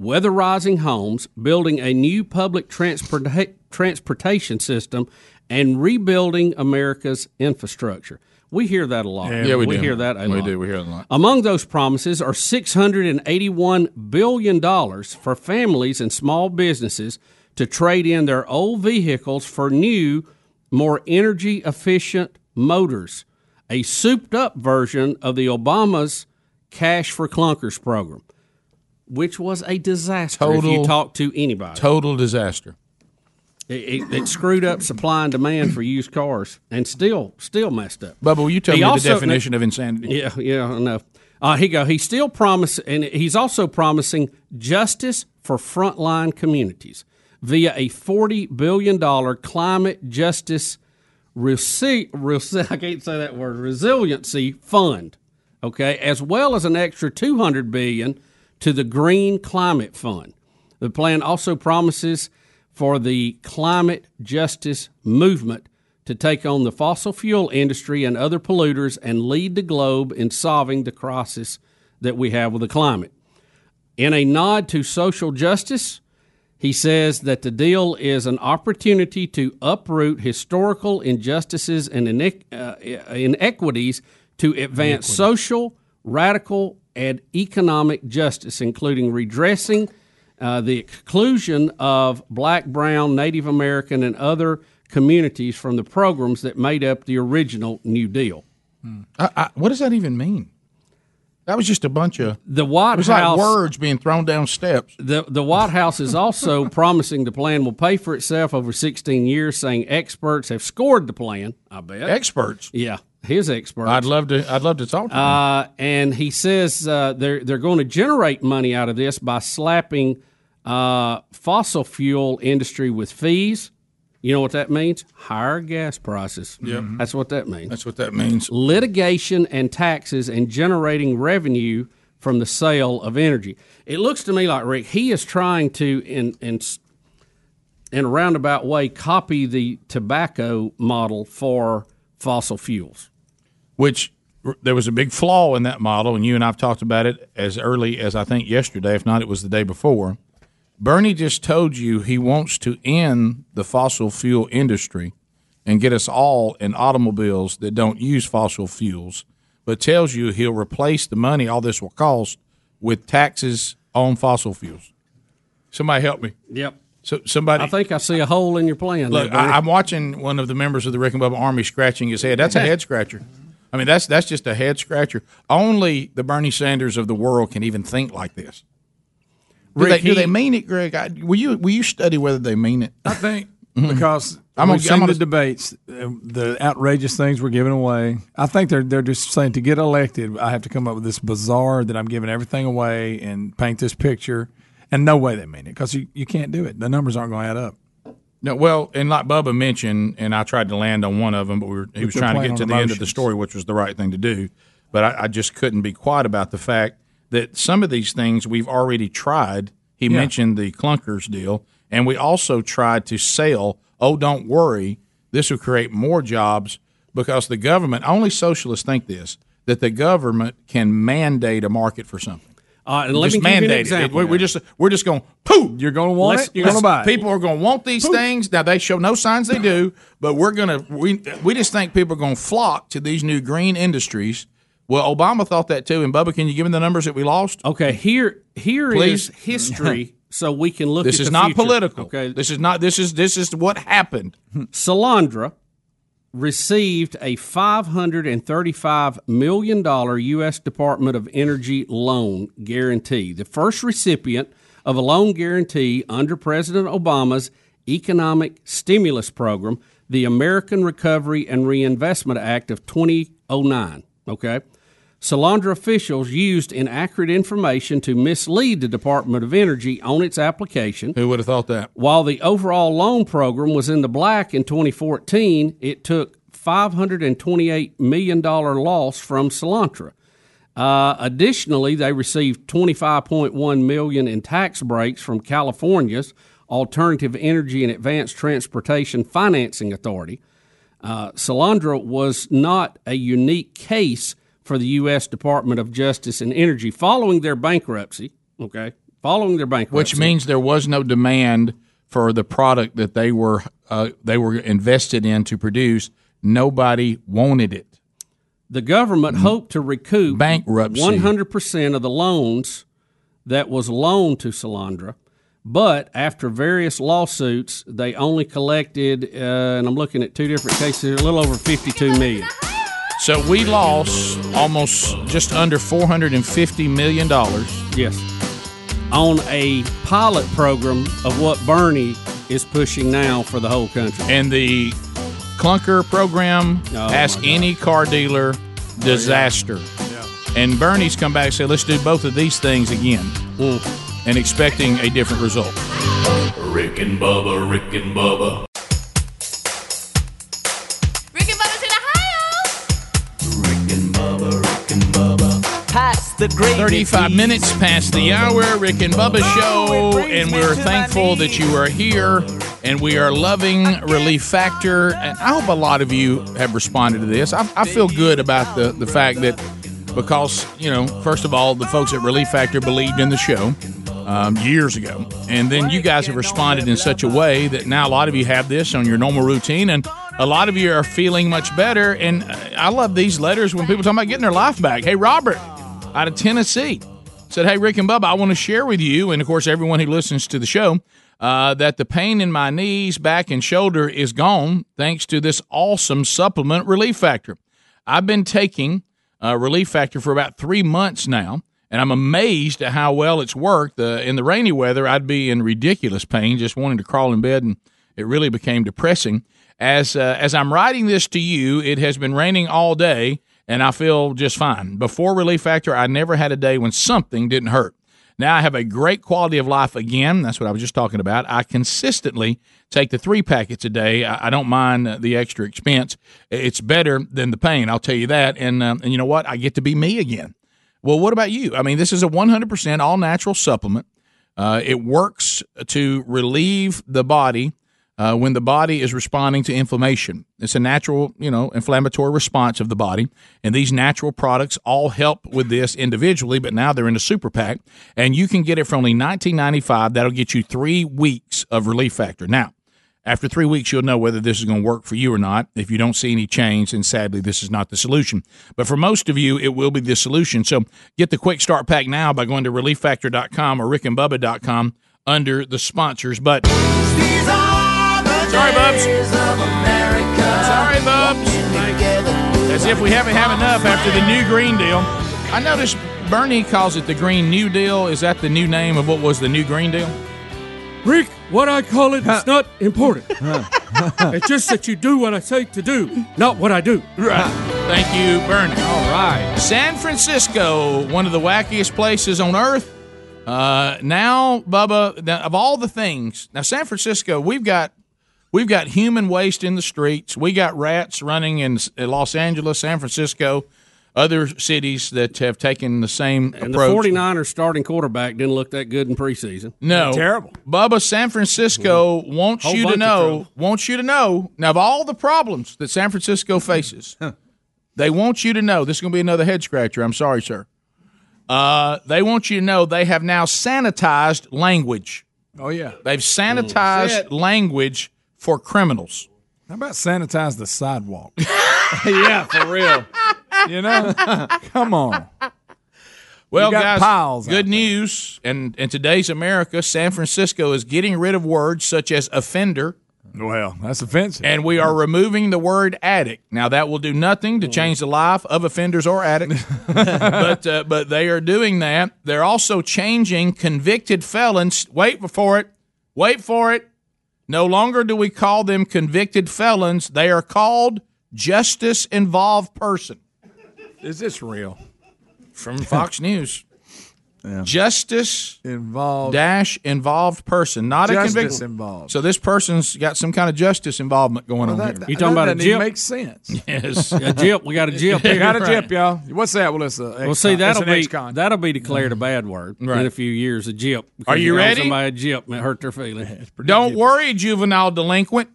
[SPEAKER 5] weatherizing homes, building a new public transporta- transportation system, and rebuilding America's infrastructure. We hear that a lot. hear that a
[SPEAKER 3] we
[SPEAKER 5] lot.
[SPEAKER 3] do. We hear that a lot.
[SPEAKER 5] Among those promises are $681 billion for families and small businesses to trade in their old vehicles for new, more energy efficient motors, a souped up version of the Obama's Cash for Clunkers program, which was a disaster if you
[SPEAKER 3] Total-
[SPEAKER 5] talk to anybody.
[SPEAKER 3] Total disaster.
[SPEAKER 5] It, it, it screwed up supply and demand for used cars and still still messed up.
[SPEAKER 3] Bubba, will you tell
[SPEAKER 5] He
[SPEAKER 3] me
[SPEAKER 5] also-
[SPEAKER 3] the definition of insanity?
[SPEAKER 5] Yeah, yeah, enough. Uh, he go. He's still promise, and he's also promising justice for frontline communities via a forty billion dollar climate justice receipt. rece- I can't say that word. Resiliency fund. Okay, as well as an extra two hundred billion to the Green Climate Fund. The plan also promises for the climate justice movement to take on the fossil fuel industry and other polluters and lead the globe in solving the crisis that we have with the climate. In a nod to social justice, he says that the deal is an opportunity to uproot historical injustices and inequ- uh, inequities to advance social, radical, and economic justice, including redressing uh, the exclusion of black, brown, Native American, and other communities from the programs that made up the original New Deal. Hmm.
[SPEAKER 3] I, I, what does that even mean? That was just a bunch of
[SPEAKER 5] the White
[SPEAKER 3] It was
[SPEAKER 5] House-
[SPEAKER 3] like words being thrown down steps.
[SPEAKER 5] The the White House is also promising the plan will pay for itself over 16 years, saying experts have scored the plan. I bet
[SPEAKER 3] Experts.
[SPEAKER 5] Yeah, his experts.
[SPEAKER 3] I'd love to. I'd love to talk to them.
[SPEAKER 5] Uh, and he says uh, they're they're going to generate money out of this by slapping uh, fossil fuel industry with fees. You know what that means? Higher gas prices.
[SPEAKER 3] Yep.
[SPEAKER 5] That's what that means.
[SPEAKER 3] Mm-hmm. That's what that means.
[SPEAKER 5] Litigation and taxes and generating revenue from the sale of energy. It looks to me like Rick, he is trying to in in s- in a roundabout way copy the tobacco model for fossil fuels.
[SPEAKER 3] Which r- there was a big flaw in that model, and you and I've talked about it as early as I think yesterday, if not it was the day before. Bernie just told you he wants to end the fossil fuel industry and get us all in automobiles that don't use fossil fuels, but tells you he'll replace the money all this will cost with taxes on fossil fuels. Somebody help me.
[SPEAKER 5] Yep.
[SPEAKER 3] So somebody
[SPEAKER 5] I think I see a hole in your plan.
[SPEAKER 3] Look,
[SPEAKER 5] there, Bernie.
[SPEAKER 3] I, I'm watching one of the members of the Rick and Bubba Army scratching his head. That's a head scratcher. I mean, that's that's just a head scratcher. Only the Bernie Sanders of the world can even think like this. Do,
[SPEAKER 4] Rick,
[SPEAKER 3] they, do
[SPEAKER 4] he-
[SPEAKER 3] they mean it, Greg? I, will you will you study whether they mean it? Mm-hmm.
[SPEAKER 4] I think because
[SPEAKER 3] I'm
[SPEAKER 4] I'm
[SPEAKER 3] gonna-
[SPEAKER 4] we've seen
[SPEAKER 3] I'm gonna-
[SPEAKER 4] the debates, uh, the outrageous things we're giving away. I think they're they're just saying to get elected, I have to come up with this bizarre that I'm giving everything away and paint this picture. And no way they mean it because you, you can't do it. The numbers aren't going to add up.
[SPEAKER 3] No, well, and like Bubba mentioned, and I tried to land on one of them, but we were, he
[SPEAKER 4] But
[SPEAKER 3] was
[SPEAKER 4] they're
[SPEAKER 3] trying to
[SPEAKER 4] playing
[SPEAKER 3] get to
[SPEAKER 4] on
[SPEAKER 3] the end of the
[SPEAKER 4] emotions.
[SPEAKER 3] story, which was the right thing to do. But I, I just couldn't be quiet about the fact that some of these things we've already tried. He
[SPEAKER 4] Yeah.
[SPEAKER 3] mentioned the clunkers deal, and we also tried to sell. Oh, don't worry, this will create more jobs because the government. Only socialists think this that the government can mandate a market for something.
[SPEAKER 5] All right, and let
[SPEAKER 3] just
[SPEAKER 5] me give you an
[SPEAKER 3] mandate it.
[SPEAKER 5] example.
[SPEAKER 3] It- We're, we're just we're just going poof. You're going to
[SPEAKER 5] want it, you're gonna buy it.
[SPEAKER 3] People are going to want these things. Now they show no signs they do, but we're going to we we just think people are going to flock to these new green industries. Well, Obama thought that too. And Bubba, can you give him the numbers that we lost?
[SPEAKER 5] Okay, here here is
[SPEAKER 3] Please.
[SPEAKER 5] history, so we can look.
[SPEAKER 3] This
[SPEAKER 5] at
[SPEAKER 3] is
[SPEAKER 5] the
[SPEAKER 3] not
[SPEAKER 5] future.
[SPEAKER 3] political.
[SPEAKER 5] Okay,
[SPEAKER 3] this is not. This is this is what happened.
[SPEAKER 5] Solandra received a five hundred and thirty-five million dollar U.S. Department of Energy loan guarantee. The first recipient of a loan guarantee under President Obama's economic stimulus program, the American Recovery and Reinvestment Act of 2009. Okay. Solandra officials used inaccurate information to mislead the Department of Energy on its application.
[SPEAKER 3] Who would have thought that?
[SPEAKER 5] While the overall loan program was in the black in 2014, it took $528 million loss from Solantra. Uh, additionally, they received 25.1 million in tax breaks from California's Alternative Energy and Advanced Transportation Financing Authority. Uh, Solandra was not a unique case for the U.S. Department of Justice and Energy following their bankruptcy. Okay, following their bankruptcy,
[SPEAKER 3] Which means there was no demand for the product that they were uh, they were invested in to produce. Nobody wanted it.
[SPEAKER 5] the government hoped to recoup
[SPEAKER 3] Bankruptcy.
[SPEAKER 5] 100% of the loans that was loaned to Solandra. But after various lawsuits, they only collected, uh, and I'm looking at two different cases, a little over 52 million.
[SPEAKER 3] So we lost almost just under four hundred and fifty million dollars.
[SPEAKER 5] Yes, on a pilot program of what Bernie is pushing now for the whole country.
[SPEAKER 3] And the clunker program, ask any car dealer, disaster. And Bernie's come back and said, let's do both of these things again, and expecting a different result.
[SPEAKER 13] Rick and Bubba, Rick and Bubba,
[SPEAKER 25] Rick and Bubba's in Ohio.
[SPEAKER 26] Pass the gravy.
[SPEAKER 3] 35 minutes past the hour, Rick and Bubba show, and we're thankful that you are here. And we are loving Relief Factor. And I hope a lot of you have responded to this. I, I feel good about the, the fact that because, you know, first of all, the folks at Relief Factor believed in the show um, years ago. And then you guys have responded in such a way that now a lot of you have this on your normal routine. And a lot of you are feeling much better. And uh, I love these letters when people talk about getting their life back. Hey, Robert out of Tennessee. Said, Hey, Rick and Bubba, I want to share with you, and of course, everyone who listens to the show, uh, that the pain in my knees, back, and shoulder is gone thanks to this awesome supplement, Relief Factor. I've been taking uh, Relief Factor for about three months now, and I'm amazed at how well it's worked. Uh, in the rainy weather, I'd be in ridiculous pain, just wanting to crawl in bed, and it really became depressing. As uh, as I'm writing this to you, it has been raining all day, and I feel just fine. Before Relief Factor, I never had a day when something didn't hurt. Now I have a great quality of life again. That's what I was just talking about. I consistently take the three packets a day. I, I don't mind uh, the extra expense. It's better than the pain. I'll tell you that. And um, and you know what? I get to be me again. Well, what about you? I mean, this is a 100% all natural supplement. Uh, it works to relieve the body uh, when the body is responding to inflammation. It's a natural, you know, inflammatory response of the body. And these natural products all help with this individually, but now they're in a super pack. And you can get it for only $19.95. That'll get you three weeks of relief factor. Now, after three weeks, you'll know whether this is going to work for you or not. If you don't see any change, then sadly, this is not the solution. But for most of you, it will be the solution. So get the quick start pack now by going to relieffactor.com or rickandbubba.com under the sponsors button. Sorry, Bubs. Sorry, Bubs. As if we haven't had enough after the new Green Deal. I noticed Bernie calls it the Green New Deal. Is that the new name of what was the new Green Deal?
[SPEAKER 27] Rick, what I call it is not important. it's just that you do what I say to do, not what I do.
[SPEAKER 3] Right. Thank you, Bernie. All right. San Francisco, one of the wackiest places on earth. Uh, now, Bubba, now, of all the things, now San Francisco, we've got we've got human waste in the streets. We got rats running in S- in Los Angeles, San Francisco, other cities that have taken the same
[SPEAKER 5] And the
[SPEAKER 3] approach.
[SPEAKER 5] 49ers starting quarterback didn't look that good in preseason.
[SPEAKER 3] No, Bubba, San Francisco
[SPEAKER 4] Mm-hmm.
[SPEAKER 3] wants
[SPEAKER 5] Whole
[SPEAKER 3] you
[SPEAKER 5] bunch
[SPEAKER 3] to
[SPEAKER 5] of
[SPEAKER 3] know.
[SPEAKER 5] trouble.
[SPEAKER 3] Wants you to know. Now, of all the problems that San Francisco
[SPEAKER 4] Mm-hmm.
[SPEAKER 3] faces, they want you to know. This is going to be another head scratcher. I'm sorry, sir. Uh, they want you to know they have now sanitized language.
[SPEAKER 4] Oh yeah.
[SPEAKER 3] They've sanitized
[SPEAKER 4] Shit.
[SPEAKER 3] language for criminals.
[SPEAKER 4] How about sanitize the sidewalk?
[SPEAKER 5] yeah, for real.
[SPEAKER 4] You know, come on.
[SPEAKER 3] Well,
[SPEAKER 4] You got
[SPEAKER 3] guys,
[SPEAKER 4] piles out
[SPEAKER 3] good news. And in today's America, San Francisco is getting rid of words such as offender.
[SPEAKER 4] Well, that's offensive.
[SPEAKER 3] And we are removing the word addict. Now, that will do nothing to change the life of offenders or addicts, but, uh, but they are doing that. They're also changing convicted felons. Wait for it. Wait for it. No longer do we call them convicted felons, they are called justice involved person.
[SPEAKER 4] Is this real?
[SPEAKER 3] from Fox News. Justice involved dash involved person, not
[SPEAKER 4] Justice
[SPEAKER 3] a conviction
[SPEAKER 4] involved.
[SPEAKER 3] So this person's got some kind of justice involvement going
[SPEAKER 4] Well,
[SPEAKER 3] on
[SPEAKER 4] that-
[SPEAKER 3] here.
[SPEAKER 4] You talking that about a doesn't even jip? make sense.
[SPEAKER 3] Yes,
[SPEAKER 4] A jip. We got a jip here. Got a jip,
[SPEAKER 3] y'all.
[SPEAKER 4] What's that? Well, it's a
[SPEAKER 5] Well, see,
[SPEAKER 4] it's
[SPEAKER 5] that'll
[SPEAKER 4] an
[SPEAKER 5] be
[SPEAKER 4] ex-con.
[SPEAKER 5] that'll be declared a bad word
[SPEAKER 3] Mm-hmm. Right.
[SPEAKER 5] in a few years. A jip.
[SPEAKER 3] Are you
[SPEAKER 5] Because
[SPEAKER 3] ready?
[SPEAKER 5] Somebody a jip and it hurt their feelings.
[SPEAKER 3] Don't worry, juvenile delinquent.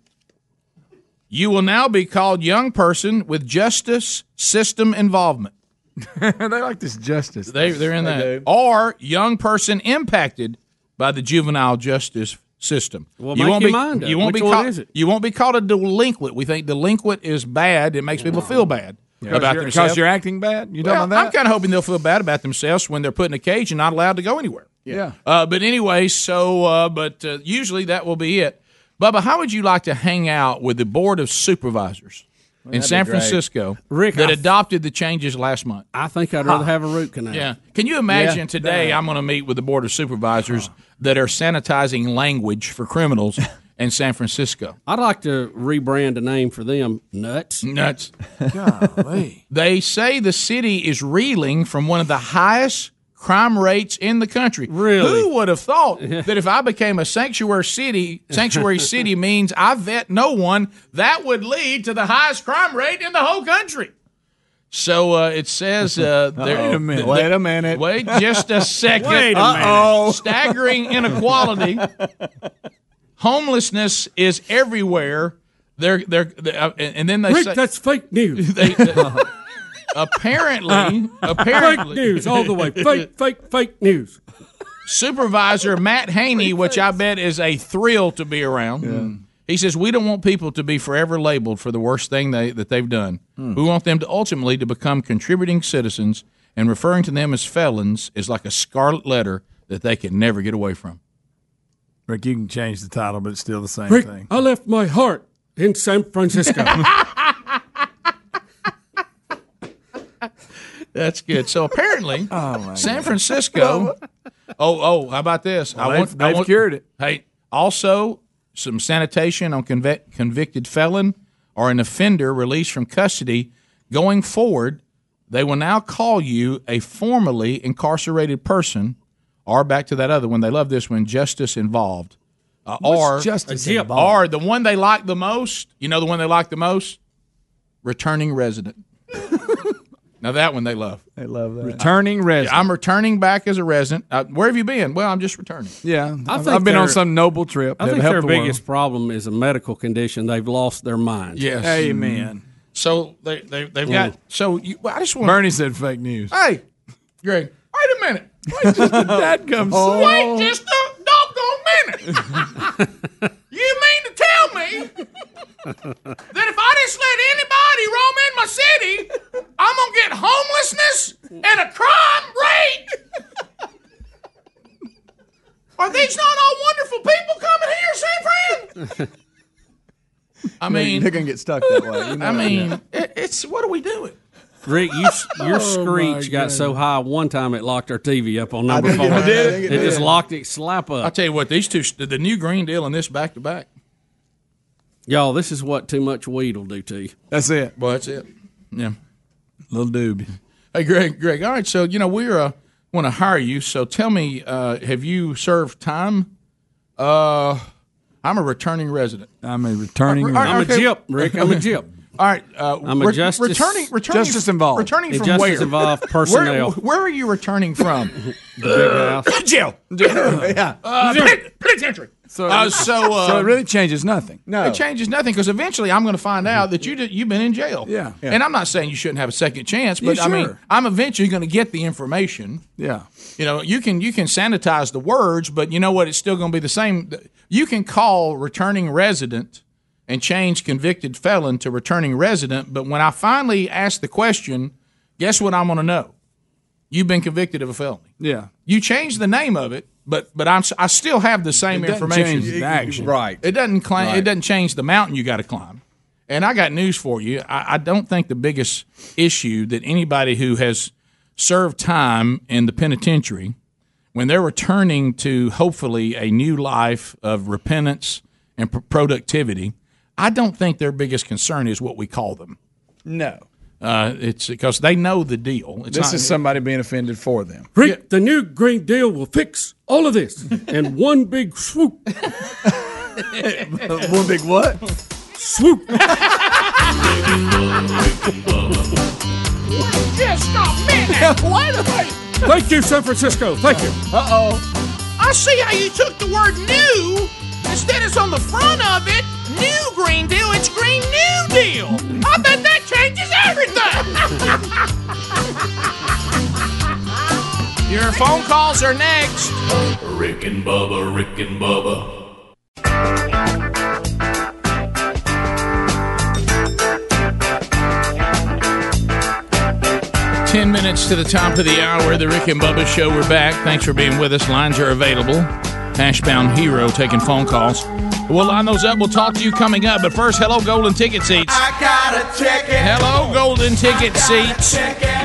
[SPEAKER 3] You will now be called young person with justice system involvement.
[SPEAKER 4] they like this justice.
[SPEAKER 3] They, they're in that. Or young person impacted by the juvenile justice system. Well,
[SPEAKER 5] make
[SPEAKER 3] won't
[SPEAKER 5] your
[SPEAKER 3] be,
[SPEAKER 5] mind up.
[SPEAKER 3] You won't
[SPEAKER 5] Which
[SPEAKER 3] be
[SPEAKER 5] one
[SPEAKER 3] called,
[SPEAKER 5] is it?
[SPEAKER 3] You won't be called a delinquent. We think delinquent is bad. It makes people feel bad
[SPEAKER 4] Yeah.
[SPEAKER 3] about
[SPEAKER 4] Because you're- 'cause
[SPEAKER 3] themselves.
[SPEAKER 4] you're acting bad? You
[SPEAKER 3] well,
[SPEAKER 4] talking about that?
[SPEAKER 3] I'm kind of hoping they'll feel bad about themselves when they're put in a cage and not allowed to go anywhere.
[SPEAKER 4] Yeah.
[SPEAKER 3] Uh, but anyway, so uh, but uh, usually that will be it. Bubba, how would you like to hang out with the board of supervisors in
[SPEAKER 5] that'd be
[SPEAKER 3] San
[SPEAKER 5] great.
[SPEAKER 3] Francisco
[SPEAKER 5] Rick,
[SPEAKER 3] that
[SPEAKER 5] I-
[SPEAKER 3] adopted the changes last month?
[SPEAKER 5] I think I'd rather have a root canal.
[SPEAKER 3] Yeah. Can you imagine
[SPEAKER 5] Yeah.
[SPEAKER 3] today? I'm going to meet with the board of supervisors that are sanitizing language for criminals in San Francisco.
[SPEAKER 5] I'd like to rebrand a name for them. Nuts.
[SPEAKER 3] Nuts. They say the city is reeling from one of the highest crime rates in the country. Really? Who would have thought that if I became a sanctuary city, sanctuary city means I vet no one, that would lead to the highest crime rate in the whole country. So uh, it says uh, there-
[SPEAKER 28] Wait a minute.
[SPEAKER 3] the-
[SPEAKER 28] Wait a minute.
[SPEAKER 3] Wait just a second.
[SPEAKER 28] Wait a
[SPEAKER 3] Uh-oh.
[SPEAKER 28] minute.
[SPEAKER 3] Staggering inequality. Homelessness is everywhere. They're they're, they uh, and and then they
[SPEAKER 7] Rick,
[SPEAKER 3] say
[SPEAKER 7] that's fake news.
[SPEAKER 3] apparently, apparently,
[SPEAKER 7] Fake news all the way. Fake,
[SPEAKER 5] fake, fake news.
[SPEAKER 3] Supervisor Matt Haney, which I bet is a thrill to be around. mm, He says we don't want people to be forever labeled for the worst thing they, that they've done. We want them to ultimately to become contributing citizens, and referring to them as felons is like a scarlet letter that they can never get away from.
[SPEAKER 4] Rick, you can change the title, but it's still the same
[SPEAKER 7] Rick,
[SPEAKER 4] thing.
[SPEAKER 7] I left my heart in San Francisco.
[SPEAKER 3] That's good. So apparently, San Francisco. oh, oh, how about this?
[SPEAKER 4] Well, they've- they've cured
[SPEAKER 3] it. Hey, also some sanitation on convict, convicted felon or an offender released from custody. Going forward, they will now call you a formerly incarcerated person, or back to that other one. They love this one, justice involved, uh,
[SPEAKER 4] What's
[SPEAKER 3] or
[SPEAKER 4] justice
[SPEAKER 3] Yeah,
[SPEAKER 4] involved?
[SPEAKER 3] or the one they like the most. You know the one they like the most, returning resident. Now that one they love.
[SPEAKER 28] They love that.
[SPEAKER 3] Returning resident. I'm returning back as a resident. Uh, where have you been? Well, I'm just returning.
[SPEAKER 4] Yeah,
[SPEAKER 5] I
[SPEAKER 4] I've,
[SPEAKER 5] think
[SPEAKER 4] I've been on
[SPEAKER 5] they're-
[SPEAKER 4] some noble trip.
[SPEAKER 5] I
[SPEAKER 4] that
[SPEAKER 5] think
[SPEAKER 4] helped
[SPEAKER 5] their
[SPEAKER 4] the world.
[SPEAKER 5] biggest problem is a medical condition. They've lost their mind.
[SPEAKER 3] Yes.
[SPEAKER 4] Amen.
[SPEAKER 3] So they, they they've
[SPEAKER 5] Yeah.
[SPEAKER 3] got. So you, well, I just want.
[SPEAKER 4] Bernie said fake news.
[SPEAKER 3] Hey, Greg. Wait a minute. Wait just a dad comes.
[SPEAKER 4] Oh.
[SPEAKER 3] Wait just a doggone minute. you mean to tell me that if I just let anybody roam in my city, I'm gonna get homelessness and a crime rate? Are these not all wonderful people coming here, San Fran? I mean-
[SPEAKER 28] they're gonna get stuck that way. You know that.
[SPEAKER 3] I mean, it, it's what are we doing?
[SPEAKER 5] Mm-hmm. Rick, you,
[SPEAKER 3] Oh,
[SPEAKER 5] your
[SPEAKER 3] my
[SPEAKER 5] screech got
[SPEAKER 3] goodness.
[SPEAKER 5] so high one time it locked our TV up on number
[SPEAKER 3] think
[SPEAKER 5] four.
[SPEAKER 3] it did. I think it
[SPEAKER 5] It just
[SPEAKER 3] did.
[SPEAKER 5] locked it slap up.
[SPEAKER 3] I tell you what, these two, the new Green Deal and this back to back.
[SPEAKER 5] Y'all, this is what too much weed will do to you.
[SPEAKER 4] That's it.
[SPEAKER 3] Well, that's it. Yeah.
[SPEAKER 4] Little dude.
[SPEAKER 3] Hey, Greg, Greg. All right, so you know we uh, want to hire you. So tell me, uh, have you served time? Uh, I'm a returning resident.
[SPEAKER 4] I'm a returning.
[SPEAKER 3] All right,
[SPEAKER 4] resident.
[SPEAKER 3] okay. All right, uh,
[SPEAKER 4] I'm a
[SPEAKER 3] re-
[SPEAKER 4] justice-
[SPEAKER 3] returning, returning,
[SPEAKER 4] Justice involved.
[SPEAKER 3] Returning
[SPEAKER 4] A
[SPEAKER 3] from
[SPEAKER 4] justice
[SPEAKER 3] where?
[SPEAKER 4] involved
[SPEAKER 3] Where-
[SPEAKER 4] personnel.
[SPEAKER 3] Where, are you returning from?
[SPEAKER 4] big house.
[SPEAKER 3] Jail.
[SPEAKER 4] Yeah.
[SPEAKER 3] Uh, pit- penitentiary.
[SPEAKER 4] So, um,
[SPEAKER 3] Uh, so, uh,
[SPEAKER 4] it really changes nothing.
[SPEAKER 3] It changes nothing because eventually I'm going to find out that you did, you've been in jail.
[SPEAKER 4] Yeah. Yeah.
[SPEAKER 3] And I'm not saying you shouldn't have a second chance,
[SPEAKER 4] Yeah,
[SPEAKER 3] but I mean,
[SPEAKER 4] sure.
[SPEAKER 3] I'm eventually going to get the information.
[SPEAKER 4] Yeah.
[SPEAKER 3] You know, you can you can sanitize the words, but you know what? It's still going to be the same. You can call returning resident and change convicted felon to returning resident, but when I finally ask the question, guess what I'm going to know? You've been convicted of a felony.
[SPEAKER 4] Yeah.
[SPEAKER 3] You change the name of it, but but I'm I still have the same
[SPEAKER 4] It doesn't
[SPEAKER 3] information.
[SPEAKER 4] change the action.
[SPEAKER 3] Right. It doesn't climb. It
[SPEAKER 4] Right.
[SPEAKER 3] doesn't change the mountain you got to climb. And I got news for you. I, I don't think the biggest issue that anybody who has served time in the penitentiary, when they're returning to hopefully a new life of repentance and pr- productivity, I don't think their biggest concern is what we call them.
[SPEAKER 4] No.
[SPEAKER 3] Uh, it's because they know the deal. It's
[SPEAKER 7] This
[SPEAKER 3] not-
[SPEAKER 7] is somebody being offended for them.
[SPEAKER 27] Rick, the new Green Deal will fix all of this in one big swoop.
[SPEAKER 19] one big what?
[SPEAKER 27] Swoop.
[SPEAKER 25] Just a minute. Wait a minute.
[SPEAKER 27] Thank you, San Francisco. Thank you.
[SPEAKER 19] Uh oh.
[SPEAKER 25] I see how you took the word new. Instead, it's on the front of it. New Green Deal, it's Green New Deal. I bet that changes everything.
[SPEAKER 3] Your phone calls are next.
[SPEAKER 13] Rick and Bubba, Rick and Bubba,
[SPEAKER 3] Ten minutes to the top of the hour. The Rick and Bubba Show. We're back. Thanks for being with us. Lines are available. Ashbound Hero taking phone calls. We'll line those up. We'll talk to you coming up. But first, hello, Golden Ticket Seats.
[SPEAKER 25] Gotta check
[SPEAKER 3] Hello, Golden Ticket Seats.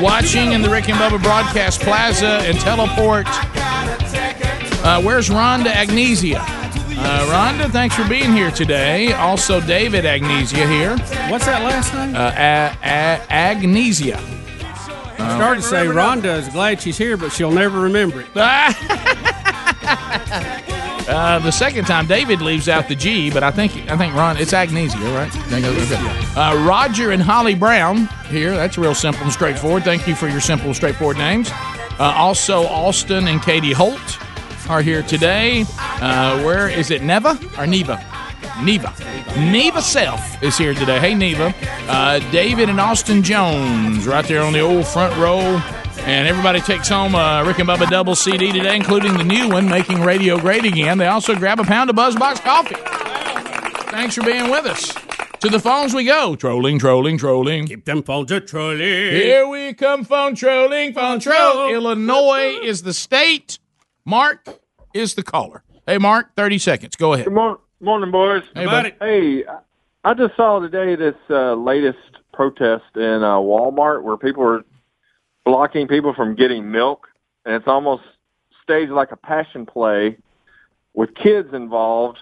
[SPEAKER 3] Watching in the Rick and Bubba Broadcast Plaza and Teleport. Uh, where's Rhonda Agnesia? Uh, Rhonda, thanks for being here today. Also, David Agnesia here.
[SPEAKER 5] What's that last name?
[SPEAKER 3] Uh, a- a- Agnesia.
[SPEAKER 5] I started to say Rhonda is glad she's here, but she'll never remember it.
[SPEAKER 3] Ah. Uh, the second time, David leaves out the G, but I think I think Ron, it's Agnesia, right? Uh, Roger and Holly Brown here. That's real simple and straightforward. Thank you for your simple, straightforward names. Uh, also, Austin and Katie Holt are here today. Uh, where is it? Neva or Neva? Neva. Neva Self is here today. Hey, Neva. Uh, David and Austin Jones right there on the old front row. And everybody takes home a Rick and Bubba double CD today, including the new one, Making Radio Great Again. They also grab a pound of Buzzbox coffee. Thanks for being with us. To the phones we go. Trolling, trolling, trolling. Keep
[SPEAKER 5] them phones a trolling.
[SPEAKER 3] Here we come, phone trolling, phone troll. Illinois is the state. Mark is the caller. Hey, Mark, 30 seconds. Go ahead.
[SPEAKER 21] Good morning, morning boys.
[SPEAKER 3] Hey, bud.
[SPEAKER 21] Hey, I- I just saw today this uh, latest protest in uh, Walmart where people were blocking people from getting milk, and it's almost staged like a passion play with kids involved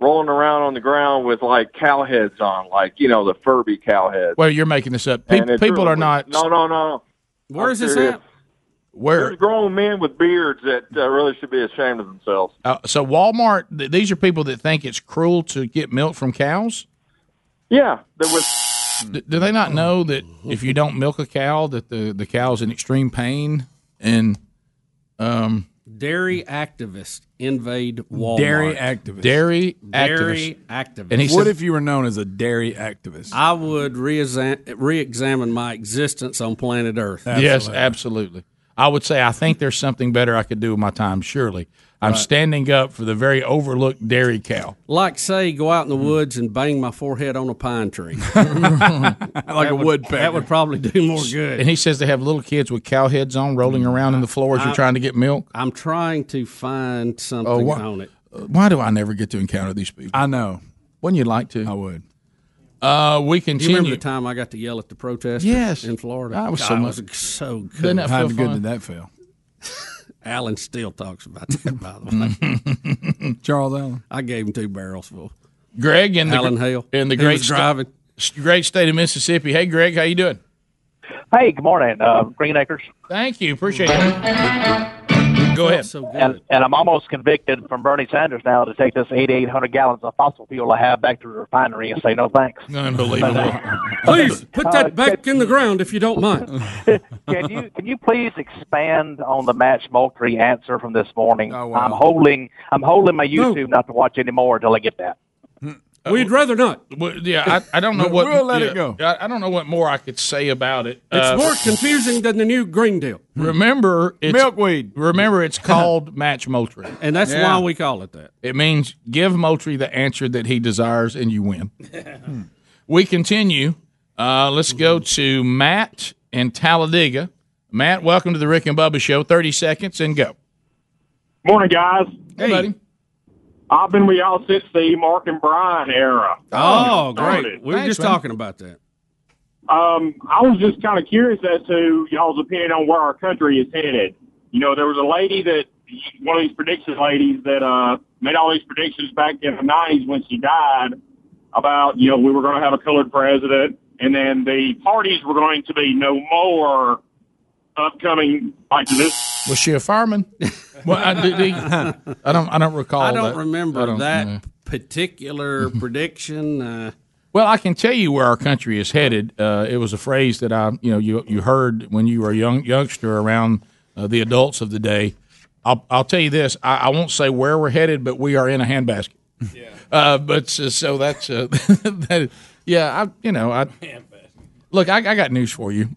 [SPEAKER 21] rolling around on the ground with like cow heads on, like you know the Furby cow heads.
[SPEAKER 3] Well, you're making this up. Pe-
[SPEAKER 21] And it's
[SPEAKER 3] people
[SPEAKER 21] really-
[SPEAKER 3] are not.
[SPEAKER 21] No, no, no. no.
[SPEAKER 5] Where
[SPEAKER 21] I'm
[SPEAKER 5] is this
[SPEAKER 21] serious.
[SPEAKER 5] at?
[SPEAKER 3] Where?
[SPEAKER 21] There's grown men with beards that uh, really should be ashamed of themselves.
[SPEAKER 3] Uh, so Walmart, th- these are people that think it's cruel to get milk from cows.
[SPEAKER 21] Yeah, there was.
[SPEAKER 3] D- do they not know that if you don't milk a cow, that the the cow's in extreme pain and um
[SPEAKER 5] Dairy activists invade Walmart.
[SPEAKER 4] Dairy activist.
[SPEAKER 3] Dairy
[SPEAKER 5] Dairy activist.
[SPEAKER 4] what if you were known as a dairy activist?
[SPEAKER 5] I would reexam- re-examine my existence on planet Earth.
[SPEAKER 3] yes, absolutely. I would say I think there's something better I could do with my time. Surely, I'm
[SPEAKER 5] Right.
[SPEAKER 3] standing up for the very overlooked dairy cow.
[SPEAKER 5] Like, say, go out in the woods and bang my forehead on a pine tree. like
[SPEAKER 3] a woodpecker.
[SPEAKER 5] That would probably do more good.
[SPEAKER 3] And he says they have little kids with cow heads on rolling around in the floor as you're
[SPEAKER 5] I-
[SPEAKER 3] trying to get milk.
[SPEAKER 5] I'm trying to find something
[SPEAKER 3] Oh, wha-
[SPEAKER 5] on it.
[SPEAKER 3] Why do I never get to encounter these people? I know. Wouldn't you like to? I would. Uh, we
[SPEAKER 5] Do you remember
[SPEAKER 3] continue.
[SPEAKER 5] the time I got to yell at the protesters
[SPEAKER 3] Yes.
[SPEAKER 5] in Florida?
[SPEAKER 3] I was
[SPEAKER 5] God,
[SPEAKER 3] so
[SPEAKER 5] it
[SPEAKER 3] much-
[SPEAKER 5] was so good.
[SPEAKER 3] Doesn't that How feel good fun? did
[SPEAKER 5] that feel? Alan still talks about that, by
[SPEAKER 3] Mm-hmm.
[SPEAKER 5] the way.
[SPEAKER 3] Mhm. Charles Allen.
[SPEAKER 5] I gave him two barrels full.
[SPEAKER 3] Greg in the
[SPEAKER 5] Alan Hale.
[SPEAKER 3] in
[SPEAKER 5] He
[SPEAKER 3] the great
[SPEAKER 5] was driving.
[SPEAKER 3] sta- great state of Mississippi. Hey, Greg, how you doing?
[SPEAKER 6] Hey, good morning, uh, Green Acres.
[SPEAKER 3] Thank you, appreciate it. Go ahead.
[SPEAKER 6] And, and I'm almost convicted from Bernie Sanders now to take this 8,800 gallons of fossil fuel I have back to the refinery and say no thanks. uh,
[SPEAKER 3] Unbelievable.
[SPEAKER 27] Please put that back in the ground if you don't mind.
[SPEAKER 6] can you can you please expand on the Match Moultrie answer from this morning? I'm holding I'm holding my
[SPEAKER 27] No.
[SPEAKER 6] YouTube not to watch anymore until I get that.
[SPEAKER 27] We'd rather not.
[SPEAKER 3] Uh, yeah, I, I don't know
[SPEAKER 27] We'll-
[SPEAKER 3] what.
[SPEAKER 27] we'll let it
[SPEAKER 3] yeah, I, I don't know what more I could say about it.
[SPEAKER 27] It's
[SPEAKER 3] Uh,
[SPEAKER 27] more confusing than the new Green Deal.
[SPEAKER 3] Remember, it's, milkweed. Remember, it's called match Moultrie,
[SPEAKER 5] And that's Yeah. why we call it that.
[SPEAKER 3] It means give Moultrie the answer that he desires, and you win. we continue. Uh, let's go to Matt in Talladega. Matt, welcome to the Rick and Bubba Show. Thirty seconds and go.
[SPEAKER 12] Morning, guys.
[SPEAKER 3] Hey, buddy.
[SPEAKER 12] I've been with y'all since the Mark and Brian era.
[SPEAKER 5] Oh, great.
[SPEAKER 12] Started.
[SPEAKER 5] We were just talking about that.
[SPEAKER 12] Um, I was just kind of curious as to y'all's opinion on where our country is headed. You know, there was a lady that one of these prediction ladies that uh, made all these predictions back in the '90s when she died about you know we were going to have a colored president, and then the parties were going to be no more upcoming like this.
[SPEAKER 7] Was she a fireman?
[SPEAKER 3] well, I, do- do-
[SPEAKER 7] I don't. I don't recall.
[SPEAKER 5] I don't
[SPEAKER 7] that.
[SPEAKER 5] remember
[SPEAKER 7] I don't-
[SPEAKER 5] that
[SPEAKER 7] yeah.
[SPEAKER 5] particular prediction. Uh,
[SPEAKER 3] Well, I can tell you where our country is headed. Uh, it was a phrase that I, you know, you you heard when you were a young youngster around uh, the adults of the day. I'll I'll tell you this. I, I won't say where we're headed, but we are in a handbasket. Yeah. Uh, but uh, so that's uh, that. Yeah. I you know I look. I, I got news for you.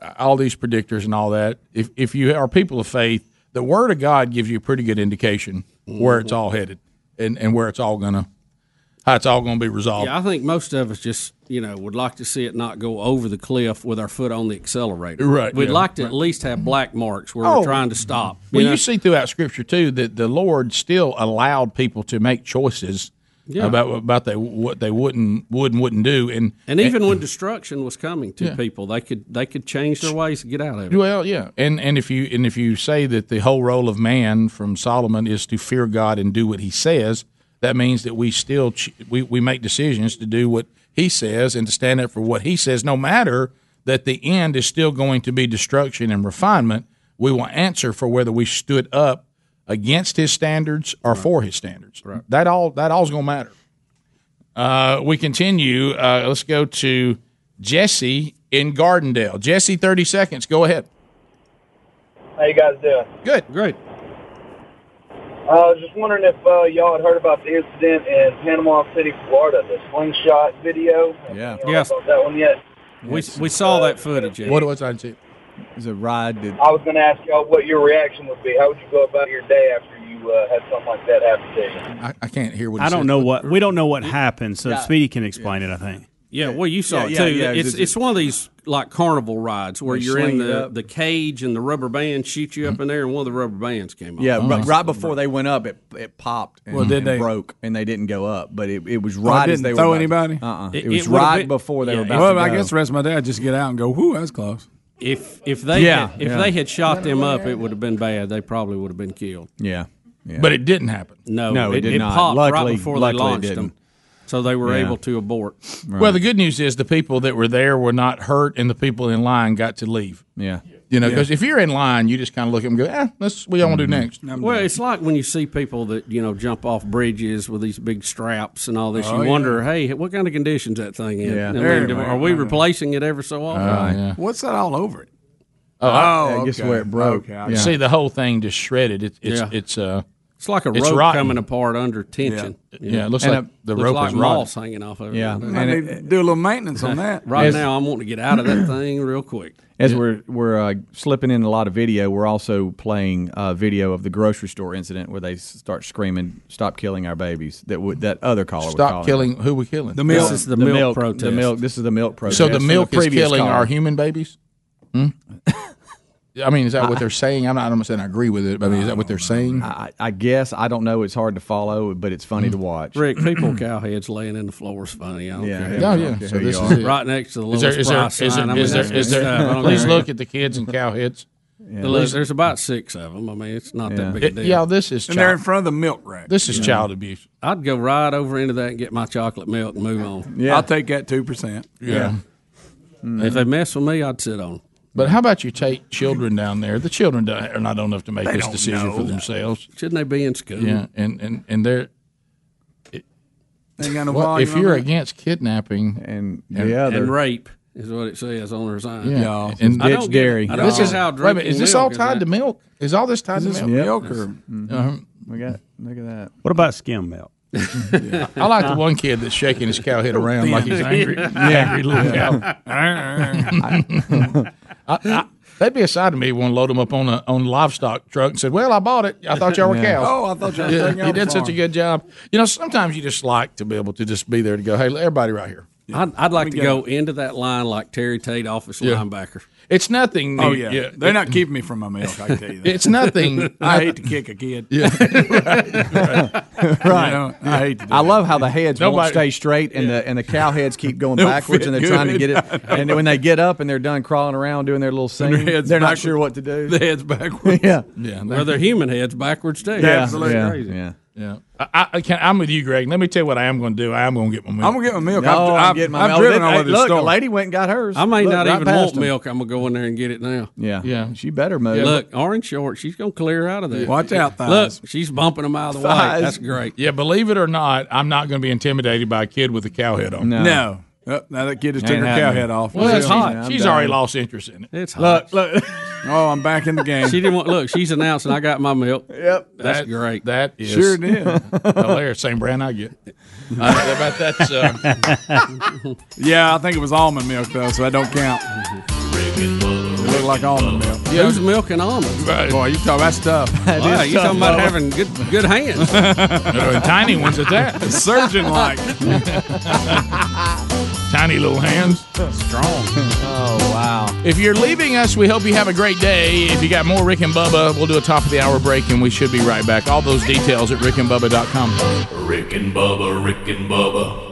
[SPEAKER 3] Uh, all these predictors and all that. If if you are people of faith, the Word of God gives you a pretty good indication where it's all headed and and where it's all gonna how it's all gonna be resolved.
[SPEAKER 5] yeah, I think most of us just you know would like to see it not go over the cliff with our foot on the accelerator.
[SPEAKER 3] Right,
[SPEAKER 5] We'd
[SPEAKER 3] yeah,
[SPEAKER 5] like to at least have black marks where
[SPEAKER 3] Oh.
[SPEAKER 5] we're trying to stop.
[SPEAKER 3] Well,
[SPEAKER 5] know?
[SPEAKER 3] you see throughout Scripture too that the Lord still allowed people to make choices
[SPEAKER 5] Yeah.
[SPEAKER 3] about about they, what they wouldn't would and wouldn't do, and
[SPEAKER 5] and even when destruction was coming to
[SPEAKER 3] Yeah.
[SPEAKER 5] people, they could they could change their ways and get out of it.
[SPEAKER 3] well, yeah, and and if you and if you say that the whole role of man from Solomon is to fear God and do what He says, that means that we still ch- we we make decisions to do what He says and to stand up for what He says, no matter that the end is still going to be destruction and refinement. We will answer for whether we stood up against His standards or for His standards. Right. That all that all's gonna matter. Uh, we continue. Uh, let's go to Jesse in Gardendale. Jesse, thirty seconds. Go ahead.
[SPEAKER 17] How you guys doing?
[SPEAKER 3] Good.
[SPEAKER 5] Great.
[SPEAKER 17] I was just wondering if uh, y'all had heard about the incident in Panama City, Florida, the slingshot video.
[SPEAKER 19] Yeah.
[SPEAKER 17] Y'all saw that one yet?
[SPEAKER 5] We, we saw that footage.
[SPEAKER 19] What
[SPEAKER 3] was I? It
[SPEAKER 19] was a ride. That,
[SPEAKER 17] I was going to ask y'all what your reaction would be. How would you go about your day after you uh, had something like that happen to you?
[SPEAKER 3] I, I can't hear what
[SPEAKER 20] I don't know what we don't know what happened, so
[SPEAKER 17] Yeah.
[SPEAKER 20] Speedy can explain it. I think.
[SPEAKER 5] Yeah, well, you saw
[SPEAKER 20] Yeah, yeah,
[SPEAKER 5] it too.
[SPEAKER 20] yeah,
[SPEAKER 5] it's
[SPEAKER 20] it's-
[SPEAKER 5] it's one of these like carnival rides where
[SPEAKER 19] They
[SPEAKER 5] you're in
[SPEAKER 19] sling it
[SPEAKER 5] the,
[SPEAKER 19] up. Mm-hmm.
[SPEAKER 5] the cage and the rubber band shoot you up in there, and one of the rubber bands came off.
[SPEAKER 19] yeah, but right before they went up, it it popped and,
[SPEAKER 5] Oh, Well, did
[SPEAKER 19] and
[SPEAKER 5] they-
[SPEAKER 19] broke, and they didn't go up. But it, it was
[SPEAKER 4] Oh,
[SPEAKER 19] right as
[SPEAKER 4] didn't
[SPEAKER 19] they
[SPEAKER 4] throw
[SPEAKER 19] were about
[SPEAKER 4] anybody.
[SPEAKER 19] to- Uh-uh. It, was right before they were about
[SPEAKER 4] Well,
[SPEAKER 19] to go.
[SPEAKER 4] I guess the rest of my dad just get out and go. Whoo, that was close.
[SPEAKER 5] If if they
[SPEAKER 4] Yeah,
[SPEAKER 5] had, if
[SPEAKER 4] yeah.
[SPEAKER 5] they had shot them up, it would have been bad. They probably would have been killed.
[SPEAKER 19] Yeah,
[SPEAKER 3] But it didn't happen.
[SPEAKER 5] No, no, it, it, popped right before they launched them, so they were
[SPEAKER 3] Yeah.
[SPEAKER 5] able to abort.
[SPEAKER 3] Well, the good news is the people that were there were not hurt, and the people in line got to leave.
[SPEAKER 19] Yeah, Mm-hmm.
[SPEAKER 3] you know, because if you're in line, you just kind of look at them and go, "Eh, that's what y'all want to do next."
[SPEAKER 5] Well, it's like when you see people that you know jump off bridges with these big straps and all this.
[SPEAKER 3] Oh,
[SPEAKER 5] you
[SPEAKER 3] yeah.
[SPEAKER 5] wonder, hey, what kind of conditions that thing in?
[SPEAKER 19] Yeah.
[SPEAKER 5] I
[SPEAKER 19] There
[SPEAKER 5] mean, do-
[SPEAKER 19] you
[SPEAKER 5] are we replacing it ever so often?
[SPEAKER 19] Right.
[SPEAKER 3] yeah.
[SPEAKER 4] What's that all over it?
[SPEAKER 3] Oh,
[SPEAKER 19] I- I guess where it broke.
[SPEAKER 3] You
[SPEAKER 19] Yeah.
[SPEAKER 3] see the whole thing just shredded. It, it's
[SPEAKER 5] Yeah.
[SPEAKER 3] it's uh,
[SPEAKER 5] It's like a
[SPEAKER 3] it's
[SPEAKER 5] rope
[SPEAKER 3] rotten.
[SPEAKER 5] coming apart under tension.
[SPEAKER 3] Yeah, Yeah, it looks
[SPEAKER 5] And
[SPEAKER 3] like
[SPEAKER 5] it
[SPEAKER 3] the
[SPEAKER 5] looks
[SPEAKER 3] rope
[SPEAKER 5] like
[SPEAKER 3] is rotten.
[SPEAKER 5] moss hanging off of it.
[SPEAKER 19] Yeah.
[SPEAKER 4] Might
[SPEAKER 19] And
[SPEAKER 4] need to do a little maintenance on that.
[SPEAKER 5] Right
[SPEAKER 19] As-
[SPEAKER 5] now, I'm wanting to get out of that thing real quick.
[SPEAKER 19] As we're we're uh, slipping in a lot of video, we're also playing uh, video of the grocery store incident where they s- start screaming, "Stop killing our babies!" That would that other caller was
[SPEAKER 3] Stop
[SPEAKER 19] calling.
[SPEAKER 3] killing- who we killing? The milk. This is the milk protest.
[SPEAKER 19] The milk. This is the milk protest.
[SPEAKER 3] So the
[SPEAKER 19] from
[SPEAKER 3] milk is
[SPEAKER 19] previous
[SPEAKER 3] killing
[SPEAKER 19] caller.
[SPEAKER 3] our human babies. Hmm? I mean, is that what they're saying? I'm not. I'm not saying I agree with it, but I mean, is that what they're saying? Mm.
[SPEAKER 19] I, I guess I don't know. It's hard to follow, but it's funny to watch.
[SPEAKER 5] Rick, people cowheads laying in the floor is funny. I don't
[SPEAKER 19] Yeah,
[SPEAKER 5] care.
[SPEAKER 19] yeah, Oh, yeah. okay, So here this you is are. it.
[SPEAKER 5] right next to the
[SPEAKER 19] Is
[SPEAKER 5] lowest
[SPEAKER 19] there- is there-
[SPEAKER 5] price
[SPEAKER 19] is there-
[SPEAKER 5] sign. I mean,
[SPEAKER 19] is there-
[SPEAKER 5] that's
[SPEAKER 19] is there-
[SPEAKER 5] good stuff. I don't
[SPEAKER 3] Please
[SPEAKER 5] care.
[SPEAKER 3] look at the kids and cowheads.
[SPEAKER 5] Yeah. There's, there's about six of them. I mean, it's not
[SPEAKER 3] Yeah.
[SPEAKER 5] that big a
[SPEAKER 3] It-
[SPEAKER 5] deal.
[SPEAKER 3] yeah, this is And they're child- in front of the milk rack. this is child abuse.
[SPEAKER 5] I'd go right over into that and get my chocolate milk and move on.
[SPEAKER 4] Yeah. I'll take that two percent.
[SPEAKER 3] Yeah.
[SPEAKER 5] If they mess with me, I'd sit on 'em.
[SPEAKER 3] Mm-hmm. But how about you take children down there? The children don't- are not old enough to make
[SPEAKER 5] They
[SPEAKER 3] this
[SPEAKER 5] don't
[SPEAKER 3] decision
[SPEAKER 5] know.
[SPEAKER 3] for themselves.
[SPEAKER 5] Shouldn't they be in school?
[SPEAKER 3] Yeah, and and and they're. it-
[SPEAKER 4] They got no
[SPEAKER 3] Well,
[SPEAKER 4] volume
[SPEAKER 3] if
[SPEAKER 4] on
[SPEAKER 3] you're
[SPEAKER 4] that?
[SPEAKER 3] against kidnapping
[SPEAKER 19] and
[SPEAKER 5] And, and rape is what it says on her sign.
[SPEAKER 3] yeah,
[SPEAKER 5] I don't get- I don't
[SPEAKER 3] This
[SPEAKER 5] get
[SPEAKER 3] is,
[SPEAKER 5] how
[SPEAKER 3] wait a minute,
[SPEAKER 5] drinking
[SPEAKER 3] is this
[SPEAKER 5] milk
[SPEAKER 3] all
[SPEAKER 5] is
[SPEAKER 3] tied
[SPEAKER 5] that-
[SPEAKER 3] to milk? Is all this tied
[SPEAKER 19] Is
[SPEAKER 3] to
[SPEAKER 19] this
[SPEAKER 3] milk?
[SPEAKER 19] milk or- Mhm.
[SPEAKER 3] Uh-huh.
[SPEAKER 19] We got. Look at that.
[SPEAKER 20] What about skim milk?
[SPEAKER 3] I like the one kid that's shaking his cow head around like he's angry. angry little cow. I, I, that'd be a side of me want to load them up on a on a livestock truck and said, "Well, I bought it. I thought y'all were
[SPEAKER 4] Yeah.
[SPEAKER 3] cows.
[SPEAKER 4] Oh, I thought y'all were
[SPEAKER 3] Yeah,
[SPEAKER 4] taking
[SPEAKER 3] you
[SPEAKER 4] out
[SPEAKER 3] did
[SPEAKER 4] the
[SPEAKER 3] such a
[SPEAKER 4] farm.
[SPEAKER 3] good job. You know, sometimes you just like to be able to just be there to go, hey, everybody, right here.
[SPEAKER 5] I'd, I'd like to
[SPEAKER 3] get
[SPEAKER 5] go into that line like Terry Tate, office
[SPEAKER 3] Yeah.
[SPEAKER 5] linebacker.
[SPEAKER 3] It's nothing.
[SPEAKER 5] Oh,
[SPEAKER 3] new.
[SPEAKER 5] yeah. They're not
[SPEAKER 4] keeping me from my milk, I can tell you that.
[SPEAKER 3] It's nothing.
[SPEAKER 4] I hate to kick a kid.
[SPEAKER 3] Yeah.
[SPEAKER 19] right.
[SPEAKER 4] You know, I hate to do
[SPEAKER 19] I
[SPEAKER 4] that.
[SPEAKER 19] love how the heads
[SPEAKER 4] Nobody-
[SPEAKER 19] won't stay straight, and the and the cow heads keep going
[SPEAKER 4] Don't
[SPEAKER 19] backwards, and they're
[SPEAKER 4] fit
[SPEAKER 19] trying to
[SPEAKER 4] good.
[SPEAKER 19] get it. And then when they get up and they're done crawling around doing their little
[SPEAKER 4] And
[SPEAKER 19] scene,
[SPEAKER 4] their
[SPEAKER 19] they're
[SPEAKER 4] heads
[SPEAKER 19] not
[SPEAKER 4] backwards.
[SPEAKER 19] sure what to do.
[SPEAKER 4] The heads backwards.
[SPEAKER 19] yeah,
[SPEAKER 5] Well, their human heads backwards too.
[SPEAKER 19] Yeah, Absolutely. yeah,
[SPEAKER 5] crazy.
[SPEAKER 19] yeah.
[SPEAKER 4] Yeah, I, I can, I'm with you, Greg. Let me tell you what I am going to do. I am going to get my milk.
[SPEAKER 19] I'm gonna get my milk. No, I've- I'm I've- getting my I've milk. driven all over this Look, store. the lady went and got hers.
[SPEAKER 5] I may
[SPEAKER 19] Look,
[SPEAKER 5] not
[SPEAKER 19] right
[SPEAKER 5] even
[SPEAKER 19] past
[SPEAKER 5] want
[SPEAKER 19] them.
[SPEAKER 5] milk. I'm gonna go in there and get it now.
[SPEAKER 19] Yeah. Yeah. She better move.
[SPEAKER 5] Look, orange short. She's gonna clear out of there.
[SPEAKER 19] Watch out, thighs.
[SPEAKER 5] Look, she's bumping them out of the way. That's great.
[SPEAKER 3] Yeah, believe it or not, I'm not going to be intimidated by a kid with a cow head on.
[SPEAKER 4] No. No. now that kid has taken her cow head off.
[SPEAKER 3] Well, it's
[SPEAKER 4] Yeah,
[SPEAKER 3] hot.
[SPEAKER 4] I'm
[SPEAKER 3] She's
[SPEAKER 4] done.
[SPEAKER 3] already lost interest in it.
[SPEAKER 5] It's
[SPEAKER 4] Look, look. oh, I'm back in the game.
[SPEAKER 5] She didn't want. Look, she's announcing. I got my milk.
[SPEAKER 19] Yep,
[SPEAKER 5] that's
[SPEAKER 3] That-
[SPEAKER 5] great.
[SPEAKER 3] That is hilarious. Same brand I get. All right, about that's. Uh,
[SPEAKER 4] yeah, I think it was almond milk though, so that don't count. It looked like almond milk.
[SPEAKER 5] Yeah, Who's milking almonds?
[SPEAKER 4] Boy, you talking about stuff.
[SPEAKER 5] That Wow, is you talking tough, about Bubba. having good good hands.
[SPEAKER 3] Uh, tiny ones at that.
[SPEAKER 4] Surgeon like.
[SPEAKER 3] Tiny little hands. Strong.
[SPEAKER 19] Oh, wow.
[SPEAKER 3] If you're leaving us, we hope you have a great day. If you got more Rick and Bubba, we'll do a top of the hour break and we should be right back. All those details at rickandbubba.com.
[SPEAKER 13] Rick and Bubba, Rick and Bubba.